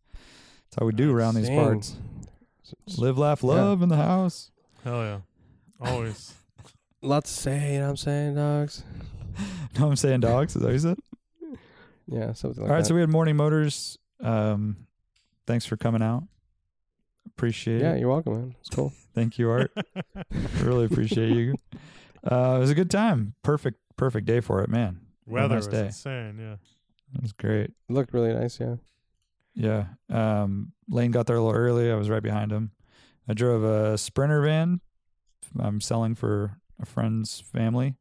That's how we do around these
Dang.
parts. Live, laugh,
Yeah.
love in the house.
Hell yeah, always.
Lots to say. You know what I'm saying, dogs?
No, I'm saying dogs. Is that what you said?
Yeah, something
All
like
right,
that.
so we had Morning Motors. Um, thanks for coming out. Appreciate
yeah,
it.
you're welcome, man. It's cool.
Thank you, Art. really appreciate you. Uh, it was a good time. Perfect, perfect day for it, man. What a
Weather
nice
was
day.
insane. Yeah.
It was great.
It looked really nice. Yeah.
Yeah. Um, Lane got there a little early. I was right behind him. I drove a Sprinter van. I'm selling for a friend's family,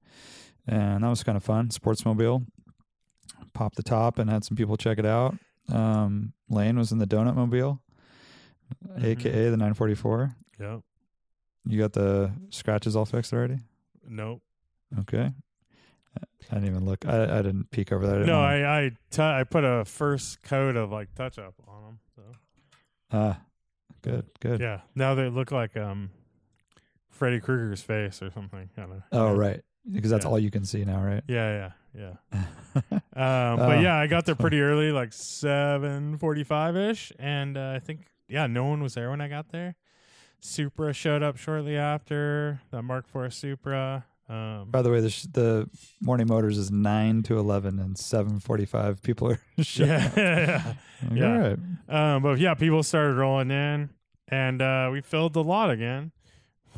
and that was kind of fun. Sportsmobile. Popped the top and had some people check it out. Um, Lane was in the Donut Mobile, aka the 944.
Yep.
You got the scratches all fixed already.
Nope.
Okay. I didn't even look. I, I didn't peek over there. I didn't
No,
wanna-
I I tu- I put a first coat of like touch up on them. So
Ah, good, good.
yeah, now they look like um Freddy Krueger's face or something. I don't know.
Oh, right. Because that's
Yeah.
all you can see now, right?
Yeah, yeah, yeah. um,
Oh,
but yeah, I got there
fun.
pretty early, like seven forty-five ish, and uh, I think yeah, no one was there when I got there. Supra showed up shortly after the Mark IV Supra. Um,
By the way, the, sh- the morning motors is nine to eleven and seven forty-five. People are showing
yeah,
up.
yeah,
Like,
yeah.
all right.
Um, but yeah, people started rolling in, and uh, we filled the lot again.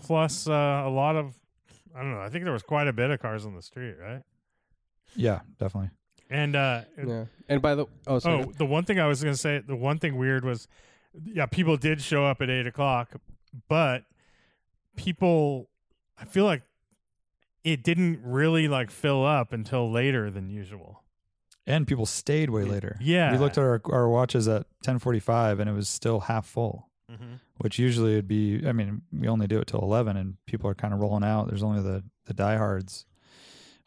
Plus uh, a lot of, I don't know. I think there was quite a bit of cars on the street, right?
yeah, definitely.
And uh,
Yeah. And by the oh, sorry.
oh, the one thing I was gonna say, the one thing weird was, yeah, people did show up at eight o'clock, but people, I feel like it didn't really like fill up until later than usual.
And people stayed way later.
Yeah.
we looked at our our watches at ten forty-five, and it was still half full. Which usually would be. I mean, we only do it till eleven, and people are kind of rolling out. There's only the the diehards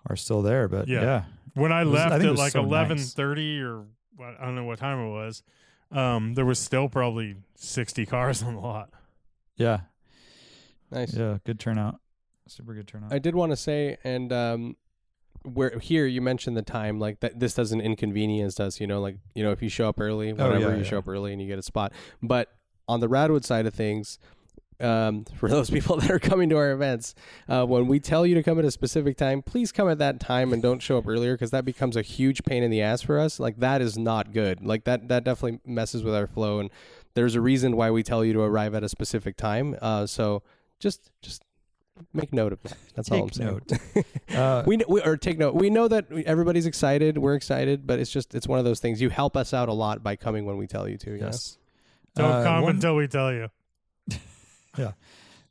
are still there, but
Yeah.
yeah,
When I
It was- I
left
think it
at
was
like
so
eleven thirty
nice.
or what, I don't know what time it was, um, there was still probably sixty cars on the lot.
yeah,
nice.
yeah. Good turnout. Super good turnout.
I did want to say, and um, where here you mentioned the time, like that this doesn't inconvenience us, you know, like you know if you show up early,
Oh,
whatever
yeah,
you
yeah.
show up early and you get a spot. But on the Radwood side of things, um, for those people that are coming to our events, uh, when we tell you to come at a specific time, please come at that time and don't show up earlier because that becomes a huge pain in the ass for us. Like that is not good. Like that that definitely messes with our flow, and there's a reason why we tell you to arrive at a specific time. Uh, so just just make note of that. That's all I'm
Take
saying.
note. uh,
We, kn- we or take note. We know that we- everybody's excited. We're excited, but it's just it's one of those things. You help us out a lot by coming when we tell you to. you know?
yes.
Don't
Uh,
come
one-
until we tell you.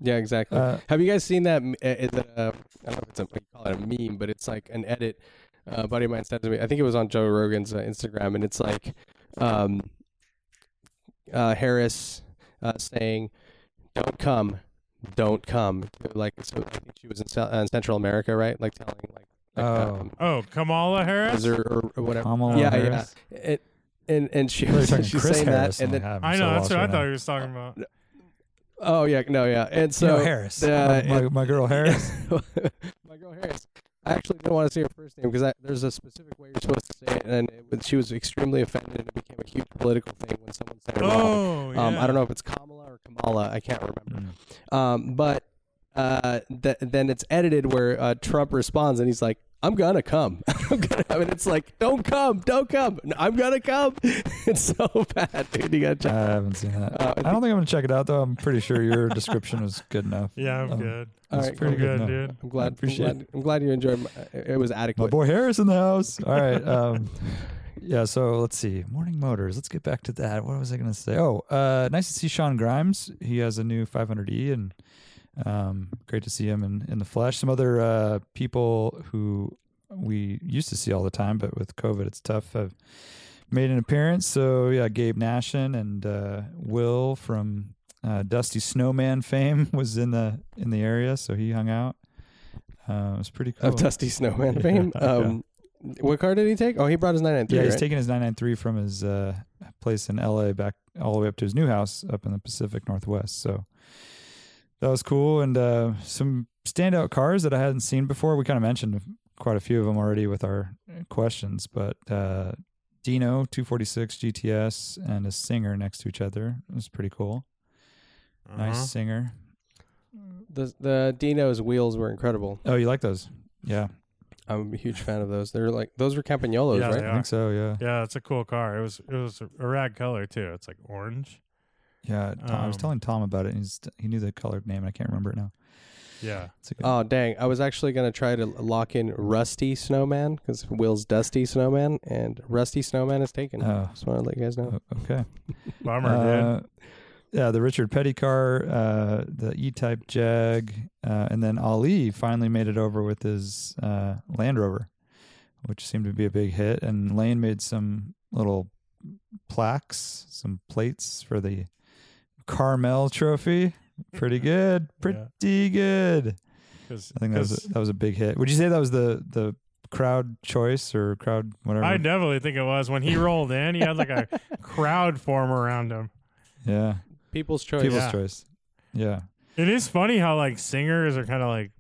Yeah, exactly.
Uh,
Have you guys seen that? m- uh, Is it a, I don't know if it's a, we call it a meme, but it's like an edit. Uh, a buddy of mine sent to me. I think it was on Joe Rogan's uh, Instagram, and it's like um, uh, Harris uh, saying, "Don't come, don't come." Like so I think she was in, Cel- uh, in Central America, right? Like telling like, like
Oh.
um,
Oh, Kamala Harris.
or, or, or whatever.
Kamala
yeah,
Harris?
yeah. It, and and she
We're
was
talking
she's
Chris
saying
Harris.
that, and
I'm
then
like, I'm
I
so
know that's
lost
what I
right now.
thought he was talking about.
oh yeah, no yeah, and
You
so
know Harris.
uh,
my, my- my girl Harris.
my girl Harris. I actually didn't want to say her first name because there's a specific way you're supposed to say it, and it, was- she was extremely offended, and it became a huge political thing when someone said it wrong.
Oh, yeah.
Um, I don't know if it's Kamala or Kamala. I can't remember.
Mm.
Um, but uh, th- then it's edited where uh, Trump responds and he's like, "I'm gonna come." I'm gonna come. And it's like, "Don't come, don't come. No, I'm gonna come." it's so bad, dude. You gotta
I
check.
haven't seen that.
Uh, I
I don't think I'm gonna check it out though. I'm pretty sure your description was good enough.
Yeah, I'm
Um,
good.
All
It's
right,
pretty
I'm good,
good, no.
dude.
I'm glad. I'm
appreciate
glad, I'm glad you enjoyed. My, it was
My
adequate.
boy Harris in the house. All right. Um, yeah. So let's see. Morning Motors. Let's get back to that. What was I gonna say? Oh, uh, nice to see Sean Grimes. He has a new 500e, and um, great to see him in in the flesh. Some other uh, people who we used to see all the time, but with COVID, it's tough. Have made an appearance. So yeah, Gabe Nashin and uh, Will from uh, Dusty Snowman fame was in the in the area, so he hung out. Uh, it was pretty cool.
Oh.
of Dusty Snowman
Yeah,
fame.
yeah.
Um, What car did he take? Oh, he brought his 993.
Yeah, he's
right?
taking his 993 from his uh, place in LA back all the way up to his new house up in the Pacific Northwest. So that was cool. And uh, some standout cars that I hadn't seen before. We kind of mentioned quite a few of them already with our questions, but uh, Dino 246 GTS and a Singer next to each other. It was pretty cool.
Uh-huh.
Nice Singer.
the, the Dino's wheels were incredible.
Oh, you like those? Yeah,
I'm a huge fan of those. They're like those were Campagnolos,
Yeah,
right?
they
I
are.
think so. Yeah.
Yeah, it's a cool car. It was it was a rad color too. It's like orange.
Yeah. Tom, I was
Um,
telling Tom about it. And he's, he knew the colored name, and I can't remember it now.
Yeah.
It's a good-
Oh dang! I was actually gonna try to lock in Rusty Snowman because Will's Dusty Snowman and Rusty Snowman is taken.
Uh,
Oh.
Just want to let you guys know.
oh, okay.
Bummer, dude.
Uh, Yeah, the Richard Petty car, uh, the E-Type Jag, uh, and then Ali finally made it over with his uh, Land Rover, which seemed to be a big hit. And Lane made some little plaques, some plates for the Carmel Trophy. Pretty good,
Yeah.
pretty good.
Cause,
I think that was
'cause
a, that was a big hit. Would you say that was the the crowd choice or crowd whatever?
I definitely think it was when he rolled in. He had like a crowd form around him.
Yeah,
People's choice.
people's
Yeah.
choice. Yeah,
It is funny how like singers are kind of like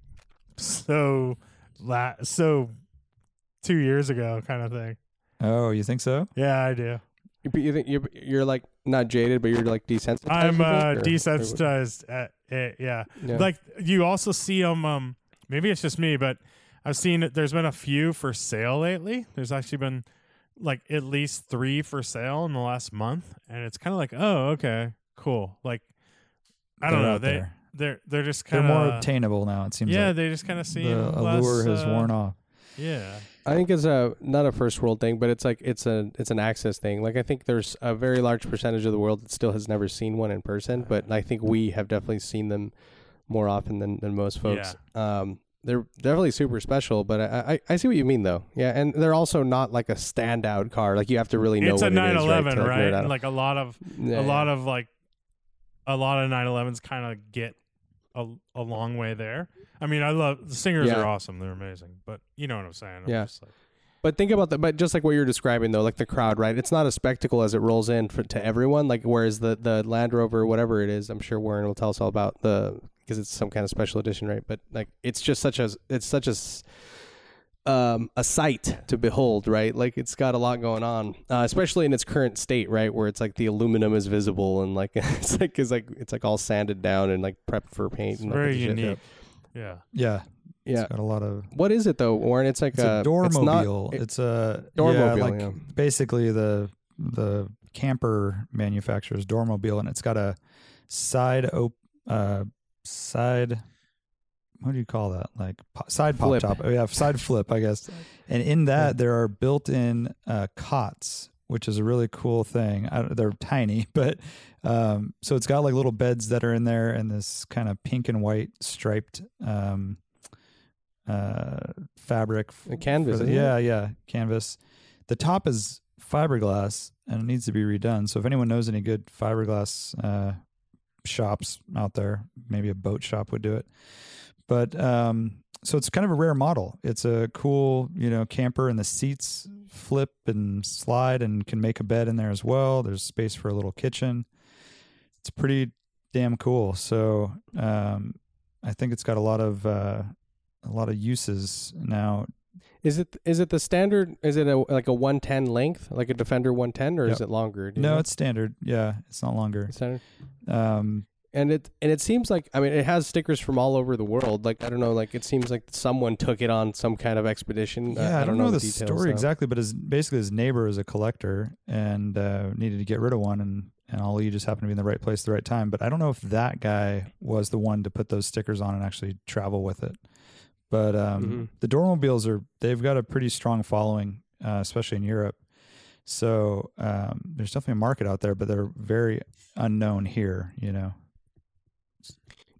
so la- so two years ago kind of thing.
Oh, you think so?
Yeah, I do.
You, you think you're, you're like not jaded, but you're like desensitized.
I'm
you
uh,
think, or-
desensitized at it, yeah.
Yeah.
Like you also see them. Um, maybe it's just me, but I've seen it- there's been a few for sale lately. There's actually been like at least three for sale in the last month, and it's kind of like, oh, okay, cool. Like I don't
They're
know.
out
They
there.
they're they're just
They're
kind of
more obtainable now. It seems.
Yeah,
like.
they just kind of seem
the
less,
allure has
uh,
worn off.
Yeah,
I think it's a not a first world thing, but it's like it's a it's an access thing. Like I think there's a very large percentage of the world that still has never seen one in person, but I think we have definitely seen them more often than, than most folks. Um, they're definitely super special, but I, I I see what you mean though. Yeah, and they're also not like a standout car. Like you have to really know
it's a
what it is, right,
911,
to, like,
right?
nerd out.
Like a lot of
Yeah,
a lot
yeah.
of like a lot of 911s kind of get a, a long way there. I mean, I love the singers
Yeah.
are awesome; they're amazing. But you know what I'm saying? I'm
Yeah.
just like,
But think about that. But just like what you're describing, though, like the crowd, right? It's not a spectacle as it rolls in for, to everyone. Like whereas the the Land Rover, whatever it is, I'm sure Warren will tell us all about the because it's some kind of special edition, right? But like it's just such a it's such a s- um, a sight to behold, right? Like it's got a lot going on, uh, especially in its current state, right? Where it's like the aluminum is visible and like it's like it's like it's like all sanded down and like prepped for paint.
it's
and all
very
kinds of shit.
unique. Yeah,
Yeah,
Yeah.
it's got a lot of.
What is it though, Warren? It's like uh,
It's a
it's not-
doormobile.
it-
It's a
Doormobile,
Yeah, like
yeah.
basically the the camper manufacturer's doormobile, and it's got a side op uh side. What do you call that? Like po- side pop
Flip.
top. Oh, yeah, side flip, I guess. And in that, there are built-in uh, cots, which is a really cool thing. I, don't- they're tiny, but um, so it's got like little beds that are in there, and this kind of pink and white striped um, uh, fabric. f-
A canvas,
for the-
isn't it?
yeah, yeah, canvas. The top is fiberglass, and it needs to be redone. So if anyone knows any good fiberglass uh, shops out there, maybe a boat shop would do it. But um, so it's kind of a rare model. It's a cool, you know, camper, and the seats flip and slide, and can make a bed in there as well. There's space for a little kitchen. It's pretty damn cool. So um, I think it's got a lot of uh, a lot of uses now.
Is it is it the standard? Is it a like a one ten length, like a Defender one ten, or is it
Yep.
longer? Do you
No,
know?
it's standard. Yeah, it's not longer.
It's standard.
Um,
And it and it seems like I mean it has stickers from all over the world. Like I don't know, like it seems like someone took it on some kind of expedition. Uh,
yeah, I, don't know, the,
details,
story
though.
exactly, but his basically his neighbor is a collector and uh, needed to get rid of one, and and all you just happened to be in the right place at the right time. But I don't know if that guy was the one to put those stickers on and actually travel with it. But um,
Mhm.
the Dormobiles are they've got a pretty strong following, uh, especially in Europe. So um, there's definitely a market out there, but they're very unknown here. You know,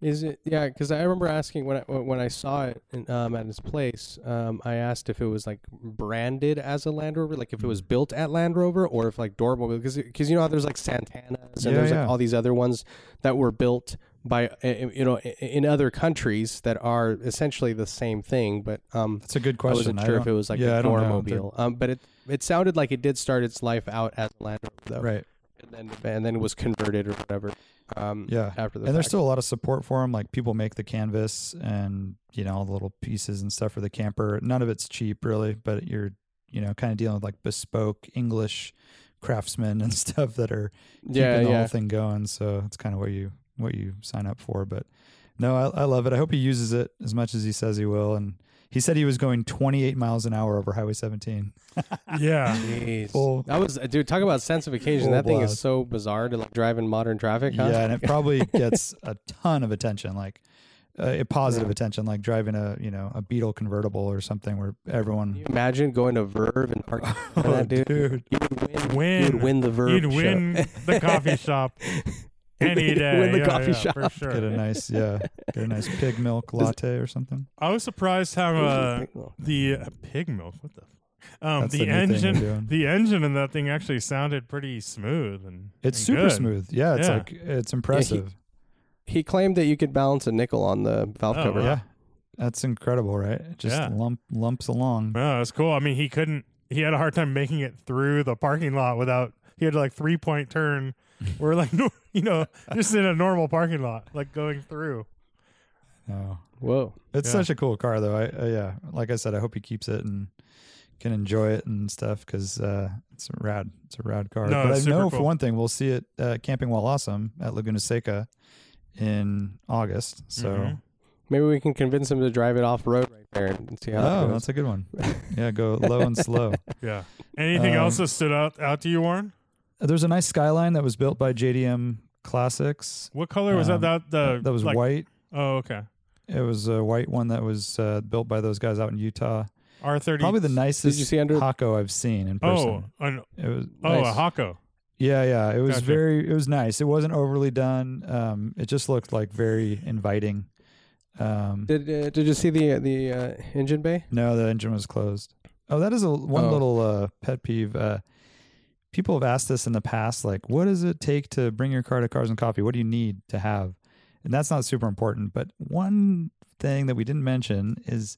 Is it? Yeah, because I remember asking when I when I saw it in, um, at his place. Um, I asked if it was like branded as a Land Rover, like if it was
Mm.
built at Land Rover, or if like Dormobile, because because you know how there's like Santanas and
Yeah,
there's
yeah.
like all these other ones that were built by uh, uh, you know i- in other countries that are essentially the same thing, but um,
that's a good
I
question.
wasn't sure if
don't-
it was like
yeah,
a
I don't know. They're-
Dormobile. Um, but it it sounded like it did start its life out as a Land Rover, though,
right.
and then and then was converted or whatever. Um,
Yeah.
after the
and there's
fact.
still a lot of support for them. Like people make the canvas and you know all the little pieces and stuff for the camper. None of it's cheap, really, but you're you know kind of dealing with like bespoke English craftsmen and stuff that are keeping
yeah
the
yeah.
whole thing going. So that's kind of what you what you sign up for. But no, I, I love it. I hope he uses it as much as he says he will. And he said he was going 28 miles an hour over Highway 17.
yeah.
Jeez.
Full-
that was uh, dude. Talk about sense of occasion.
full
That thing is
blast.
so bizarre to like drive in modern traffic. Huh?
Yeah, and it probably gets a ton of attention, like uh, a positive attention, like driving a you know a Beetle convertible or something where
Can
everyone. Oh,
you imagine going to Verve and parking for that dude. You would win.
Win.
You would win the Verve.
Oh, You'd
show.
win the coffee shop any
You'd
day.
win the
Yeah,
coffee
yeah,
shop.
for
Get a
sure.
nice yeah, get a nice pig milk latte or something.
I was surprised how uh, the uh, pig milk. What the. Fuck? Um,
That's
the,
the new thing they're doing.
engine, the engine in that thing actually sounded pretty smooth and
It's
and
super
good.
smooth. Yeah, it's
Yeah.
like it's impressive.
He claimed that you could balance a nickel on the valve
Oh,
cover.
Yeah,
wow.
that's incredible, right? It just
Yeah.
lump lumps along.
No, that's cool. I mean, he couldn't. He had a hard time making it through the parking lot without. He had like three point turn, where like no- you know just in a normal parking lot, like going through.
No,
Whoa.
it's
Yeah.
such a cool car though. I uh, yeah, like I said, I hope he keeps it and can enjoy it and stuff because uh, it's rad. It's a rad car.
No,
but I
it's super
know for
cool.
one thing, we'll see it uh, camping while awesome at Laguna Seca in August. So,
Mhm.
Maybe we can convince him to drive it off road right there and see how that
oh,
goes.
that's a good one. Yeah, go low and slow.
Yeah. Anything else
Um,
that stood out out to you, Warren?
There's a nice skyline that was built by JDM Classics.
What color was
um,
that? That the
that was
Uh, like-
white.
Oh, okay.
It was a white one that was uh, built by those guys out in Utah.
R thirty.
Probably the nicest
see under-
Hakko I've seen in
Oh,
person.
an,
it was
oh,
nice.
a Hako.
Yeah, yeah. It was
Gotcha.
very it was nice. It wasn't overly done. Um it just looked like very inviting. Um
Did uh, Did you see the the uh, engine bay?
no, the engine was closed. Oh, that is a one
Oh.
little uh pet peeve. Uh people have asked this in the past like what does it take to bring your car to Cars and Coffee? What do you need to have? And that's not super important, but one thing that we didn't mention is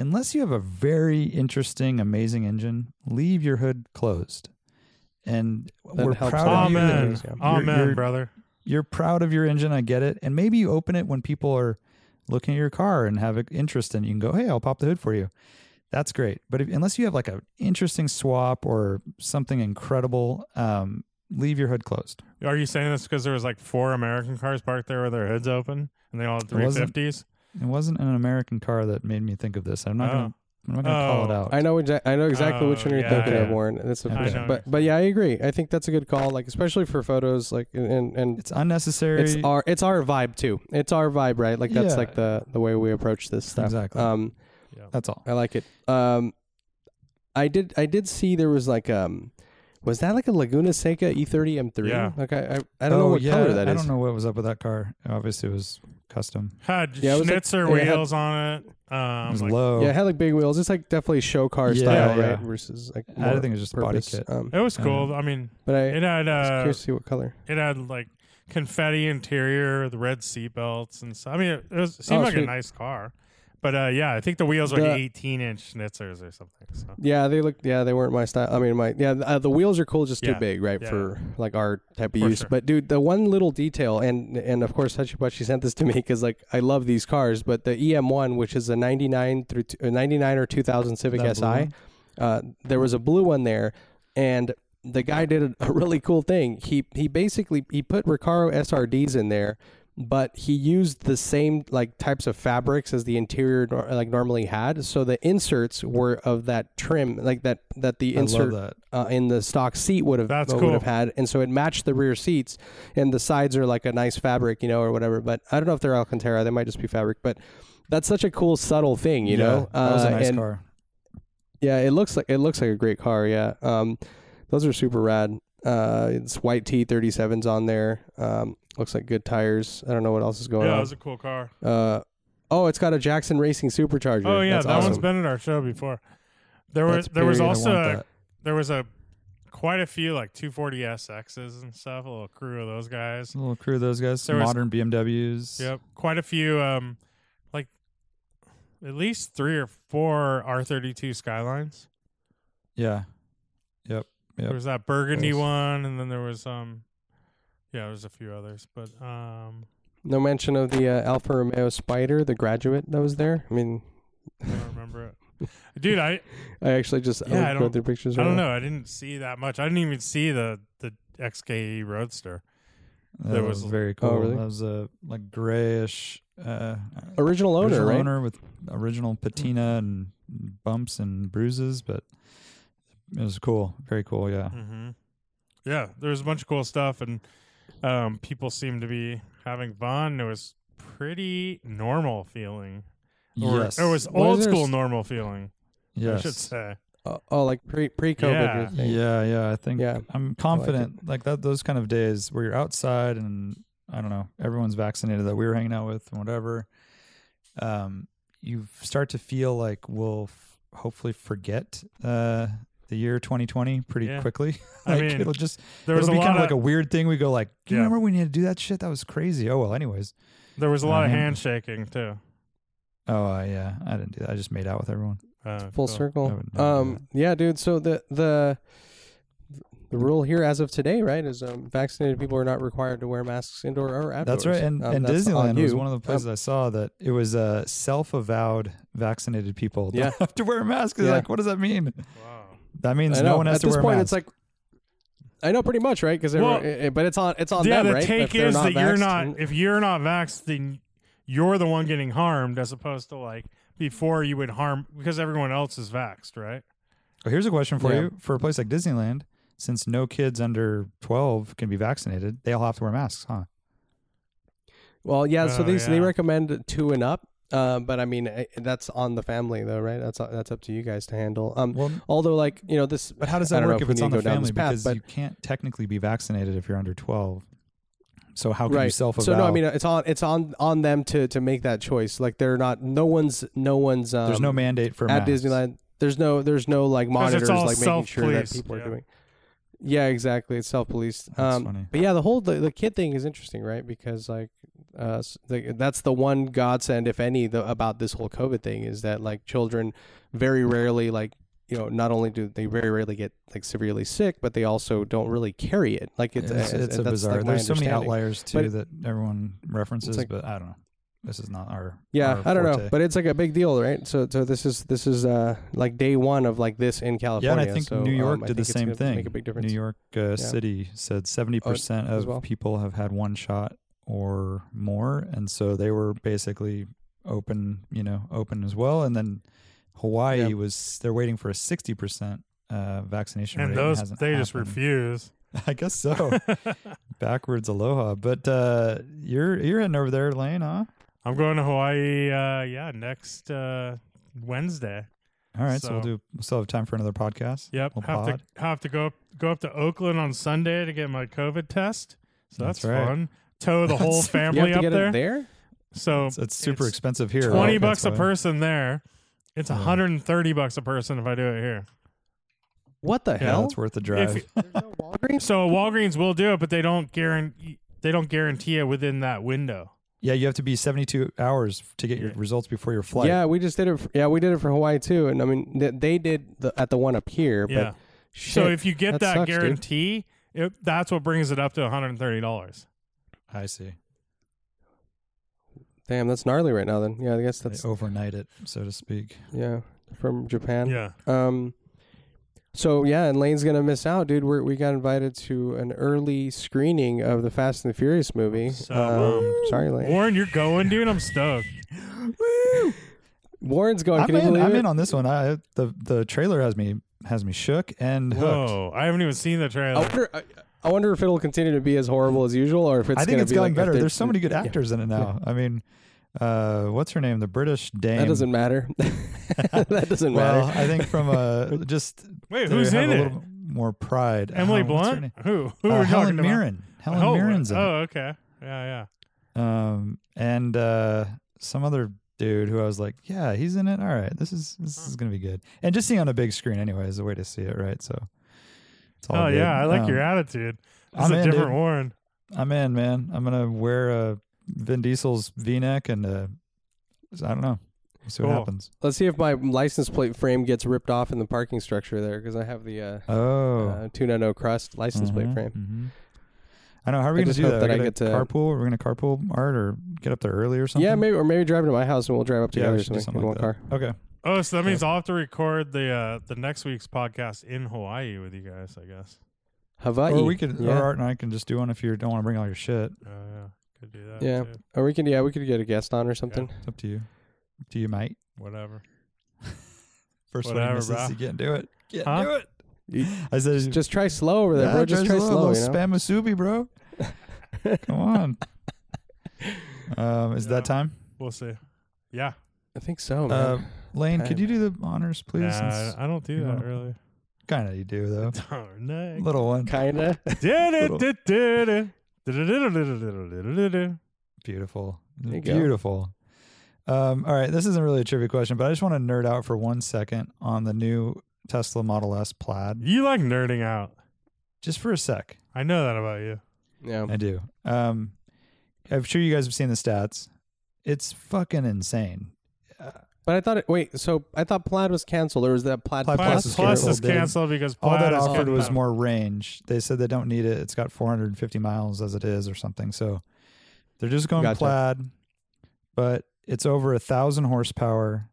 unless you have a very interesting amazing engine, leave your hood closed. And
That
we're
helps
proud
out.
of you. that-
Amen.
Yeah.
Amen,
You're- you're-
brother.
you're proud of your engine. I get it. And maybe you open it when people are looking at your car and have an interest in it. You can go, hey, I'll pop the hood for you. That's great. But if, unless you have like an interesting swap or something incredible, um, leave your hood closed.
Are you saying this because there was like four American cars parked there with their hoods open and they all had
It wasn't-
350s?
It wasn't an American car that made me think of this. I'm not
Oh.
gonna. I'm not gonna call it
Oh.
out.
I know exa- I know exactly which
Oh,
one you're
yeah,
thinking of,
yeah.
Warren. That's a,
I
know.
but but yeah, I agree. I think that's a good call. Like especially for photos, like and and
it's unnecessary.
it's our it's our vibe too. It's our vibe, right? Like that's
Yeah.
like the the way we approach this stuff.
Exactly.
Um,
That's all.
I like it. Um, I did I did see there was like um, was that like a Laguna Seca E E30 M3?
Yeah.
Like I I, I don't know
Oh,
what
yeah,
color that is.
I don't know what was up with that car. Obviously, it was custom.
Had
Yeah, it was like-
Schnitzer
it had-
wheels on it. Um,
It was
like-
low.
Yeah, it had like big wheels. It's like definitely show car
Yeah,
style,
yeah.
right? Versus like
I
more
think it was just a body
purpose.
kit.
Um,
it was cool. I mean,
but I,
it had
I was
uh,
curious to see what color.
it had like confetti interior, the red seat belts, and stuff. I mean, it, was, it seemed
Oh,
like a
sweet.
nice car. But uh, yeah, I think the wheels were
The-
like 18 inch Schnitzers or something. So
Yeah, they looked. Yeah, they weren't my style. I mean, my yeah, uh, the wheels are cool, just
Yeah.
too big, right,
Yeah.
for like our type of
For
use.
sure.
But dude, the one little detail, and and of course, Hachibachi sent this to me because like I love these cars, but the EM1, which is a '99 through t- uh, '99 or 2000 Civic
That blue
Si, uh, there was a blue one there, and the guy did a, a really cool thing. He he basically he put Recaro SRDs in there. But he used the same like types of fabrics as the interior nor- like normally had, so the inserts were of that trim, like that that the
I love
insert
that.
uh, in the stock seat would have uh,
That's
would
cool.
have had, and so it matched the rear seats, and the sides are like a nice fabric, you know, or whatever. But I don't know if they're Alcantara; they might just be fabric. But that's such a cool, subtle thing, you
Yeah,
know.
that was a
Uh,
nice
and
car.
Yeah, it looks like it looks like a great car. Yeah, um, those are super rad. Uh, it's white T thirty sevens on there. Um, looks like good tires. I don't know what else is going
yeah, it
on.
was a cool car.
uh, oh, it's got a Jackson Racing supercharger.
Oh yeah,
That's
that
awesome.
one's been at our show before. There was
That's
there was
big. I
also
want
a,
that.
there was a quite a few like 240SXs and stuff. A little crew of those guys.
A little crew of those guys, some
There was-
modern BMWs.
Yep, quite a few. Um, like at least three or four R32 Skylines.
Yeah. Yep. Yep.
There was that burgundy
Yes.
one, and then there was um, yeah, there's a few others, but um,
No mention of the uh, Alfa Romeo Spider, the graduate that was there. I mean,
I don't remember it. Dude, I
I actually just
Yeah, I
I was
don't-
going through pictures.
I
right
don't
now.
know. I didn't see that much. I didn't even see the the XKE Roadster.
That
There
was
was-
very cool.
Oh, really?
That was a like grayish uh,
Original owner,
original
right?
owner with original patina and bumps and bruises, but it was cool. Very cool. Yeah.
Mm-hmm. Yeah, there was a bunch of cool stuff, and um, people seemed to be having fun. It was pretty normal feeling, or
yes.
it was
Was
old
there
school
s-
normal feeling. I should
yes.
say.
Oh, oh, like pre pre COVID.
Yeah.
Yeah. Yeah. I think.
Yeah.
I'm confident like, that. Those kind of days where you're outside and I don't know, everyone's vaccinated that we were hanging out with and whatever. Um, you start to feel like we'll f- hopefully forget uh the year 2020 pretty
Yeah.
quickly.
I
like
mean,
it'll just
There was a
it'll
lot
be kind
of,
of like a weird thing. We go like, do you
Yeah.
remember when you had to do that shit? That was crazy. Oh well. Anyways.
there was a lot of
Um,
handshaking too.
Oh uh, yeah, I didn't do that. I just made out with everyone.
Uh,
Full
cool.
I
circle.
would never do
Um, yeah, dude. So the the the rule here as of today, right, is um, vaccinated people are not required to wear masks indoor or outdoors.
That's right. And,
Um,
and
that's on
Disneyland was
you.
one of the places I saw that it was uh, self-avowed vaccinated people that
Yeah.
have to wear a mask. They're
Yeah.
Like, what does that mean?
Wow.
That means
I
no
know.
one has
At
to
this
wear a
point,
mask.
it's like I know pretty much, right? Because
Well,
but it's on it's on
yeah,
them,
the
right? If
take
they're
is that you're
vaxxed. Mm,
not if you're not vaxxed, then you're the one getting harmed as opposed to like before you would harm because everyone else is vaxxed, right?
Well, here's a question for
Yeah.
you: For a place like Disneyland, since no kids under 12 can be vaccinated, they all have to wear masks, huh?
Well, yeah. So
Oh,
these they
yeah.
recommend two and up, uh, but I mean I- that's on the family though, right? That's that's up to you guys to handle. Um,
Well,
although like you know this,
but how does
I
that
don't know
work if
we
it's
need
on
to
the
go down
family?
this path,
because
but-
you can't technically be vaccinated if you're under 12. So how can you
right.
self
So no, I mean it's on it's on on them to to make that choice. Like they're not. No one's no one's. Um,
there's no mandate for
at
masks.
Disneyland. There's no there's no like
'Cause
monitors
it's all
like making sure that
self-policed,
people
yeah.
are doing. Yeah, exactly. It's self policed.
That's
Um,
funny.
But yeah, the whole the, the kid thing is interesting, right? Because like, uh, s- the, that's the one godsend, if any, the, about this whole COVID thing is that like children very rarely like you know not only do they very rarely get like severely sick, but they also don't really carry it. Like it's uh,
It's, it's a
that's,
bizarre.
Like my
There's so many
understanding.
outliers too
But-
that everyone references,
like-
but I don't know. This is not our.
Yeah,
our
I don't know,
forte.
but it's like a big deal, right? So, so this is this is uh like day one of like this in
yeah,
California.
and I think
so,
New York
um, I
did the
think it's
same
gonna
thing.
Make a big difference.
New York uh, City said 70%
as
of
well.
people have had one shot or more. And so they were basically open, you know, open as well. And then Hawaii
Yeah.
was, they're waiting for a 60% uh, vaccination
And
rate.
those
hasn't
they just
happened.
refuse.
I guess so. Backwards aloha. But uh, you're, you're heading over there, Lane, huh?
I'm going to Hawaii uh yeah, next uh Wednesday.
All right. So, we'll
So-
do, we'll still have time for another podcast.
Yep.
We'll
have
pod.
to have to go up go up to Oakland on Sunday to get my COVID test. So
That's
that's,
right.
fun. Tow the whole
You have
family
to
up
get
there.
it there.
So
It's, it's super expensive here.
Twenty
right? That's
bucks a
why.
person there. It's
Yeah.
130 bucks a person if I do it here.
What the
Yeah,
hell?
it's worth the drive.
So Walgreens will do it, but they don't guarantee they don't guarantee it within that window.
Yeah, you have to be 72 hours to get your
Yeah.
results before your flight.
Yeah, we just did it. For, yeah, we did it for Hawaii too, and I mean th- they did the, at the one up here.
Yeah.
But shit,
so if you get
that
that
sucks, dude.
guarantee, it, that's what brings it up to 130 dollars.
I see.
damn, that's gnarly right now. Then yeah, I guess
They
that's
overnight it, so to speak.
yeah from Japan.
Yeah.
Um, so yeah, and Lane's gonna miss out, dude. We we got invited to an early screening of the Fast and the Furious movie.
So,
um, sorry, Lane.
Warren, you're going, dude. I'm stoked.
Warren's going.
I'm,
Can you
in,
believe
I'm
it?
in on this one. I the the trailer has me has me shook and hooked.
Whoa, I haven't even seen the
I
trailer.
wonder. I, I wonder if it'll continue to be as horrible as usual, or if it's.
I think
gonna
it's
be
going
like, if
better.
they're-
There's so many good
yeah.
actors in it now. I mean, uh, what's her name? The British dame.
That doesn't matter. that doesn't
well,
matter.
I think from uh just
Wait,
they
who's
have
in
a
it?
little more pride.
Emily
Uh, what's her
Blunt?
name?
Who? Who
Uh,
are we
Helen
talking
Mirren.
about?
Helen
oh,
Mirren's in it.
Oh, okay. Yeah, yeah.
um, and uh, some other dude who I was like, yeah, he's in it. All right, this is this is gonna be good. And just seeing it on a big screen anyway is the way to see it, right? So it's all.
Oh,
good.
yeah. I like your
Um,
attitude. It's
I'm
a
in,
different
dude.
Warren.
I'm in, man. I'm gonna wear a Vin Diesel's V-neck and uh, I don't know. We'll see what
Cool.
happens.
Let's see if my license plate frame gets ripped off in the parking structure there, because I have the uh,
Oh,
uh, tuna no crust license plate
mhm,
frame.
mhm. I know. How are we
I
gonna
just
do
hope
that?
that
Are
I
we gonna
get to-
carpool. We're gonna carpool art or get up there early or something.
Yeah, maybe or maybe drive to my house and we'll drive up
Yeah,
together
we
or
should do
something,
something
in
like
one
that.
car.
Okay.
Oh, so that means I'll have to record the uh, the next week's podcast in Hawaii with you guys, I guess.
Hawaii.
Or we could,
E. yeah.
or Art and I can just do one if you don't want to bring all your shit.
Oh yeah, could do that.
Yeah.
too.
Or we can yeah, we could get a guest on or something.
It's up to you. Up to you, mate.
whatever.
First one
Whatever,
he misses,
brah.
he can't do it. Can't
Huh?
do it.
You-
I said,
Just try slow over there,
yeah,
bro. Just try
a
slow,
little
you know?
spam Masubi, bro. Come on. um, is
Yeah.
that time?
We'll see. Yeah,
I think so, man.
Uh, Lane, could
Time.
you do the honors, please?
Nah, I don't do
you
that
know.
really.
kind of you do though.
Darn it.
Little one,
Kinda.
Did
Little-
it? Did did it? Da-da-da-da-da-da-da-da-da-da.
beautiful,
you go.
beautiful. Um, all right, this isn't really a trivia question, but I just want to nerd out for one second on the new Tesla Model S Plaid,
You like nerding out.
just for a sec.
I know that about you.
yeah.
I do. Um, I'm sure you guys have seen the stats. It's fucking insane.
But I thought it wait, so I thought plaid was canceled or was that plaid,
Plaid
Plus,
plus?
Plus is
plus is
canceled, dude.
canceled because
All
Plaid
that
is
offered was
canceled.
more range. They said they don't need it. It's got 450 miles as it is, or something. So they're just going
Gotcha.
plaid, but it's over a thousand horsepower.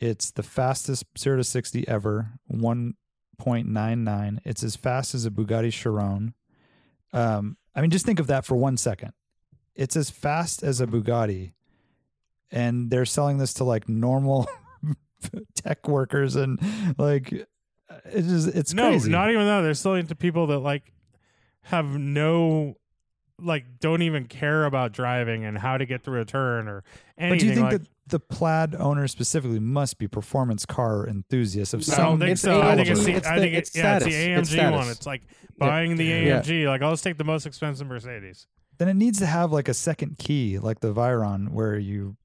It's the fastest zero to sixty ever. One 0.99. It's as fast as a Bugatti Chiron. Um, I mean, just think of that for one second. It's as fast as a Bugatti, and they're selling this to like normal tech workers and like it's just it's
no,
crazy.
not even though they're selling it to people that like have no, like don't even care about driving and how to get through a turn or anything.
but do you think
like,
that the plaid owner specifically must be performance car enthusiasts of
I don't
some?
think
It's
so. I think it's
AMG.
the,
It's
I
the-
think it-
it's
yeah, it's the AMG
status. It's
one.
status.
It's like buying the
Yeah.
AMG. Like, oh, let's take the most expensive Mercedes.
then it needs to have like a second key, like the Viron, where you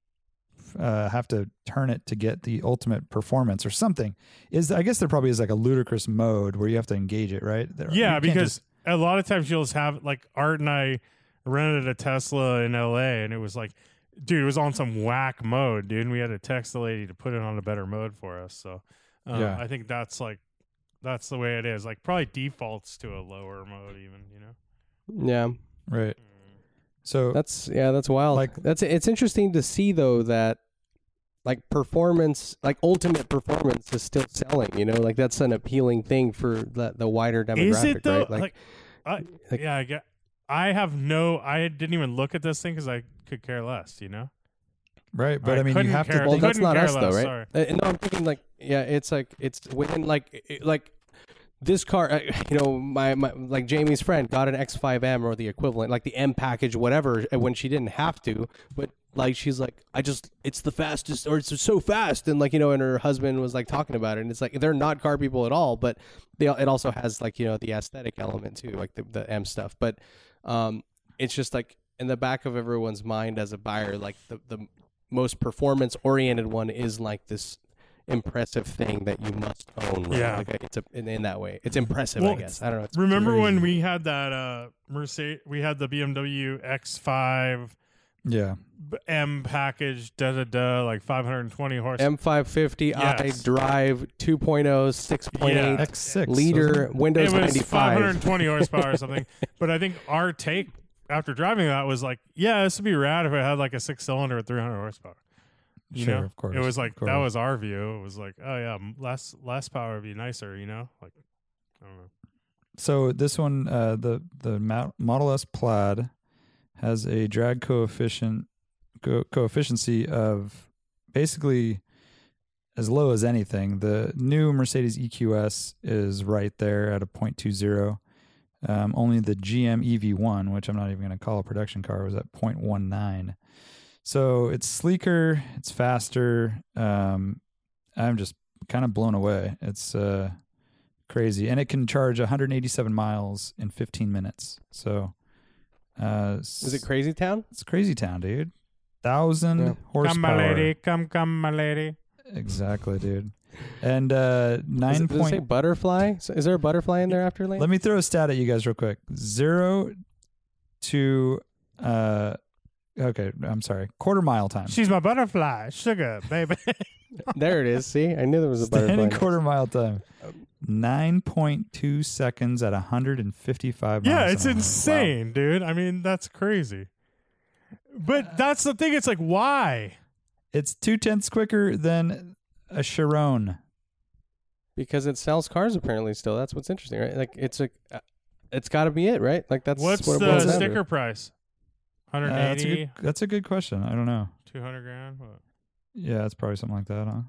uh, have to turn it to get the ultimate performance or something. Is I guess there probably is like a ludicrous mode where you have to engage it, right? There,
yeah,
you can't
because
just-
a lot of times you'll just have like Art and I rented a Tesla in L.A. and it was like, dude, it was on some whack mode, dude. And we had to text the lady to put it on a better mode for us. So, uh,
Yeah.
I think that's like. That's the way it is. Like probably defaults to a lower mode, even you know.
Yeah.
right. So
That's yeah, that's wild.
Like-
Like that's it's interesting to see though that like performance, like ultimate performance is still selling, you know? Like that's an appealing thing for the, the wider demographic,
Is it though?
right?
Like, I,
like-
yeah, I get. I have no. I didn't even look at this thing because I could care less. You know.
right, but I, mean you
couldn't
have
care-
to.
well,
they
that's
couldn't
not
care
us
less,
though,
sorry.
right? Uh, no, I'm thinking like yeah, it's like it's within like it- like this car, uh, you know, my, my like Jamie's friend got an X5M or the equivalent, like the M package, whatever, uh, when she didn't have to, but like she's like, I just it's the fastest, or it's so fast, and like you know, and her husband was like talking about it, and it's like they're not car people at all, but they it also has like you know the aesthetic element too, like the, the M stuff, but um, it's just like in the back of everyone's mind as a buyer, like the the most performance oriented one is like this impressive thing that you must own. Right?
Yeah.
Like, it's a, in, in that way. It's impressive,
Well,
I guess. I don't know. It's
Remember
crazy.
when we had that uh Mercedes? We had the BMW X5
Yeah,
b- M package, da da da, like 520 horse.
M550
Yes.
i Drive oh, 2.0 6.8
Yeah.
X six
liter Windows
it was
95.
520 horsepower or something. But I think our take after driving that was like, yeah, this would be rad if it had like a six cylinder at 300 horsepower. You
Sure,
know?
of course,
It was like
of
that
course.
was our view. It was like, oh yeah, m- less less power would be nicer. You know, like I don't know.
So this one, uh, the the Ma- Model S Plaid has a drag coefficient co- coefficiency of basically as low as anything. The new Mercedes EQS is right there at a 0.20. Um, only the GM EV1, which I'm not even going to call a production car, was at 0.19. So it's sleeker, it's faster. Um, I'm just kind of blown away. It's uh, crazy and it can charge 187 miles in 15 minutes so uh
Is it crazy town?
it's crazy town dude thousand
Yeah.
horsepower
Come, my lady. Come, come, my lady.
exactly dude and uh
Is
nine
it, does it say
point
butterfly? So Is there a butterfly in there after lane?
let me throw a stat at you guys real quick zero to uh okay i'm sorry quarter mile time
She's my butterfly, sugar, baby.
There it is. See, I knew there was a Oh. butterfly.
standing quarter mile time 9.2 seconds at 155
yeah,
miles
it's
an hour. Wow.
insane, dude. I mean, that's crazy. But that's the thing. It's like, why?
It's two tenths quicker than a Uh, Chiron.
because it sells cars apparently still. That's what's interesting, right? Like it's a, uh, it's got to be it, right? Like that's
What's
what it
the
boils down to.
sticker price?
Uh, that's, a
180,
good, that's a good question. I don't know.
200 grand? What?
Yeah, it's probably something like that, huh?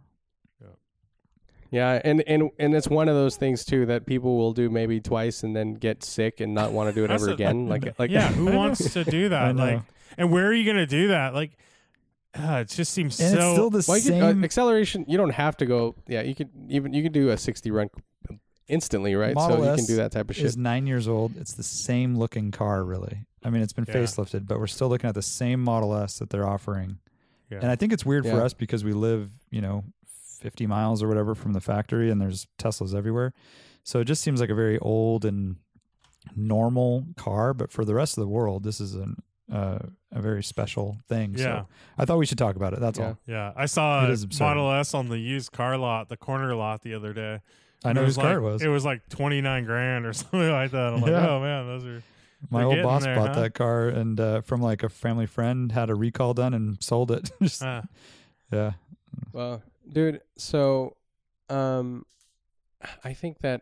Yeah, and and and it's one of those things too that people will do maybe twice and then get sick and not want to do it
That's
ever
a-
again. Like like
yeah, who wants to do
I
that?
know.
Like, and where are you going to do that? Like, uh, it just seems
And it's still
so.
the
Well, you could, uh,
same
acceleration. You don't have to go. Yeah, you could even you could do a sixty run instantly, right?
Model
so you
S
can do that type of shit.
is nine years old. It's the same looking car, really. I mean, it's been
Yeah.
facelifted, but we're still looking at the same Model S that they're offering.
Yeah.
And I think it's weird for
Yeah.
us because we live, you know, 50 miles or whatever from the factory and there's Teslas everywhere. So it just seems like a very old and normal car. But for the rest of the world, this is an, uh, a very special thing.
Yeah.
So I thought we should talk about it. That's
Yeah.
all.
yeah, I saw
It
a
is absurd.
Model S on the used car lot, the corner lot, the other day.
I
And
know
it
whose
like,
car it was.
It was like 29 grand or something like that. I'm like,
Yeah.
oh man, those are.
My
They're
old
getting
boss
there,
bought
huh?
that car and uh, from like a family friend had a recall done and sold it. Just-
Uh,
yeah.
Well, dude, so um I think that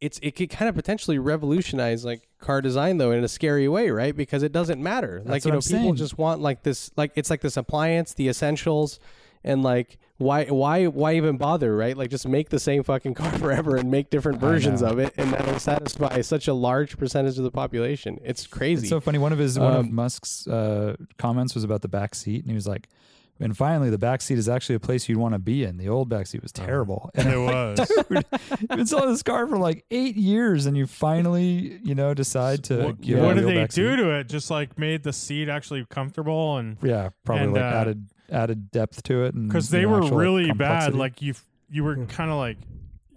it's it could kind of potentially revolutionize like car design though in a scary way, right? Because it doesn't matter. like
what
you know,
I'm
people
saying.
just want like this like it's like this appliance, the essentials, and like why why why even bother, right? Like just make the same fucking car forever and make different versions of it, and that'll satisfy such a large percentage of the population. It's crazy.
It's so funny. One of his one of
Um,
Musk's uh, comments was about the back seat, and he was like, "And finally, the back seat is actually a place you'd want to be in. The old back seat was
Oh.
terrible." And
It was.
dude, you've been selling this car for like eight years, and you finally, you know, decide to
what
give it
what did
a real
they
back seat.
do to it? Just like made the seat actually comfortable and
Yeah, probably
And,
like
uh,
added added depth to it, and
because
you
they
know,
were
actual, like,
really bad.
complexity. Hmm.
Like you, f- you were kind of like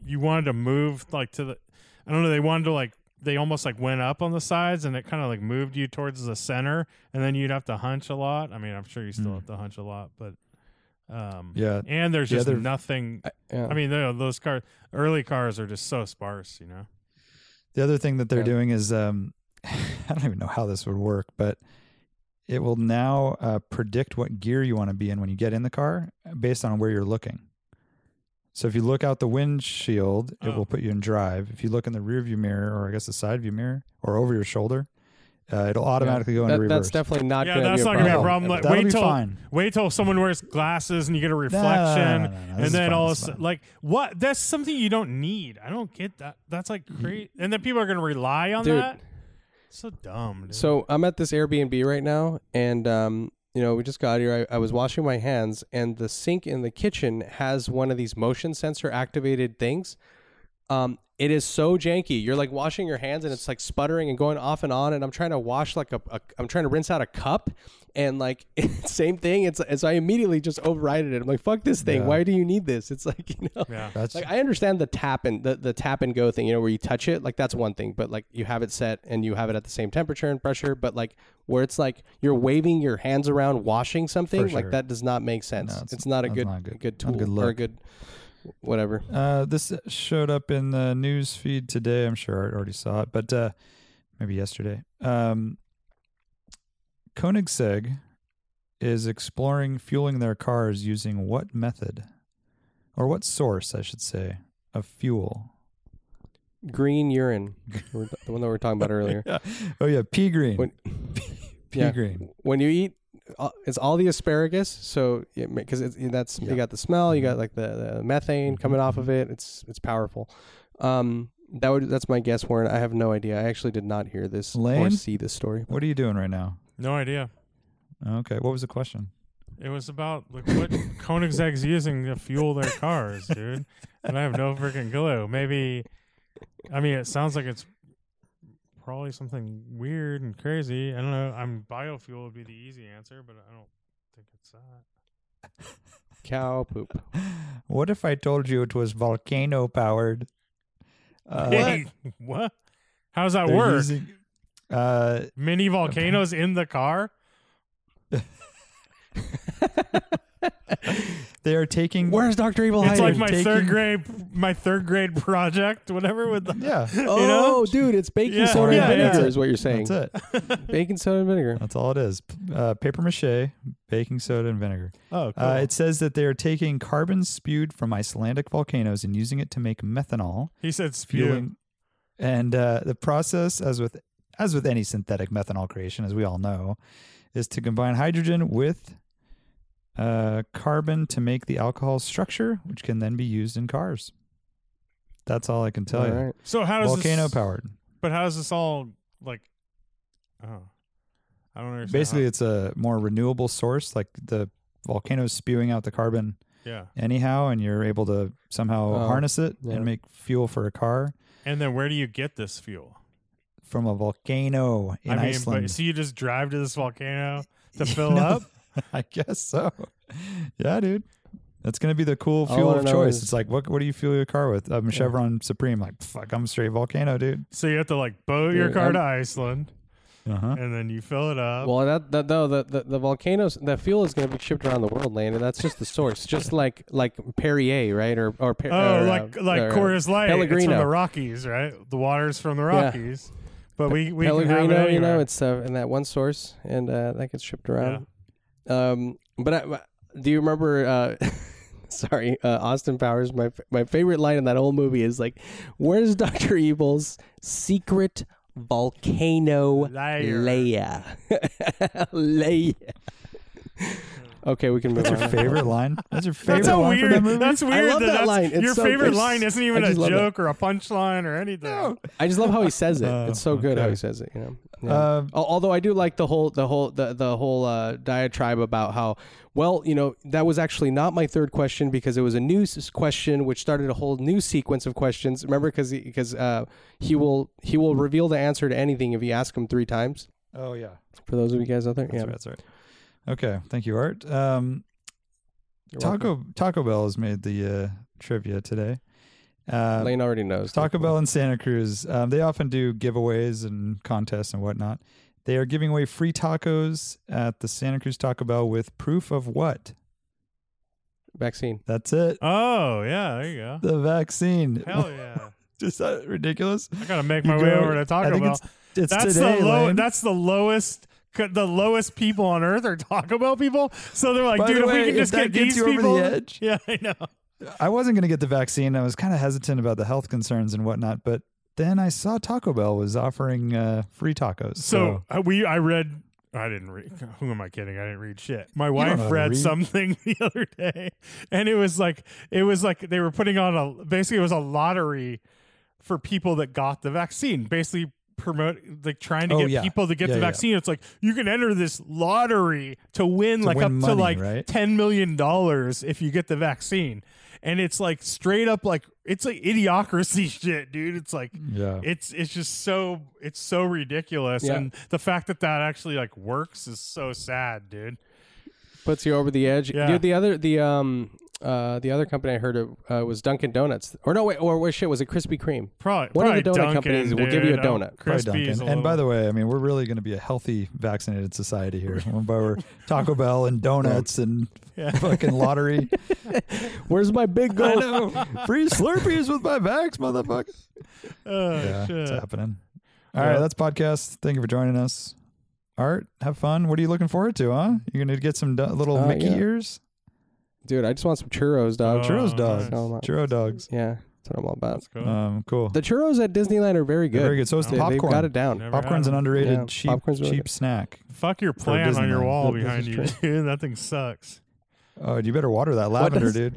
you wanted to move like to the. I don't know. They wanted to like they almost like went up on the sides and it kind of like moved you towards the center, and then you'd have to hunch a lot. I mean, I'm sure you still
Mm.
have to hunch a lot, but um,
yeah,
And there's
Yeah,
just
they're-
nothing.
yeah.
I mean, you know, those cars, early cars are just so sparse, you know.
The other thing that they're
Yeah.
doing is um, I don't even know how this would work, but it will now uh, predict what gear you want to be in when you get in the car uh, based on where you're looking. So if you look out the windshield, it
Oh.
will put you in drive. If you look in the rear view mirror, or I guess the side view mirror, or over your shoulder, uh, it'll automatically go into
That-
reverse.
that's definitely not.
Yeah,
gonna
that's
be
not
a
gonna be a
problem.
problem. Like,
That'll
wait
be
till-
fine.
Wait till
Hmm.
someone wears glasses and you get a
No, no, no, no,
reflection,
no, no, no. This
and
is
then
fine,
all of
this is
a
fine.
sudden, like what? That's something you don't need. I don't get that. That's like crazy. And then people are gonna rely on
Dude.
that. So dumb. Dude.
So I'm at this Airbnb right now, and um, you know, we just got here. I, I was washing my hands, and the sink in the kitchen has one of these motion sensor activated things. Um, it is so janky. You're like washing your hands, and it's like sputtering and going off and on. And I'm trying to wash like a, a I'm trying to rinse out a cup, and like same thing. It's and so I immediately just overrided it. I'm like, fuck this thing.
Yeah.
Why do you need this? It's like you know.
yeah,
That's
Like I understand the tap and the, the tap and go thing, you know, where you touch it, like that's one thing, but like you have it set and you have it at the same temperature and pressure, but like where it's like you're waving your hands around washing something,
For
like
sure.
that does not make sense.
No,
it's,
it's-
not a
that's
good
not
good,
good.
tool
Not a good
or a
look.
good whatever.
Uh, this showed up in the news feed today. I'm sure I already saw it, but uh, maybe yesterday. Um, Koenigsegg is exploring fueling their cars using what method, or what source, I should say, of fuel?
Green urine. the one that we were talking about earlier.
Yeah. Oh yeah, pea green.
When-
pea
Yeah.
green.
when you eat uh, it's all the asparagus so because it's that's you
Yeah.
got the smell you got like the, the methane coming off of it it's it's powerful um that would that's my guess warren i have no idea i actually did not hear this or
Lane?
see this story
What are you doing right now?
no idea.
Okay, what was the question?
It was about like what Koenigsegg's using to fuel their cars, dude. And I have no freaking clue. Maybe, I mean, it sounds like it's probably something weird and crazy. I don't know. I'm biofuel would be the easy answer, but I don't think it's that.
cow poop
What if I told you it was volcano powered? Uh,
Hey, what? How does that
they're
work?
using- uh,
Mini volcanoes in the car?
they are taking.
where's dr evil
It's
hiding?
like my
taking-
third grade, my third grade project, whatever. With the,
Yeah,
oh
know?
dude it's baking
Yeah,
soda
yeah,
and
yeah.
vinegar is what you're saying
that's it.
baking soda and vinegar
That's all it is. P- Uh, paper mache, baking soda, and vinegar.
oh,
Uh, it says that they are taking carbon spewed from Icelandic volcanoes and using it to make methanol,
he said spew.
fueling. And uh, the process, as with as with any synthetic methanol creation, as we all know, is to combine hydrogen with uh, carbon to make the alcohol structure, which can then be used in cars. That's all I can tell
all
you.
right
So how does
Volcano
this,
powered.
But how does this all like? Oh, I don't understand.
Basically, it's a more renewable source. Like the volcano's spewing out the carbon
how- yeah.
anyhow, and you're able to somehow
Oh,
harness it
yeah.
and make fuel for a car
And then where do you get this fuel?
from a volcano in
I mean,
Iceland.
but so you just drive to this volcano to fill
No,
up?
I guess so. Yeah, dude. That's gonna be the cool
All I
fuel of
know
choice.
is-
It's like, what? What do you fuel your car with? I'm Chevron Supreme. Like, fuck, I'm straight volcano, dude.
So you have to like boat your
Dude,
car
I'm-
to Iceland,
Uh-huh.
and then you fill it up.
Well, that, that though the, the the volcanoes that fuel is going to be shipped around the world, Lane, and that's just the source. just like like Perrier, right? Or or Pe-
oh,
or, uh,
like like
or, uh,
Coors Light. It's from
Pellegrino.
the Rockies, right? The water's from the
Yeah.
Rockies. But we we can have
Pellegrino,
it
you know,
anywhere.
it's uh, in that one source, and uh, that gets shipped
Yeah.
around. Um, but I, do you remember? Uh, sorry, uh, Austin Powers. My my favorite line in that whole movie is like, "Where's Doctor Evil's secret volcano
Liar.
layer? layer."
Hmm.
Okay, we can move
That's your
on.
favorite line. That's your favorite
That's a
line from
weird.
that movie.
That's weird.
love that
that's-
line. It's
your
so
favorite
good.
line isn't
I
even a
just love it.
joke or a punchline or anything.
I just love how he says it. It's so good how he says it. You know. Yeah.
Uh,
Al- Although I do like the whole the whole the the whole uh, diatribe about how well you know that was actually not my third question because it was a new s- question which started a whole new sequence of questions. Remember because because uh, he will he will reveal the answer to anything if you ask him three times.
oh yeah,
For those of you guys out there,
that's
yeah,
right. That's right. Okay, thank you, Art. Um,
You're
Taco
welcome.
Taco Bell has made the uh, trivia today. Uh,
Lane already knows.
Taco Bell in Santa Cruz. Um, they often do giveaways and contests and whatnot. They are giving away free tacos at the Santa Cruz Taco Bell with proof of what?
vaccine.
That's it.
Oh yeah, there you go.
The vaccine.
Hell yeah!
Is that ridiculous?
I gotta make
You
my way
go-
over to
I
Taco
think
Bell.
It's, it's
that's
today,
the low.
Lane.
That's the lowest. c- The lowest people on earth are Taco Bell people. So they're like,
By
dude,
the
if
way,
we can
if
just
that
get
gets
these
you over the
people.
edge.
Yeah, I know.
I wasn't going to get the vaccine. I was kind of hesitant about the health concerns and whatnot, but then I saw Taco Bell was offering uh, free tacos.
So uh, we, I read. I didn't read. Who am I kidding? I didn't read shit. My
know how
wife
to
read
read.
something the other day, and it was like it was like they were putting on a basically it was a lottery for people that got the vaccine. Basically promote like trying to
Oh,
get
yeah.
people to get
Yeah,
the
yeah.
vaccine. It's like you can enter this lottery to win like
win
up to
money,
like
right?
ten million dollars if you get the vaccine. And it's like straight up like it's like idiocracy shit, dude. It's like
yeah.
it's it's just so it's so ridiculous
Yeah.
and the fact that that actually like works is so sad dude
puts you over the edge.
Yeah.
Dude, the other the um uh the other company I heard of uh, was Dunkin' Donuts, or no wait, or what shit was it Krispy Kreme?
probably
One of
probably
the donut
Dunkin',
companies will give
dude.
you a
Oh,
donut.
Probably
Krispy is
Dunkin'.
a
And by
little-
the way, I mean we're really going to be a healthy, vaccinated society here. By we're Taco Bell and donuts and fucking lottery.
Where's my big
I
gold?
know. Free Slurpees with my vax, motherfucker.
oh,
Yeah, it's
shit.
happening. All right,
Yeah.
that's podcast. Thank you for joining us. Art, have fun. What are you looking forward to, huh? You're going to get some do- little
Uh,
Mickey
yeah.
ears?
Dude, I just want some churros, dog.
Oh,
Churros dogs.
nice.
Oh, my-
Churro dogs.
Yeah, that's what I'm all about.
Let's go.
Um, cool.
The churros at Disneyland are very good.
Very good. So is the
They, have
popcorn.
got it down.
Never had
Popcorn's an
them.
underrated
Yeah,
cheap
popcorn's really
cheap
good.
snack.
fuck your plant on your
Disneyland.
wall
This
behind
is
you dude that thing sucks
Oh, you better water that lavender,
does-
dude.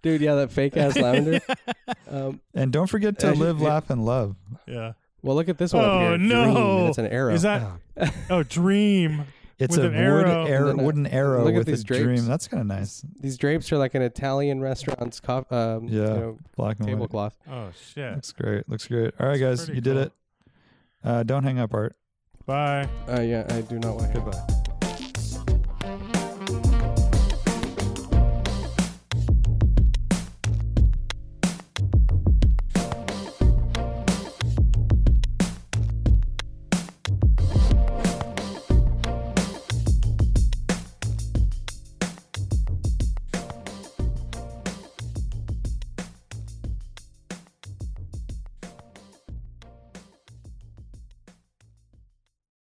Dude, yeah, that fake ass lavender. Um,
And don't forget to
Uh,
live,
yeah.
laugh, and love.
yeah
well, look at this one. up
Oh,
here. Dream, and
no.
it's an arrow.
is that oh dream
It's
With
a
an
wood
arrow.
arrow,
And then a-
wooden arrow
look at
with a
these drapes.
dream. That's kind of nice.
These drapes are like an Italian restaurant's co- um, you
Yeah.
know,
Black and white.
tablecloth.
oh shit
Looks great. Looks great. All right,
It's
guys,
pretty
you did
cool.
it. Uh, don't hang up, Art.
bye
Uh, yeah, I do not want to.
Goodbye.